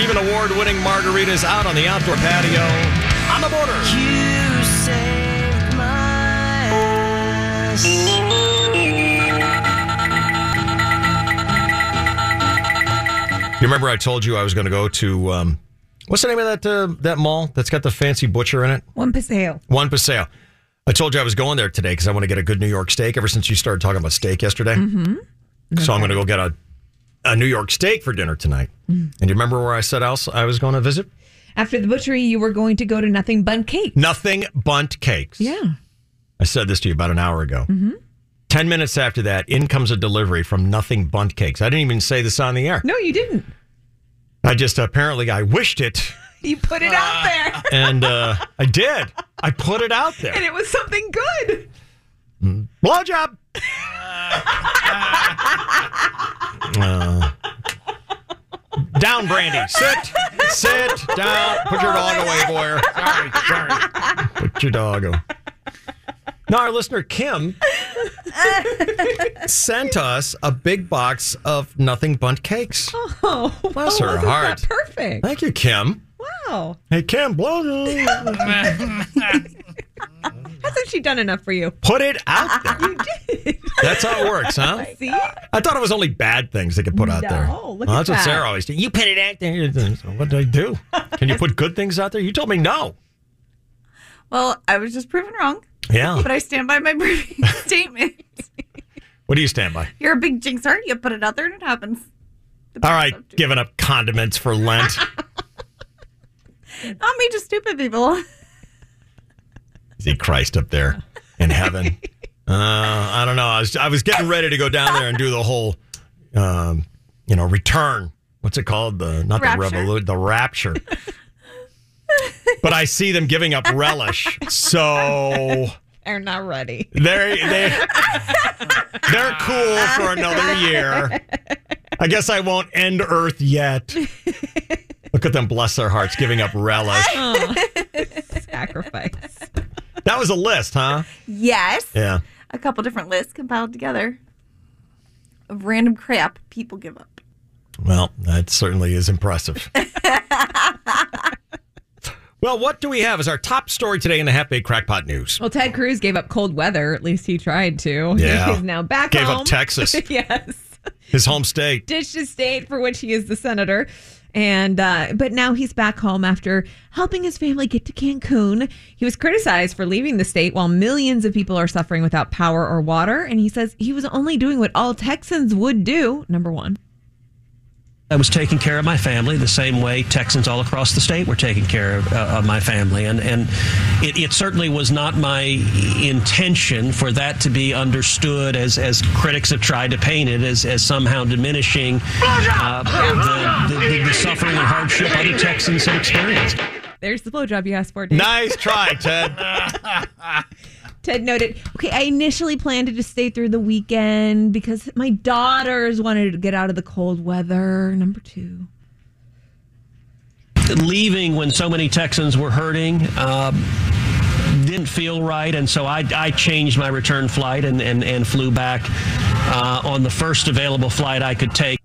Speaker 3: Even award winning margaritas out on the outdoor patio. On the Border.
Speaker 4: You saved my
Speaker 3: You remember I told you I was going to go to, um, what's the name of that, uh, that mall that's got the fancy butcher in it?
Speaker 8: One paseo.
Speaker 3: One Paseo. I told you I was going there today because I want to get a good New York steak ever since you started talking about steak yesterday.
Speaker 8: Mm-hmm.
Speaker 3: So I'm going to go get a, a New York steak for dinner tonight.
Speaker 8: Mm.
Speaker 3: And you remember where I said else I was going to visit?
Speaker 8: After the butchery, you were going to go to Nothing Bun Cake.
Speaker 3: Nothing Bunt Cakes.
Speaker 8: Yeah.
Speaker 3: I said this to you about an hour ago.
Speaker 8: Mm-hmm.
Speaker 3: 10 minutes after that, in comes a delivery from Nothing Bunt Cakes. I didn't even say this on the air.
Speaker 8: No, you didn't.
Speaker 3: I just apparently I wished it
Speaker 8: You put it out there,
Speaker 3: and uh, I did. I put it out there.
Speaker 8: and it was something good.
Speaker 3: Blowjob. Uh, down, Brandy. Sit. Sit down. Put your dog away, Boyer. Sorry, sorry. Put your dog away. Now, our listener, Kim, sent us a big box of nothing bunt cakes.
Speaker 8: Oh,
Speaker 3: Bless her
Speaker 8: wasn't that
Speaker 3: heart.
Speaker 8: perfect.
Speaker 3: Thank you, Kim.
Speaker 8: Wow.
Speaker 3: Hey, Kim, blowjob.
Speaker 8: Hasn't she done enough for you?
Speaker 3: Put it out there.
Speaker 8: You did.
Speaker 3: That's how it works, huh?
Speaker 8: See?
Speaker 3: I thought it was only bad things they could put out there.
Speaker 8: No, look
Speaker 3: Well,
Speaker 8: at
Speaker 3: that's what
Speaker 8: that.
Speaker 3: Sarah always did. You put it out there. So What do I do? Can you put good things out there? You told me no.
Speaker 2: Well, I was just proven wrong.
Speaker 3: Yeah.
Speaker 2: But I stand by my previous statement.
Speaker 3: What do you stand by?
Speaker 2: You're a big jinx, aren't you? Put it out there and it happens.
Speaker 3: All right, giving up condiments for Lent.
Speaker 2: Not me, just stupid people.
Speaker 3: See Christ up there in heaven. Uh, I don't know. I was I was getting ready to go down there and do the whole, um, you know, return. What's it called? The not
Speaker 4: Rapture.
Speaker 3: the revolution, the rapture. but I see them giving up relish, so
Speaker 8: They're not ready.
Speaker 3: They're they they're cool for another year. I guess I won't end Earth yet. Look at them, bless their hearts, giving up relish.
Speaker 8: Oh, sacrifice.
Speaker 3: That was a list, huh?
Speaker 2: Yes.
Speaker 3: Yeah.
Speaker 2: A couple different lists compiled together of random crap people give up.
Speaker 3: Well, that certainly is impressive. well, what do we have as our top story today in the Half Baked Crackpot News?
Speaker 8: Well, Ted Cruz gave up cold weather. At least he tried to.
Speaker 3: Yeah.
Speaker 8: He's now back
Speaker 3: Gave up
Speaker 8: home.
Speaker 3: Texas.
Speaker 8: yes.
Speaker 3: His home state.
Speaker 8: Ditched his state for which he is the senator. And uh, but now he's back home after helping his family get to Cancun. He was criticized for leaving the state while millions of people are suffering without power or water. And he says he was only doing what all Texans would do. Number one,
Speaker 12: I was taking care of my family the same way Texans all across the state were taking care of, uh, of my family. And, and it, it certainly was not my intention for that to be understood as, as critics have tried to paint it as, as somehow diminishing uh, the, the, the, the suffering and hardship other Texans have experienced.
Speaker 8: There's the blowjob you asked for. Dave.
Speaker 3: Nice try, Ted.
Speaker 8: Ted noted, okay, I initially planned to just stay through the weekend because my daughters wanted to get out of the cold weather. Number two.
Speaker 12: Leaving when so many Texans were hurting uh, didn't feel right, and so I, I changed my return flight and, and, and flew back uh, on the first available flight I could take.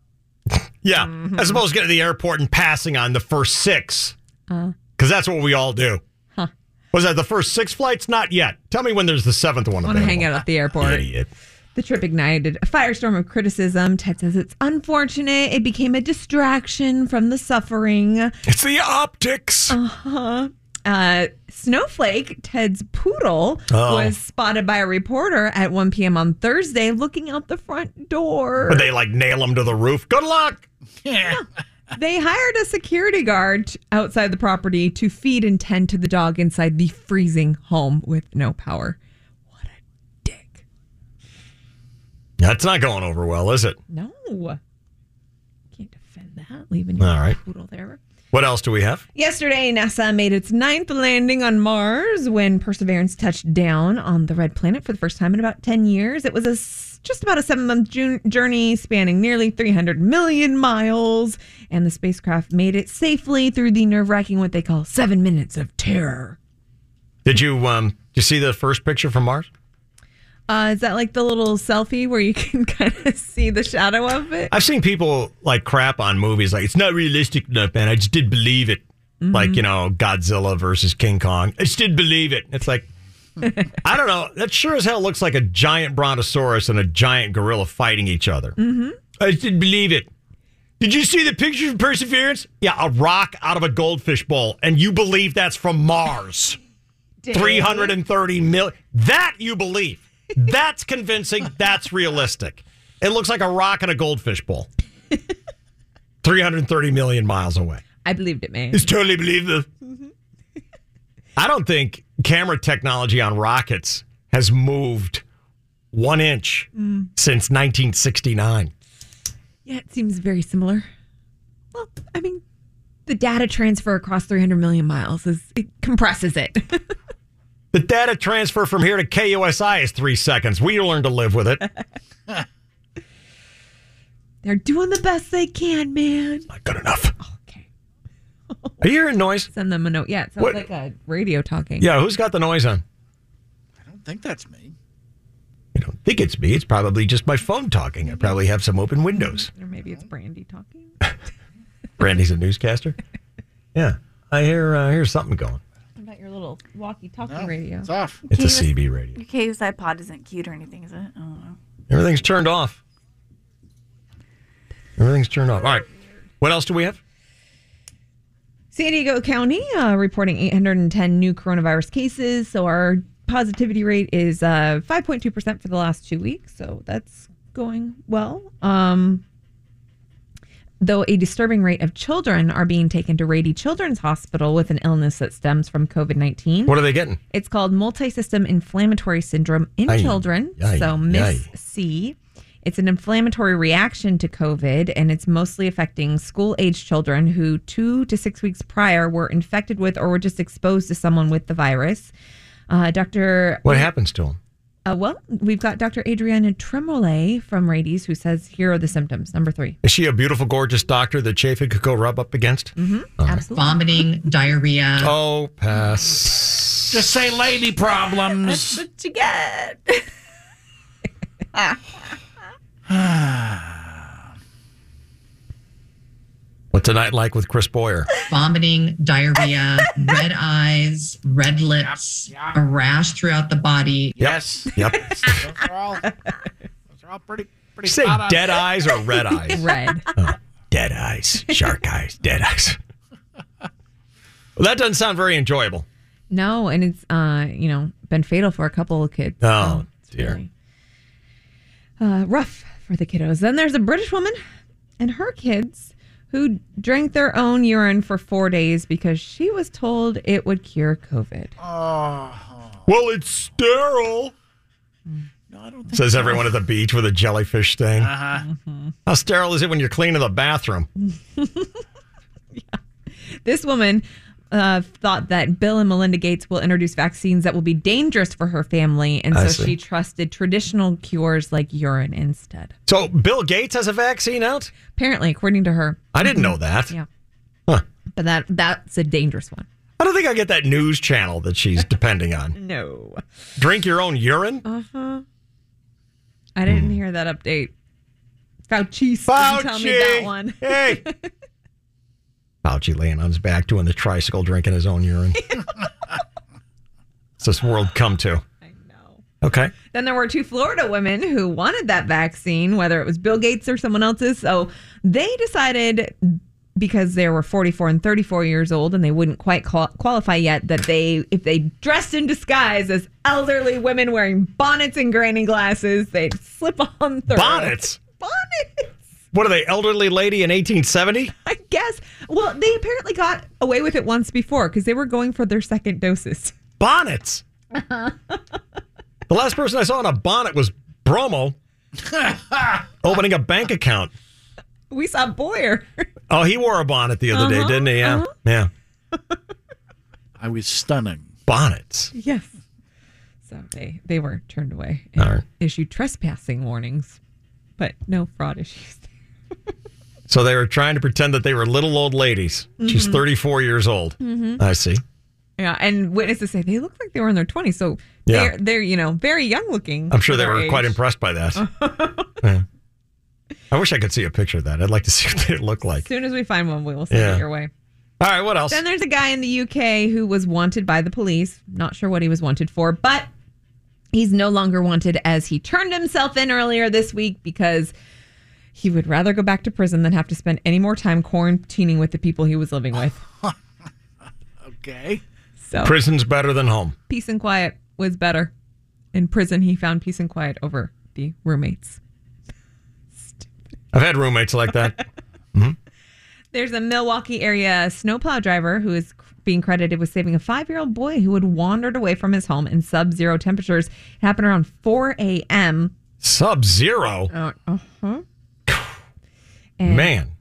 Speaker 3: Yeah, as opposed to getting to the airport and passing on the first six,
Speaker 8: Uh,
Speaker 3: because that's what we all do.
Speaker 8: Huh.
Speaker 3: Was that the first six flights? Not yet. Tell me when there's the seventh one.
Speaker 8: I want to hang
Speaker 3: available.
Speaker 8: out at the airport.
Speaker 3: Idiot.
Speaker 8: The trip ignited a firestorm of criticism. Ted says it's unfortunate. It became a distraction from the suffering.
Speaker 3: It's the optics.
Speaker 8: Uh-huh. Uh, Snowflake, Ted's poodle,
Speaker 3: Oh.
Speaker 8: was spotted by a reporter at 1 p.m. on Thursday looking out the front door.
Speaker 3: But they like nail him to the roof. Good luck.
Speaker 8: they hired a security guard outside the property to feed and tend to the dog inside the freezing home with no power.
Speaker 3: That's not going over well, is it?
Speaker 8: No. Can't defend that. Leaving
Speaker 3: All
Speaker 8: your
Speaker 3: right.
Speaker 8: poodle there.
Speaker 3: What else do we have?
Speaker 8: Yesterday, NASA made its ninth landing on Mars when Perseverance touched down on the red planet for the first time in about 10 years. It was a, s- just about a seven month ju- journey spanning nearly 300 million miles, and the spacecraft made it safely through the nerve wracking, what they call seven minutes of terror.
Speaker 3: Did you um did you see the first picture from Mars?
Speaker 8: Uh, is that like the little selfie where you can kind of see the shadow of it?
Speaker 3: I've seen people like crap on movies like it's not realistic enough, man. I just did believe it. Like, you know, Godzilla versus King Kong. I just did believe it. It's like I don't know. That sure as hell looks like a giant brontosaurus and a giant gorilla fighting each other.
Speaker 4: Mm-hmm.
Speaker 3: I just didn't believe it. Did you see the picture of Perseverance? Yeah, a rock out of a goldfish bowl, and you believe that's from Mars.
Speaker 4: Dave.
Speaker 3: 330 million. That you believe. That's convincing. That's realistic. It looks like a rock in a goldfish bowl. 330 million miles away.
Speaker 8: I believed it, man.
Speaker 3: It's totally believable. I don't think camera technology on rockets has moved one inch
Speaker 8: Mm.
Speaker 3: since 1969.
Speaker 8: Yeah, it seems very similar. Well, I mean, the data transfer across 300 million miles is it compresses it.
Speaker 3: The data transfer from here to KUSI is three seconds. We learn to live with it.
Speaker 8: They're doing the best they can, man. Oh,
Speaker 3: Not good enough. Are you hearing noise?
Speaker 8: Send them a note. Yeah, it sounds
Speaker 3: What-
Speaker 8: like a radio talking.
Speaker 3: Yeah, who's got the noise on?
Speaker 1: I think that's me.
Speaker 3: I don't think it's me. It's probably just my phone talking. I probably have some open windows.
Speaker 8: Or maybe it's Brandy talking.
Speaker 3: Brandy's a newscaster. Yeah, I hear uh, hear something going.
Speaker 8: What about your little walkie-talkie radio? It's
Speaker 1: off.
Speaker 3: It's a CB radio.
Speaker 2: Your KUSI pod isn't cute or anything, is it? I don't know.
Speaker 3: Everything's turned off. Everything's turned off. All right. What else do we have?
Speaker 8: San Diego County uh, reporting 810 new coronavirus cases. So our positivity rate is uh, 5.2% for the last two weeks. So that's going well. Um, though a disturbing rate of children are being taken to Rady Children's Hospital with an illness that stems from COVID 19.
Speaker 3: What are they getting?
Speaker 8: It's called multisystem inflammatory syndrome in
Speaker 3: Aye,
Speaker 8: children.
Speaker 3: aye,
Speaker 8: so Miss
Speaker 3: aye.
Speaker 8: C. It's an inflammatory reaction to COVID, and it's mostly affecting school age children who two to six weeks prior were infected with or were just exposed to someone with the virus. Uh, Dr.
Speaker 3: What happens to them?
Speaker 8: Uh, well, we've got Dr. Adriana Tremolay from Rades who says, here are the symptoms. Number three.
Speaker 3: Is she a beautiful, gorgeous doctor that Chafin could go rub up against?
Speaker 8: Mm-hmm.
Speaker 14: Vomiting, diarrhea.
Speaker 3: Oh, pass.
Speaker 1: Just say lady
Speaker 4: Mm.
Speaker 1: problems.
Speaker 2: What you get?
Speaker 3: Ah. What's a night like with Chris Boyer?
Speaker 14: vomiting, diarrhea, red eyes, red lips, a rash throughout the body.
Speaker 3: Yes. Yep.
Speaker 1: Those are all, those are all pretty, pretty.
Speaker 14: Say
Speaker 1: spot on.
Speaker 14: dead eyes or red eyes?
Speaker 8: Red.
Speaker 3: Oh, Dead eyes, shark eyes, dead eyes. Well, that doesn't sound very enjoyable.
Speaker 8: No, and it's, uh, you know, been fatal for a couple of kids.
Speaker 3: Oh, dear.
Speaker 8: uh, rough for the kiddos. Then there's a British woman and her kids who drank their own urine for four days because she was told it would cure COVID.
Speaker 3: Well, it's sterile.
Speaker 1: No, I don't think
Speaker 3: Says
Speaker 1: so.
Speaker 3: everyone at the beach with a jellyfish sting.
Speaker 1: Uh-huh.
Speaker 3: How sterile is it when you're cleaning the bathroom?
Speaker 8: This woman uh, thought that Bill and Melinda Gates will introduce vaccines that will be dangerous for her family, and
Speaker 3: I
Speaker 8: so
Speaker 3: see.
Speaker 8: she trusted traditional cures like urine instead.
Speaker 3: So Bill Gates has a vaccine out?
Speaker 8: Apparently, according to her.
Speaker 3: I didn't know that.
Speaker 8: Yeah.
Speaker 3: Huh.
Speaker 8: But that that's a dangerous one.
Speaker 3: I don't think I get that news channel that she's depending on.
Speaker 8: No.
Speaker 3: Drink your own urine?
Speaker 8: Uh
Speaker 3: Uh-huh.
Speaker 8: huh. I
Speaker 3: Hmm.
Speaker 8: didn't hear that update. Fauci, didn't tell me that
Speaker 3: Fauci!
Speaker 8: one.
Speaker 3: Hey. Fauci laying on his back doing the tricycle, drinking his own urine. What's this world come to? I know. Okay.
Speaker 8: Then there were two Florida women who wanted that vaccine, whether it was Bill Gates or someone else's. So they decided, because they were 44 and 34 years old and they wouldn't quite qual- qualify yet, that they, if they dressed in disguise as elderly women wearing bonnets and granny glasses, they'd slip on through.
Speaker 3: Bonnets?
Speaker 8: Bonnets.
Speaker 3: What are they, elderly lady in 1870?
Speaker 8: I guess. Well, they apparently got away with it once before because they were going for their second doses.
Speaker 3: Bonnets. The last person I saw in a bonnet was Bromo opening a bank account.
Speaker 8: we saw Boyer.
Speaker 3: Oh, he wore a bonnet the other
Speaker 8: Uh-huh,
Speaker 3: day, didn't he? Yeah.
Speaker 8: uh-huh.
Speaker 3: Yeah.
Speaker 1: I was stunning.
Speaker 3: Bonnets.
Speaker 8: Yes. So they they were turned away
Speaker 3: and
Speaker 8: issued trespassing warnings, but no fraud issues.
Speaker 3: So they were trying to pretend that they were little old ladies. She's
Speaker 8: Mhm.
Speaker 3: 34 years old.
Speaker 8: Mhm.
Speaker 3: I see.
Speaker 8: Yeah, and witnesses say they look like they were in their twenties, so
Speaker 3: Yeah.
Speaker 8: they're they're you know very young looking.
Speaker 3: I'm sure they
Speaker 8: for
Speaker 3: were
Speaker 8: their
Speaker 3: quite
Speaker 8: age.
Speaker 3: impressed by that. Yeah. I wish I could see a picture of that. I'd like to see what they look
Speaker 8: As
Speaker 3: like.
Speaker 8: soon as we find one, we will send
Speaker 3: Yeah.
Speaker 8: it your way.
Speaker 3: All right, what else?
Speaker 8: Then there's a guy in the UK who was wanted by the police. Not sure what he was wanted for, but he's no longer wanted as he turned himself in earlier this week because he would rather go back to prison than have to spend any more time quarantining with the people he was living with.
Speaker 1: Okay.
Speaker 8: So
Speaker 3: Prison's better than home.
Speaker 8: peace and quiet was better. In prison, he found peace and quiet over the roommates.
Speaker 3: I've had roommates like that.
Speaker 8: Mm-hmm. There's a Milwaukee area snowplow driver who is being credited with saving a five year old boy who had wandered away from his home in sub zero temperatures. It happened around 4 a.m.
Speaker 3: Sub zero.
Speaker 8: Uh huh.
Speaker 3: Man.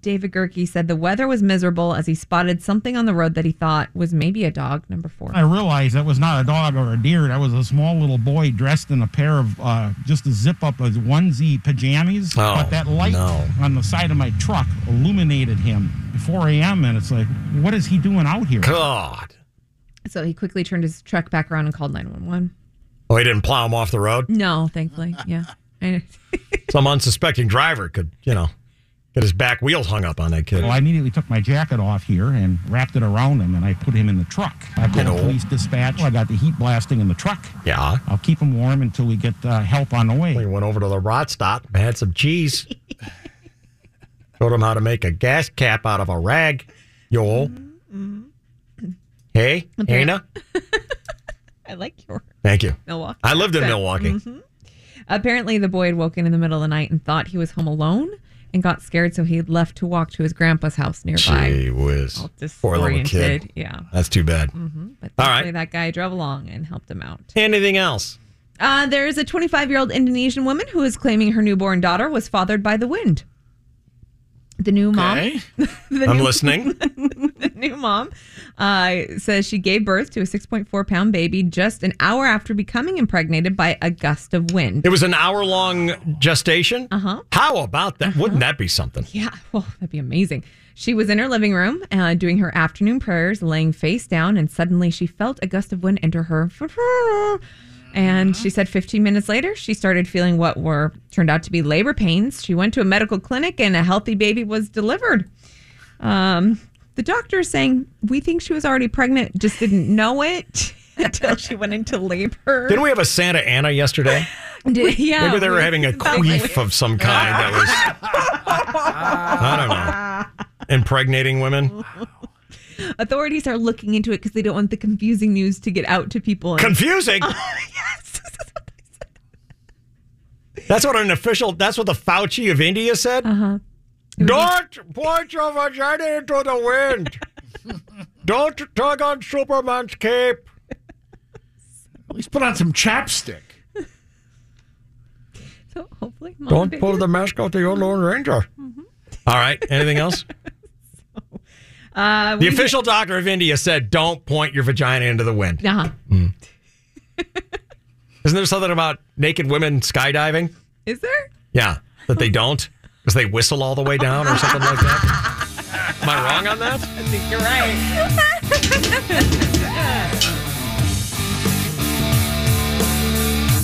Speaker 8: David Gerke said the weather was miserable as he spotted something on the road that he thought was maybe a dog, number four.
Speaker 15: I realized that was not a dog or a deer. That was a small little boy dressed in a pair of uh, just a zip up of onesie pajamas.
Speaker 3: Oh,
Speaker 15: but that light
Speaker 3: no.
Speaker 15: on the side of my truck illuminated him at 4 a.m. And it's like, what is he doing out here?
Speaker 3: God.
Speaker 8: So he quickly turned his truck back around and called 911.
Speaker 3: Oh, he didn't plow him off the road?
Speaker 8: No, thankfully. Yeah. I-
Speaker 3: Some unsuspecting driver could, you know, get his back wheels hung up on that kid.
Speaker 1: Oh,
Speaker 15: Well, I immediately took my jacket off here and wrapped it around him, and I put him in the truck. I
Speaker 3: Good
Speaker 15: called
Speaker 3: old-
Speaker 15: police dispatch. I got the heat blasting in the truck.
Speaker 3: Yeah.
Speaker 15: I'll keep him warm until we get uh, help on the way.
Speaker 3: We went over to the rod stop, had some cheese. Showed him how to make a gas cap out of a rag. Yo.
Speaker 8: Mm-hmm.
Speaker 3: Hey,
Speaker 8: Appar-
Speaker 3: Hannah.
Speaker 8: I like your
Speaker 3: Thank you.
Speaker 8: Milwaukee.
Speaker 3: I lived in
Speaker 8: accent.
Speaker 3: Milwaukee.
Speaker 8: Mhm. Apparently, the boy had woken in the middle of the night and thought he was home alone and got scared, so he left to walk to his grandpa's house nearby.
Speaker 3: Gee whiz.
Speaker 8: All
Speaker 3: Poor little kid.
Speaker 8: disoriented, yeah.
Speaker 3: That's too bad.
Speaker 8: Mhm. But
Speaker 3: All right.
Speaker 8: thankfully that guy drove along and helped him out.
Speaker 3: Anything else?
Speaker 8: Uh, there is a 25 year old Indonesian woman who is claiming her newborn daughter was fathered by the wind. The new
Speaker 3: Okay.
Speaker 8: mom. the
Speaker 3: I'm
Speaker 8: new-
Speaker 3: listening.
Speaker 8: the new mom uh, says she gave birth to a 6.4 pound baby just an hour after becoming impregnated by a gust of wind.
Speaker 3: It was an hour long gestation. Uh huh. How about that? Wouldn't that be something?
Speaker 8: Uh-huh. Yeah, Ah, well, that'd be amazing. She was in her living room uh, doing her afternoon prayers, laying face down, and suddenly she felt a gust of wind enter her. And she said 15 minutes later, she started feeling what were turned out to be labor pains. She went to a medical clinic and a healthy baby was delivered. Um, the doctor is saying, We think she was already pregnant, just didn't know it until she went into labor.
Speaker 3: Didn't we have a Santa Ana yesterday?
Speaker 8: Did- yeah.
Speaker 3: Maybe they were
Speaker 8: we-
Speaker 3: having a
Speaker 8: that was-
Speaker 3: queef of some kind that was, I don't know, impregnating women.
Speaker 8: Authorities are looking into it because they don't want the confusing news to get out to people. and-
Speaker 3: Confusing? That's what an official, that's what the Fauci of India said?
Speaker 8: Uh huh.
Speaker 3: Don't point your vagina into the wind. Don't tug on Superman's cape.
Speaker 1: At least put on some chapstick.
Speaker 8: So hopefully, Mm. Mama
Speaker 3: Don't
Speaker 8: Bear-
Speaker 3: pull the Mm-hmm. mask off the old Lone Ranger. All right. Anything else?
Speaker 8: Uh,
Speaker 3: the
Speaker 8: we-
Speaker 3: official doctor of India said, "Don't point your vagina into the wind."
Speaker 8: Uh-huh.
Speaker 3: Isn't there something about naked women skydiving?
Speaker 8: Is there?
Speaker 3: Yeah, that they don't because they whistle all the way down or something like that. Am I wrong on that?
Speaker 4: I think you're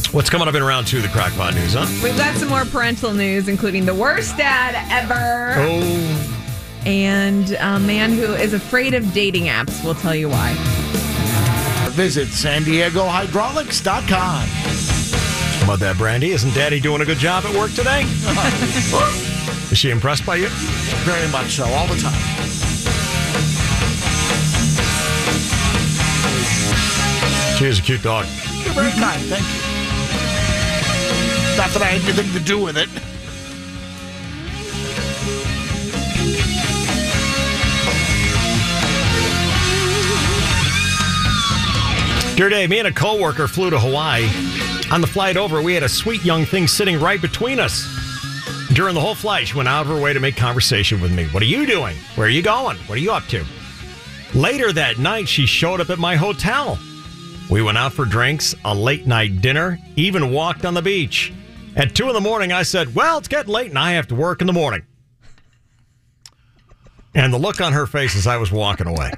Speaker 4: right.
Speaker 3: What's coming up in round two of the crackpot news, huh?
Speaker 8: We've got some more parental news, including the worst dad ever.
Speaker 3: Oh,
Speaker 8: and a man who is afraid of dating apps. We'll tell you why.
Speaker 1: Visit San Diego Hydraulics.com.
Speaker 3: how about that, Brandy? Isn't Daddy doing a good job at work today? Is she impressed by you?
Speaker 1: Very much so, all the time.
Speaker 3: She is a cute dog.
Speaker 1: You're very kind. Thank you. Not that I had anything to do with it.
Speaker 3: Dear Dave, me and a coworker flew to Hawaii. On the flight over, we had a sweet young thing sitting right between us. During the whole flight, she went out of her way to make conversation with me. What are you doing? Where are you going? What are you up to? Later that night, she showed up at my hotel. We went out for drinks, a late night dinner, even walked on the beach. At two in the morning, I said, Well, it's getting late and I have to work in the morning. And the look on her face as I was walking away.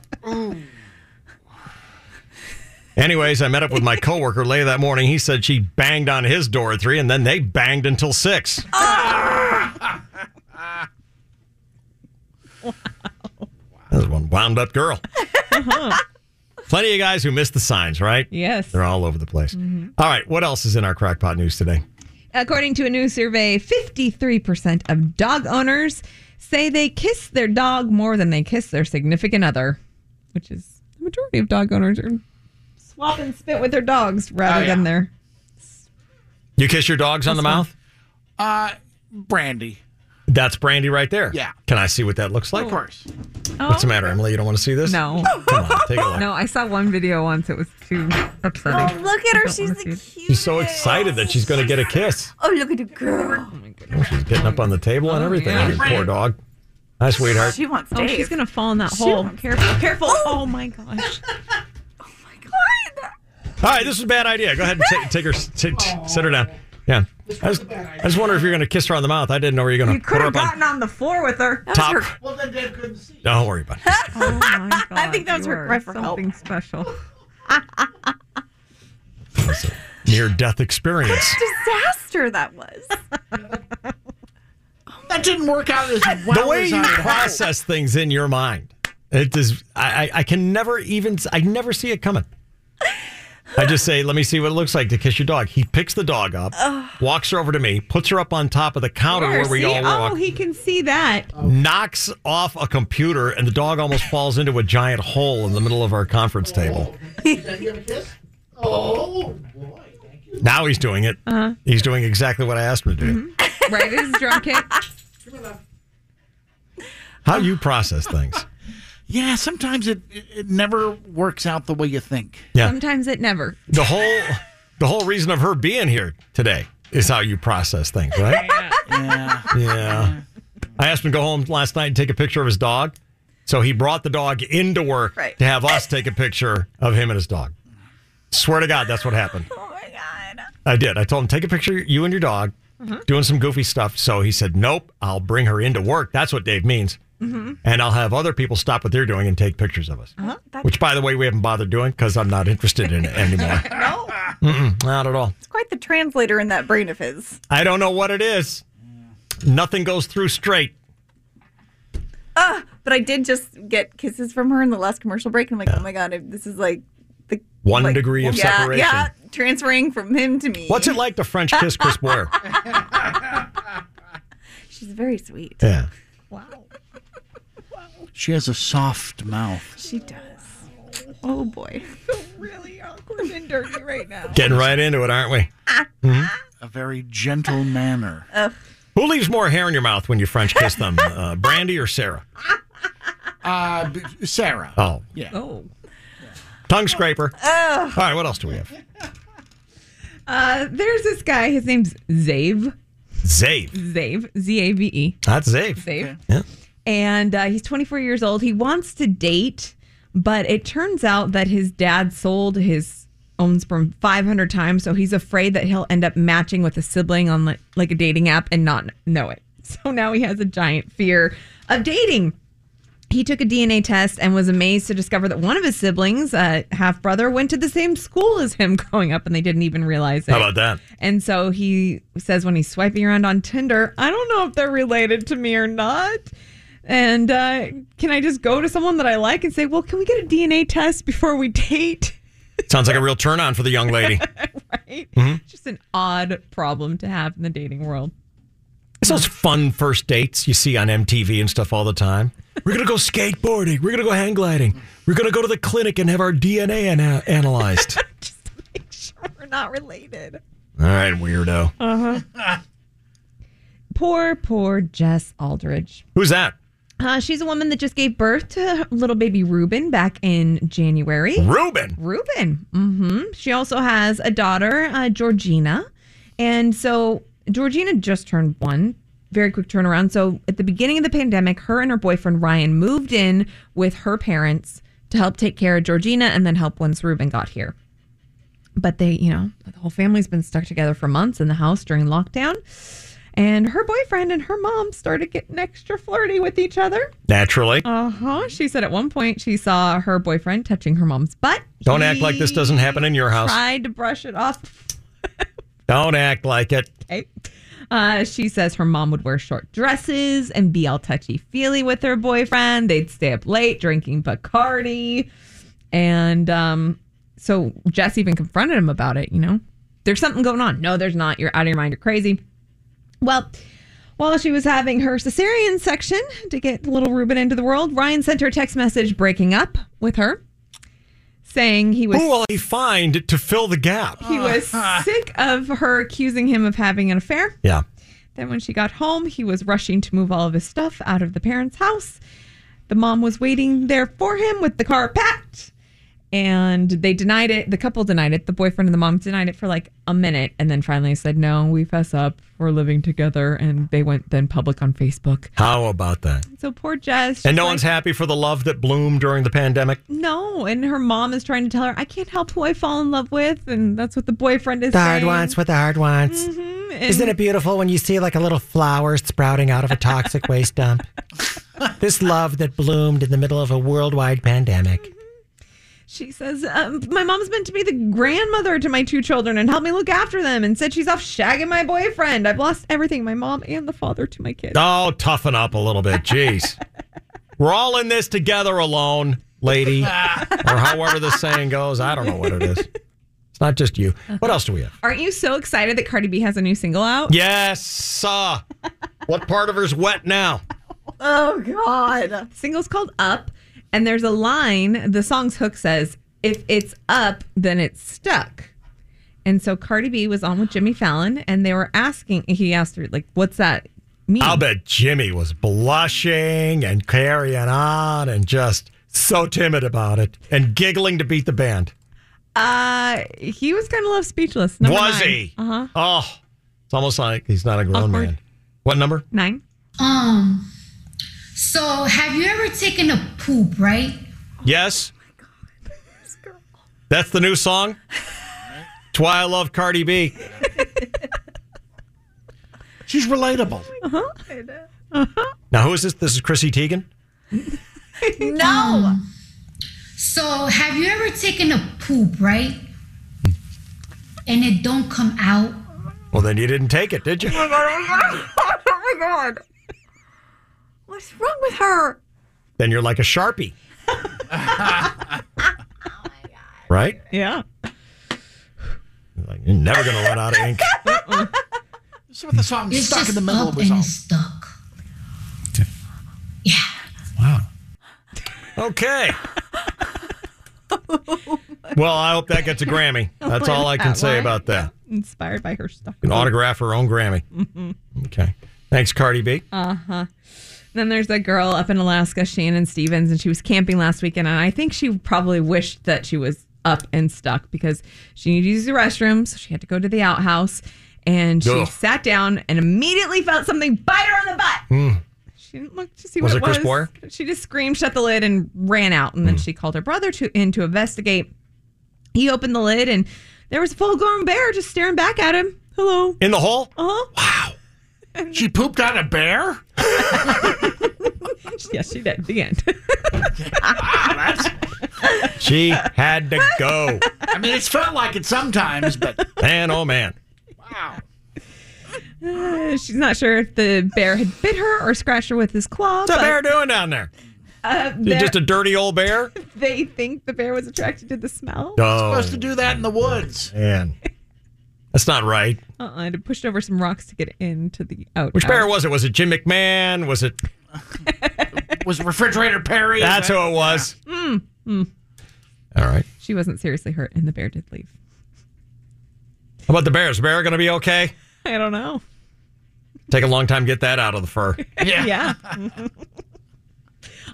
Speaker 3: Anyways, I met up with my coworker later that morning. He said she banged on his door at three, and then they banged until six. That was one wound up girl. Uh-huh. Plenty of guys who miss the signs, right?
Speaker 8: Yes. Mm-hmm.
Speaker 3: They're all over the place. All right, what else is in our crackpot news today?
Speaker 8: According to a new survey, 53% of dog owners say they kiss their dog more than they kiss their significant other, which is the majority of dog owners are swap and spit with their dogs rather
Speaker 1: Oh, yeah.
Speaker 8: than their.
Speaker 3: You kiss your dogs on the mouth?
Speaker 1: Uh, Brandy.
Speaker 3: That's Brandy right there.
Speaker 1: Yeah.
Speaker 3: Can I see what that looks like?
Speaker 1: Of course.
Speaker 3: What's the matter, Emily? You don't want to see this?
Speaker 8: Oh. No.
Speaker 3: Come on, take a look.
Speaker 8: No, I saw one video once. It was too upsetting.
Speaker 2: Look at her. She's the
Speaker 3: She's so excited that she's going to get a kiss.
Speaker 2: Oh, look at the girl.
Speaker 3: Oh, she's getting up on the table and everything.
Speaker 2: yeah.
Speaker 3: Your Poor dog. Hi, sweetheart.
Speaker 2: She wants
Speaker 8: Oh,
Speaker 2: Dave.
Speaker 8: she's gonna fall in that
Speaker 2: She
Speaker 8: hole.
Speaker 2: wants-
Speaker 8: Careful, careful. Oh my gosh.
Speaker 3: All right, this is a bad idea. Go ahead and ta- take her, t- t- sit her down. Yeah. I just, I just wonder if you're going to kiss her on the mouth. I didn't know where you were going
Speaker 8: You
Speaker 3: to put
Speaker 8: could
Speaker 3: her
Speaker 8: have
Speaker 3: up on.
Speaker 8: gotten on the floor with her.
Speaker 3: That was Top. her-
Speaker 1: Well, then Dave couldn't see.
Speaker 3: Don't worry about it.
Speaker 8: oh my god. I think
Speaker 2: that was her cry for help.
Speaker 8: something special.
Speaker 3: Near death experience.
Speaker 2: Disaster that was.
Speaker 1: That didn't work out as well
Speaker 3: the way
Speaker 1: as
Speaker 3: you
Speaker 1: I had hoped.
Speaker 3: process things in your mind, it is. I, I, I can never even. I never see it coming. I just say, let me see what it looks like to kiss your dog. He picks the dog up, walks her over to me, puts her up on top of the counter where we
Speaker 8: see?
Speaker 3: all walk.
Speaker 8: Oh, he can see that.
Speaker 3: knocks off a computer and the dog almost falls into a giant hole in the middle of our conference table.
Speaker 1: Oh.
Speaker 3: Now he's doing it.
Speaker 8: Uh-huh. Mm-hmm.
Speaker 3: He's doing exactly what I asked him to do.
Speaker 8: Right as his drum kick.
Speaker 3: How you process things.
Speaker 1: Yeah, sometimes it, it, it never works out the way you think.
Speaker 3: Yeah.
Speaker 8: Sometimes it never.
Speaker 3: The whole the whole reason of her being here today is how you process things, right?
Speaker 1: Yeah.
Speaker 3: Yeah. I asked him to go home last night and take a picture of his dog. So he brought the dog into work
Speaker 2: Right.
Speaker 3: to have us take a picture of him and his dog. Swear to God, that's what happened.
Speaker 2: Oh my god.
Speaker 3: I did. I told him, take a picture of you and your dog
Speaker 2: Mhm.
Speaker 3: doing some goofy stuff. So he said, nope, I'll bring her into work. That's what Dave means.
Speaker 2: Mhm.
Speaker 3: And I'll have other people stop what they're doing and take pictures of us.
Speaker 2: Uh-huh. That-
Speaker 3: Which, by the way, we haven't bothered doing because I'm not interested in it anymore.
Speaker 2: no,
Speaker 3: Mm-mm, not at all.
Speaker 2: it's quite the translator in that brain of his.
Speaker 3: I don't know what it is. Nothing goes through straight.
Speaker 2: Ah, but I did just get kisses from her in the last commercial break. I'm like, oh my god, I- this is like the
Speaker 3: One
Speaker 2: like-
Speaker 3: degree of
Speaker 2: yeah,
Speaker 3: separation.
Speaker 2: Yeah, transferring from him to me.
Speaker 3: What's it like to French kiss Chris Boyer?
Speaker 2: She's very sweet.
Speaker 3: Yeah.
Speaker 1: She has a soft mouth.
Speaker 2: She does. Oh boy.
Speaker 8: Really awkward and dirty right now.
Speaker 3: Getting right into it, aren't we?
Speaker 1: A very gentle manner.
Speaker 2: Ugh.
Speaker 3: Who leaves more hair in your mouth when you French kiss them, uh, Brandy or Sarah?
Speaker 1: Uh, b- Sarah.
Speaker 3: Oh,
Speaker 1: Yeah.
Speaker 8: Oh.
Speaker 3: tongue scraper.
Speaker 2: Oh.
Speaker 8: Ugh.
Speaker 3: All right, what else do we have?
Speaker 8: Uh, there's this guy. His name's Zave.
Speaker 3: Zave.
Speaker 8: Zave. Z A V E.
Speaker 3: That's Zave.
Speaker 8: Zave.
Speaker 3: Yeah.
Speaker 8: And uh, he's 24 years old. He wants to date, but it turns out that his dad sold his own sperm 500 times, so he's afraid that he'll end up matching with a sibling on like, like a dating app and not know it. So now he has a giant fear of dating. He took a DNA test and was amazed to discover that one of his siblings, uh, half brother, went to the same school as him growing up, and they didn't even realize it.
Speaker 3: How about that?
Speaker 8: And so he says when he's swiping around on Tinder, I don't know if they're related to me or not. And uh, can I just go to someone that I like and say, well, can we get a DNA test before we date?
Speaker 3: Sounds like a real turn on for the young lady.
Speaker 8: right?
Speaker 3: Mhm.
Speaker 8: Just an odd problem to have in the dating world.
Speaker 3: It's those fun first dates you see on MTV and stuff all the time. We're going to go skateboarding. We're going to go hang gliding. We're going to go to the clinic and have our DNA ana- analyzed.
Speaker 8: We're not related.
Speaker 3: all right, weirdo.
Speaker 8: Uh huh. poor, poor Jess Aldridge.
Speaker 3: Who's that?
Speaker 8: Uh, she's a woman that just gave birth to her little baby Reuben back in January.
Speaker 3: Reuben?
Speaker 8: Reuben. hmm She also has a daughter, uh, Georgina. And so Georgina just turned one. Very quick turnaround. So at the beginning of the pandemic, her and her boyfriend Ryan moved in with her parents to help take care of Georgina and then help once Reuben got here but they, you know, the whole family's been stuck together for months in the house during lockdown. And her boyfriend and her mom started getting extra flirty with each other.
Speaker 3: Naturally.
Speaker 2: Um,
Speaker 8: Uh huh. She said at one point she saw her boyfriend touching her mom's butt.
Speaker 3: Don't act like this doesn't happen in your house.
Speaker 8: Tried to brush it off.
Speaker 3: Don't act like it.
Speaker 8: Okay. Uh, she says her mom would wear short dresses and be all touchy feely with her boyfriend. They'd stay up late drinking Bacardi. And um, so Jess even confronted him about it. You know, there's something going on. No, there's not. You're out of your mind. You're crazy. Well, while she was having her cesarean section to get little Reuben into the world, Ryan sent her a text message breaking up with her, saying he was
Speaker 3: Who will he find to fill the gap?
Speaker 8: he was sick of her accusing him of having an affair.
Speaker 3: Yeah.
Speaker 8: Then when she got home, he was rushing to move all of his stuff out of the parents' house. The mom was waiting there for him with the car packed. And they denied it. The couple denied it. The boyfriend and the mom denied it for like a minute and then finally said, No, we fess up. We're living together. And they went then public on Facebook.
Speaker 3: How about that?
Speaker 8: So poor Jess. she's
Speaker 3: And no
Speaker 8: like,
Speaker 3: one's happy for the love that bloomed during the pandemic.
Speaker 8: No. And her mom is trying to tell her, I can't help who I fall in love with. And that's what the Mm-hmm, boyfriend is
Speaker 16: The
Speaker 8: saying.
Speaker 16: hard wants what the hard wants. Isn't it beautiful when you see like a little flower sprouting out of a toxic waste dump? This love that bloomed in the middle of a worldwide pandemic.
Speaker 8: She says, um, My mom's meant to be the grandmother to my two children and help me look after them, and said she's off shagging my boyfriend. I've lost everything my mom and the father to my kids.
Speaker 3: Oh, toughen up a little bit. Jeez. We're all in this together alone, lady. or however the saying goes. I don't know what it is. It's not just you. What else do we have?
Speaker 8: Aren't you so excited that Cardi B has a new single out?
Speaker 3: Yes. Uh, what part of her's wet now?
Speaker 8: Oh, God. single's called Up, and there's a line the song's hook says, If it's up, then it's stuck. And so Cardi B was on with Jimmy Fallon, and they were asking, he asked her, like, what's that mean?
Speaker 3: I'll bet Jimmy was blushing and carrying on and just so timid about it and giggling to beat the band.
Speaker 8: Uh, he was kind of left speechless. Number
Speaker 3: was
Speaker 8: nine.
Speaker 3: he?
Speaker 8: Uh-huh.
Speaker 3: Oh, it's almost like he's not a grown
Speaker 8: Awkward.
Speaker 3: man. What number?
Speaker 8: Nine.
Speaker 16: Um.
Speaker 23: So, have you ever taken a poop, right?
Speaker 3: Yes.
Speaker 8: Oh
Speaker 3: That's the new song. That's why I love Cardi B.
Speaker 1: She's relatable.
Speaker 8: Uh-huh.
Speaker 2: uh,
Speaker 3: Now, who is this? This is Chrissy Teigen.
Speaker 23: no. Um, So, have you ever taken a poop, right? And it don't come out?
Speaker 3: Well, then you didn't take it, did you?
Speaker 2: oh my god. What's wrong with her?
Speaker 3: Then you're like a sharpie, right?
Speaker 8: Yeah.
Speaker 3: Like, you're never gonna run out of ink.
Speaker 1: This is what the song
Speaker 23: It's
Speaker 1: stuck in the
Speaker 23: just
Speaker 1: middle
Speaker 23: up
Speaker 1: was
Speaker 23: and
Speaker 1: on.
Speaker 23: it's stuck.
Speaker 3: Okay. Well, I hope that gets a Grammy. That's all I can say about that.
Speaker 8: Inspired by her stuff.
Speaker 3: You can autograph her own Grammy.
Speaker 8: Mhm.
Speaker 3: Okay. Thanks, Cardi B.
Speaker 8: Uh huh. Then there's a girl up in Alaska, Shannon Stevens, and she was camping last weekend. And I think she probably wished that she was up and stuck because she needed to use the restroom. So she had to go to the outhouse. And she
Speaker 3: Ugh.
Speaker 8: sat down and immediately felt something bite her on the butt. She didn't look to see
Speaker 3: Hmm. Was
Speaker 8: what
Speaker 3: it Chris Hmm.
Speaker 8: was.
Speaker 3: Boyer?
Speaker 8: She just screamed, shut the lid, and ran out. And then she called her brother to in to investigate. He opened the lid, and there was a full grown bear just staring back at him. Hello.
Speaker 3: In the hole?
Speaker 8: Uh huh.
Speaker 1: She pooped out a bear?
Speaker 8: yes, she did. The end.
Speaker 3: She had to go.
Speaker 1: I mean, it's felt like it sometimes, but
Speaker 3: Man, oh man.
Speaker 8: Uh, she's not sure if the bear had bit her or scratched her with his claw.
Speaker 3: What's that
Speaker 8: but,
Speaker 3: bear doing down there?
Speaker 8: Uh,
Speaker 3: You
Speaker 8: they're-
Speaker 3: Just a dirty old bear?
Speaker 8: they think the bear was attracted to the smell.
Speaker 3: No. Supposed to
Speaker 1: do that in the woods.
Speaker 3: Man. That's not right.
Speaker 8: Uh-uh, and it pushed over some rocks to get into the outhouse.
Speaker 3: Which bear was it? Was it Jim McMahon? Was it
Speaker 1: was refrigerator Perry?
Speaker 3: That's who it was.
Speaker 8: Mm, mm.
Speaker 3: All right.
Speaker 8: She wasn't seriously hurt, and the bear did leave.
Speaker 3: How about the bear? Is the bear gonna be okay?
Speaker 8: I don't know.
Speaker 3: Take a long time to get that out of the fur.
Speaker 8: yeah.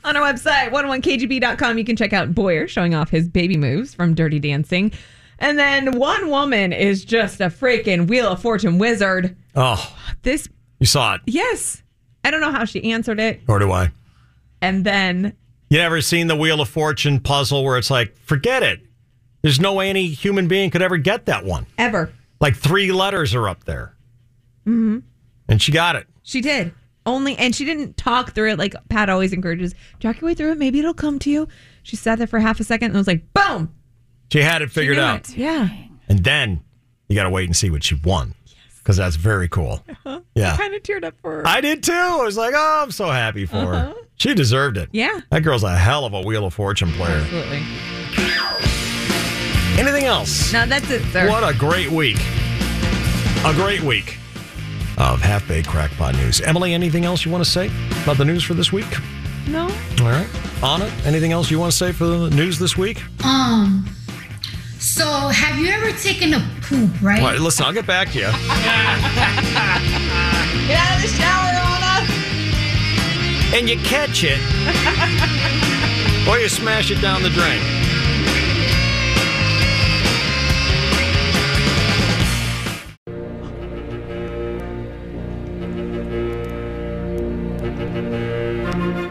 Speaker 8: On our website, 101kgb.com, you can check out Boyer showing off his baby moves from Dirty Dancing. And then one woman is just a freaking Wheel of Fortune wizard.
Speaker 3: Oh.
Speaker 8: This,
Speaker 3: You saw it.
Speaker 8: yes. I don't know how she answered it.
Speaker 3: Nor do I.
Speaker 8: And then,
Speaker 3: You ever seen the Wheel of Fortune puzzle where it's like, forget it. There's no way any human being could ever get that one.
Speaker 8: ever.
Speaker 3: Like three letters are up there.
Speaker 8: hmm
Speaker 3: And she got it.
Speaker 8: She did. Only, and she didn't talk through it like Pat always encourages. Talk your way through it. Maybe it'll come to you. She sat there for half a second and was like, boom.
Speaker 3: She had it figured
Speaker 8: knew
Speaker 3: out.
Speaker 8: it. Yeah.
Speaker 3: And then you got to wait and see what she won. Because that's very cool. Yeah.
Speaker 8: I kind of teared up for her.
Speaker 3: I did too. I was like, oh, I'm so happy for her. She deserved it.
Speaker 8: Uh-huh. Yeah.
Speaker 3: That girl's a hell of a Wheel of Fortune player.
Speaker 8: Absolutely.
Speaker 3: Anything else?
Speaker 8: No, that's it, sir.
Speaker 3: What a great week. A great week of Half Baked Crackpot News. Emily, anything else you want to say about the news for this week?
Speaker 8: No.
Speaker 3: All right. Anna, anything else you want to say for the news this week?
Speaker 23: Um. So, have you ever taken a poop? Right.
Speaker 3: All right, listen, I'll get back to you.
Speaker 8: Get out of the shower, Anna.
Speaker 3: and you catch it, or you smash it down the drain.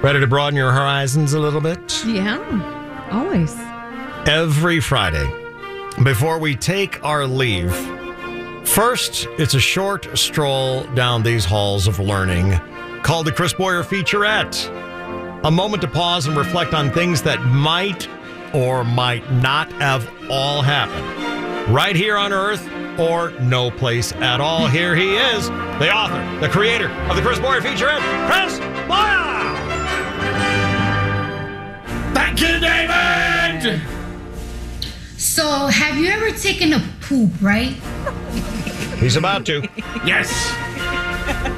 Speaker 3: Ready to broaden your horizons a little bit?
Speaker 8: Yeah. Always.
Speaker 3: every Friday before we take our leave. First, it's a short stroll down these halls of learning called the Chris Boyer Featurette. A moment to pause and reflect on things that might or might not have all happened right here on Earth or no place at all. Here he is, the author, the creator of the Chris Boyer Featurette, Chris Boyer!
Speaker 1: Thank you, David!
Speaker 23: So, have you ever taken a poop? Right.
Speaker 3: He's about to.
Speaker 1: Yes.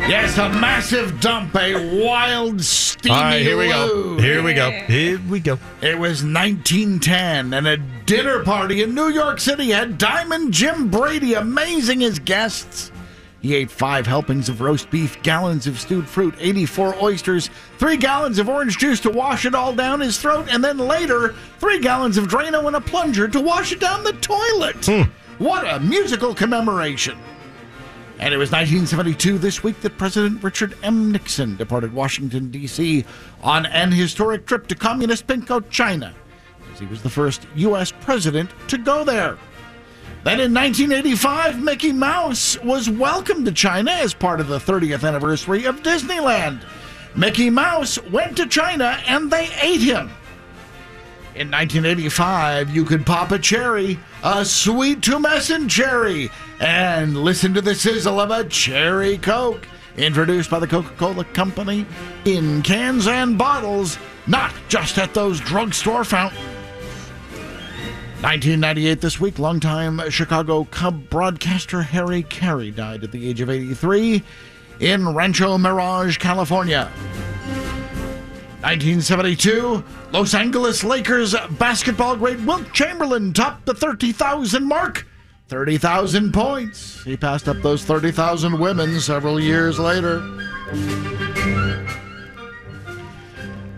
Speaker 1: Yes, a massive dump, a wild, steamy.
Speaker 3: All right, here we go.
Speaker 1: loo.
Speaker 3: Here we go. Here we go.
Speaker 1: It was 1910, and a dinner party in New York City had Diamond Jim Brady amazing his guests. He ate five helpings of roast beef, gallons of stewed fruit, 84 oysters, three gallons of orange juice to wash it all down his throat, and then later, three gallons of Drano and a plunger to wash it down the toilet.
Speaker 3: Hmm.
Speaker 1: What a musical commemoration! And it was 1972 this week that President Richard M. Nixon departed Washington, D.C. on an historic trip to communist Pinko China, as he was the first U.S. president to go there. Then in 1985, Mickey Mouse was welcomed to China as part of the 30th anniversary of Disneyland. Mickey Mouse went to China and they ate him. In 1985, you could pop a cherry, a sweet tumescent cherry, and listen to the sizzle of a cherry Coke, introduced by the Coca Cola Company in cans and bottles, not just at those drugstore fountains. 1998 this week, longtime Chicago Cub broadcaster Harry Carey died at the age of 83 in Rancho Mirage, California. 1972, Los Angeles Lakers basketball great Wilt Chamberlain topped the 30,000 mark. 30,000 points. He passed up those 30,000 women several years later.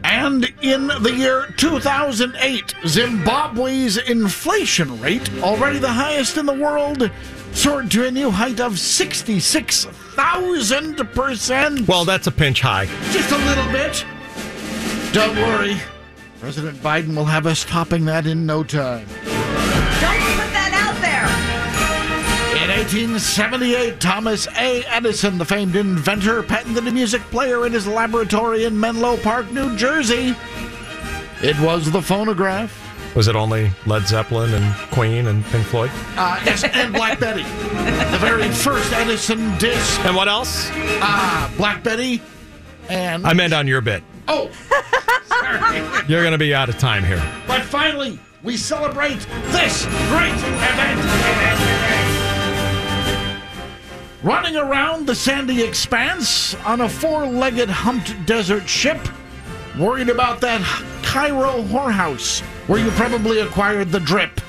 Speaker 1: And in the year 2008, Zimbabwe's inflation rate, already the highest in the world, soared to a new height of 66,000%.
Speaker 3: Well, that's a pinch high.
Speaker 1: Just a little bit. Don't worry. President Biden will have us topping that in no time.
Speaker 2: Don't put that out there.
Speaker 1: In 1878, Thomas A. Edison, the famed inventor, patented a music player in his laboratory in Menlo Park, New Jersey. It was the phonograph.
Speaker 3: Was it only Led Zeppelin and Queen and Pink Floyd?
Speaker 1: Uh, yes, and Black Betty. The very first Edison disc.
Speaker 3: And what else?
Speaker 1: Ah, Black Betty and.
Speaker 3: I meant on your bit.
Speaker 1: Oh! Sorry.
Speaker 3: You're going to be out of time here.
Speaker 1: But finally, we celebrate this great event. Running around the sandy expanse on a four legged humped desert ship, worried about that Cairo whorehouse where you probably acquired the drip.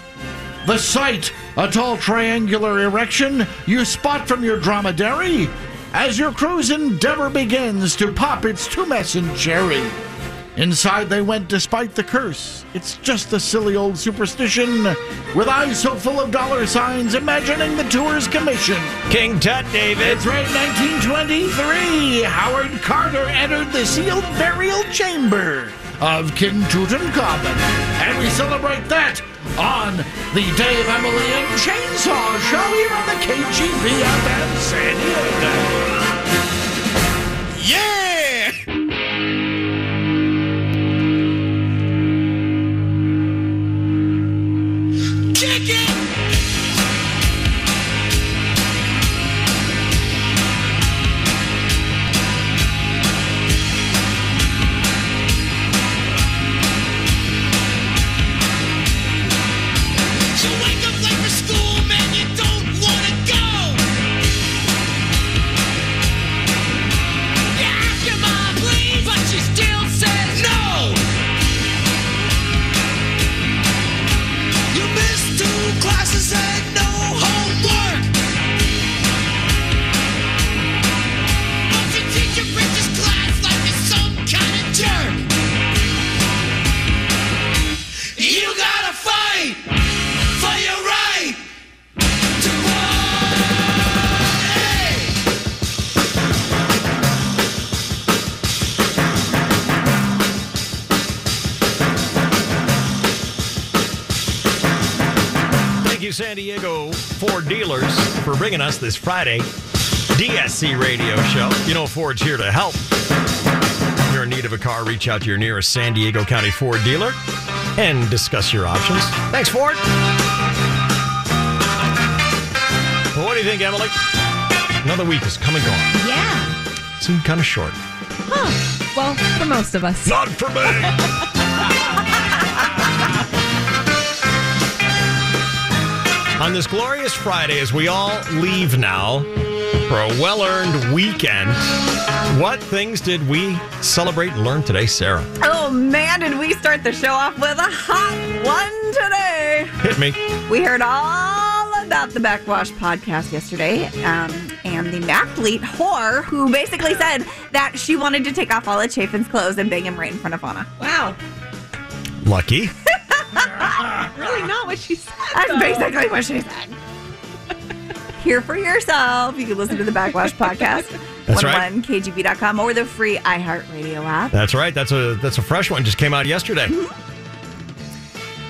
Speaker 1: The site, a tall triangular erection you spot from your dromedary as your crew's endeavor begins to pop its two and cherry. Inside they went despite the curse. It's just a silly old superstition with eyes so full of dollar signs imagining the tour's commission.
Speaker 3: King Tut, David.
Speaker 1: That's right, 1923. Howard Carter entered the sealed burial chamber of King Tutankhamun. And we celebrate that on the Dave Emily and Chainsaw show here on the KGB FM San Diego. Yeah!
Speaker 3: Thank you, San Diego Ford dealers, for bringing us this Friday DSC radio show. You know, Ford's here to help. If you're in need of a car, reach out to your nearest San Diego County Ford dealer and discuss your options. Thanks, Ford. Well, what do you think, Emily? Another week is coming gone.
Speaker 8: Yeah.
Speaker 3: Seemed kind of short.
Speaker 8: Huh. Well, for most of us.
Speaker 3: Not for me. On this glorious Friday, as we all leave now for a well earned weekend, what things did we celebrate and learn today, Sarah?
Speaker 2: Oh man, did we start the show off with a hot one today?
Speaker 3: Hit me.
Speaker 2: We heard all about the Backwash podcast yesterday um, and the MacLeet whore who basically said that she wanted to take off all of Chafin's clothes and bang him right in front of Anna. Wow.
Speaker 3: Lucky.
Speaker 8: really not what she said.
Speaker 2: That's
Speaker 8: though.
Speaker 2: basically what she said. Hear for yourself. You can listen to the Backwash podcast.
Speaker 3: That's right.
Speaker 2: 101kgb.com or the free iHeartRadio app.
Speaker 3: That's right. That's a that's a fresh one. Just came out yesterday.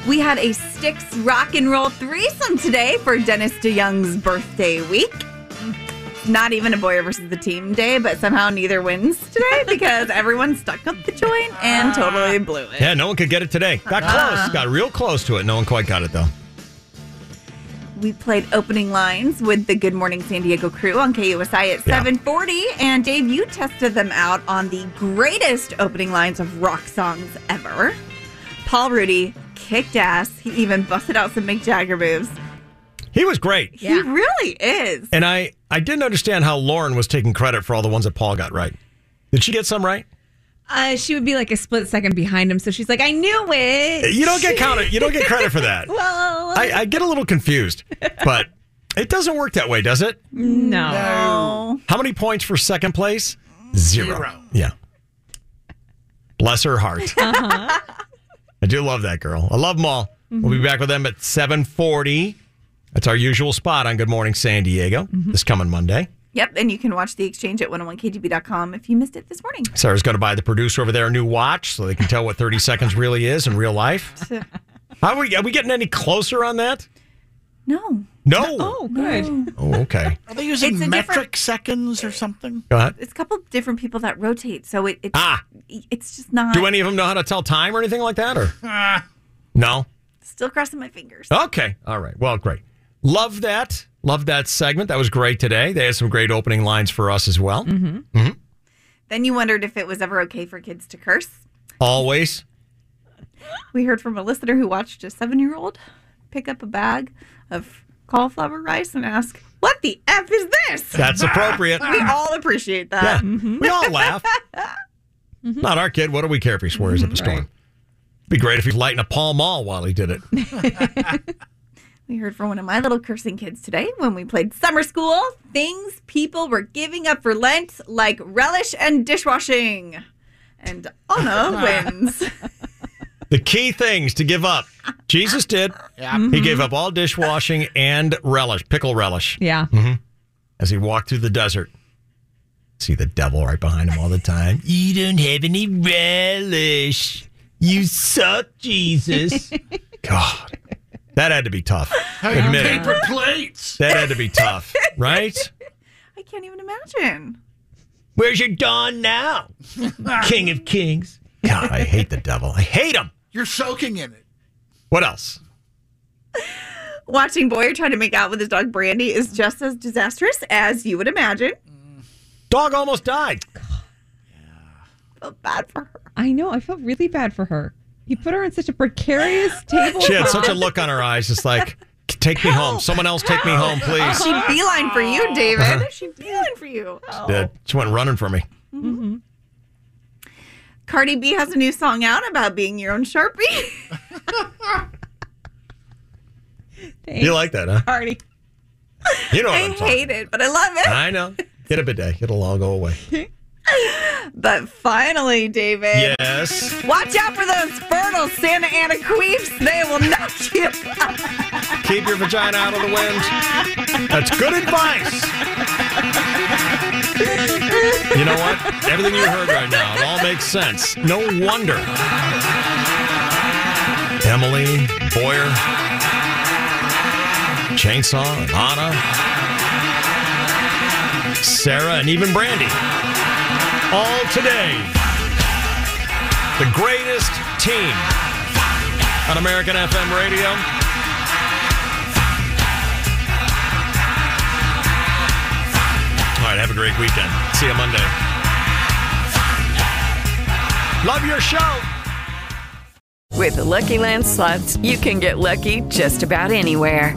Speaker 2: We had a Styx rock and roll threesome today for Dennis DeYoung's birthday week. Not even a boy versus the team day, but somehow neither wins today because everyone stuck up the joint and totally blew it. Uh-huh.
Speaker 3: Yeah, no one could get it today. Got close. Got real close to it. No one quite got it though.
Speaker 2: We played opening lines with the Good Morning San Diego crew on KUSI at 740. And Dave, you tested them out on the greatest opening lines of rock songs ever. Paul Rudy kicked ass. He even busted out some Mick Jagger moves.
Speaker 3: He was great.
Speaker 2: He really is.
Speaker 3: And I I didn't understand how Lauren was taking credit for all the ones that Paul got right. Did she get some right?
Speaker 8: Uh, she would be like a split second behind him, so she's like, "I knew it."
Speaker 3: You don't get counted. You don't get credit for that.
Speaker 8: well,
Speaker 3: I, I get a little confused, but it doesn't work that way, does it?
Speaker 8: no.
Speaker 3: How many points for second place? Zero.
Speaker 1: Zero.
Speaker 3: Yeah. Bless her heart.
Speaker 4: Uh-huh.
Speaker 3: I do love that girl. I love them all. We'll be back with them at 740. That's our usual spot on Good Morning San Diego this coming Monday.
Speaker 2: Yep, and you can watch the exchange at 101kgb.com if you missed it this morning.
Speaker 3: Sarah's going to buy the producer over there a new watch so they can tell what 30 seconds really is in real life. Are we, are we getting any closer on that?
Speaker 2: No.
Speaker 3: No.
Speaker 2: Oh, good.
Speaker 3: Oh, okay.
Speaker 1: Are they using
Speaker 2: It's a
Speaker 1: metric
Speaker 2: different-
Speaker 1: seconds or something?
Speaker 3: Go ahead.
Speaker 2: It's a couple of different people that rotate, so it, it's,
Speaker 3: Ah.
Speaker 2: it's just not.
Speaker 3: Do any of them know how to tell time or anything like that? Or no?
Speaker 2: Still crossing my fingers.
Speaker 3: Okay. All right. Well, great. Love that. Love that segment. That was great today. They had some great opening lines for us as well.
Speaker 2: Mhm.
Speaker 3: Mhm.
Speaker 2: Then you wondered if it was ever okay for kids to curse.
Speaker 3: Always.
Speaker 2: We heard from a listener who watched a seven year old pick up a bag of cauliflower rice and ask, What the F is this?
Speaker 3: That's appropriate.
Speaker 2: we all appreciate that. Mm-hmm.
Speaker 3: Yeah. We all laugh. Not our kid. What do we care if he swears up a storm? Be great if he's lighting a Pall Mall while he did it.
Speaker 2: We heard from one of my little cursing kids today when we played summer school. Things people were giving up for Lent, like relish and dishwashing. And Anna wins.
Speaker 3: The key things to give up. Jesus did. He gave up all dishwashing and relish, pickle relish.
Speaker 8: Yeah.
Speaker 3: hmm As he walked through the desert, see the devil right behind him all the time. You don't have any relish. You suck, Jesus. God, that had to be tough.
Speaker 1: Hey,
Speaker 3: Admit it.
Speaker 1: paper plates.
Speaker 3: That had to be tough, right?
Speaker 2: I can't even imagine.
Speaker 3: Where's your dawn now? King of Kings. God, I hate the devil. I hate him.
Speaker 1: You're soaking in it.
Speaker 3: What else?
Speaker 2: Watching Boyer trying to make out with his dog Brandy is just as disastrous as you would imagine.
Speaker 3: Dog almost died.
Speaker 2: Felt bad for her.
Speaker 8: I know. I felt really bad for her. You put her on such a precarious table.
Speaker 3: She had such a
Speaker 8: job.
Speaker 3: look on her eyes, just like, take me home. Someone else take me home, please.
Speaker 2: She beeline for you, David.
Speaker 3: Uh-huh.
Speaker 2: She beeline for you.
Speaker 3: Did. She went running for me.
Speaker 2: Mhm. Cardi B has a new song out about being your own Sharpie.
Speaker 3: You like that, huh?
Speaker 8: Cardi.
Speaker 3: You know what
Speaker 2: I
Speaker 3: I'm talking
Speaker 2: hate it, but I love it.
Speaker 3: I know. Get a bidet. It'll all go away.
Speaker 2: But finally, David.
Speaker 3: Yes.
Speaker 2: Watch out for those fertile Santa Ana queefs. They will knock you
Speaker 3: Keep your vagina out of the wind. That's good advice. You know what? Everything you heard right now, it all makes sense. No wonder. Emily, Boyer, Chainsaw, and Anna, Sarah, and even Brandy. All today. The greatest team on American FM radio. All right, have a great weekend. See you Monday. Love your show.
Speaker 17: With the Lucky Land slots, you can get lucky just about anywhere.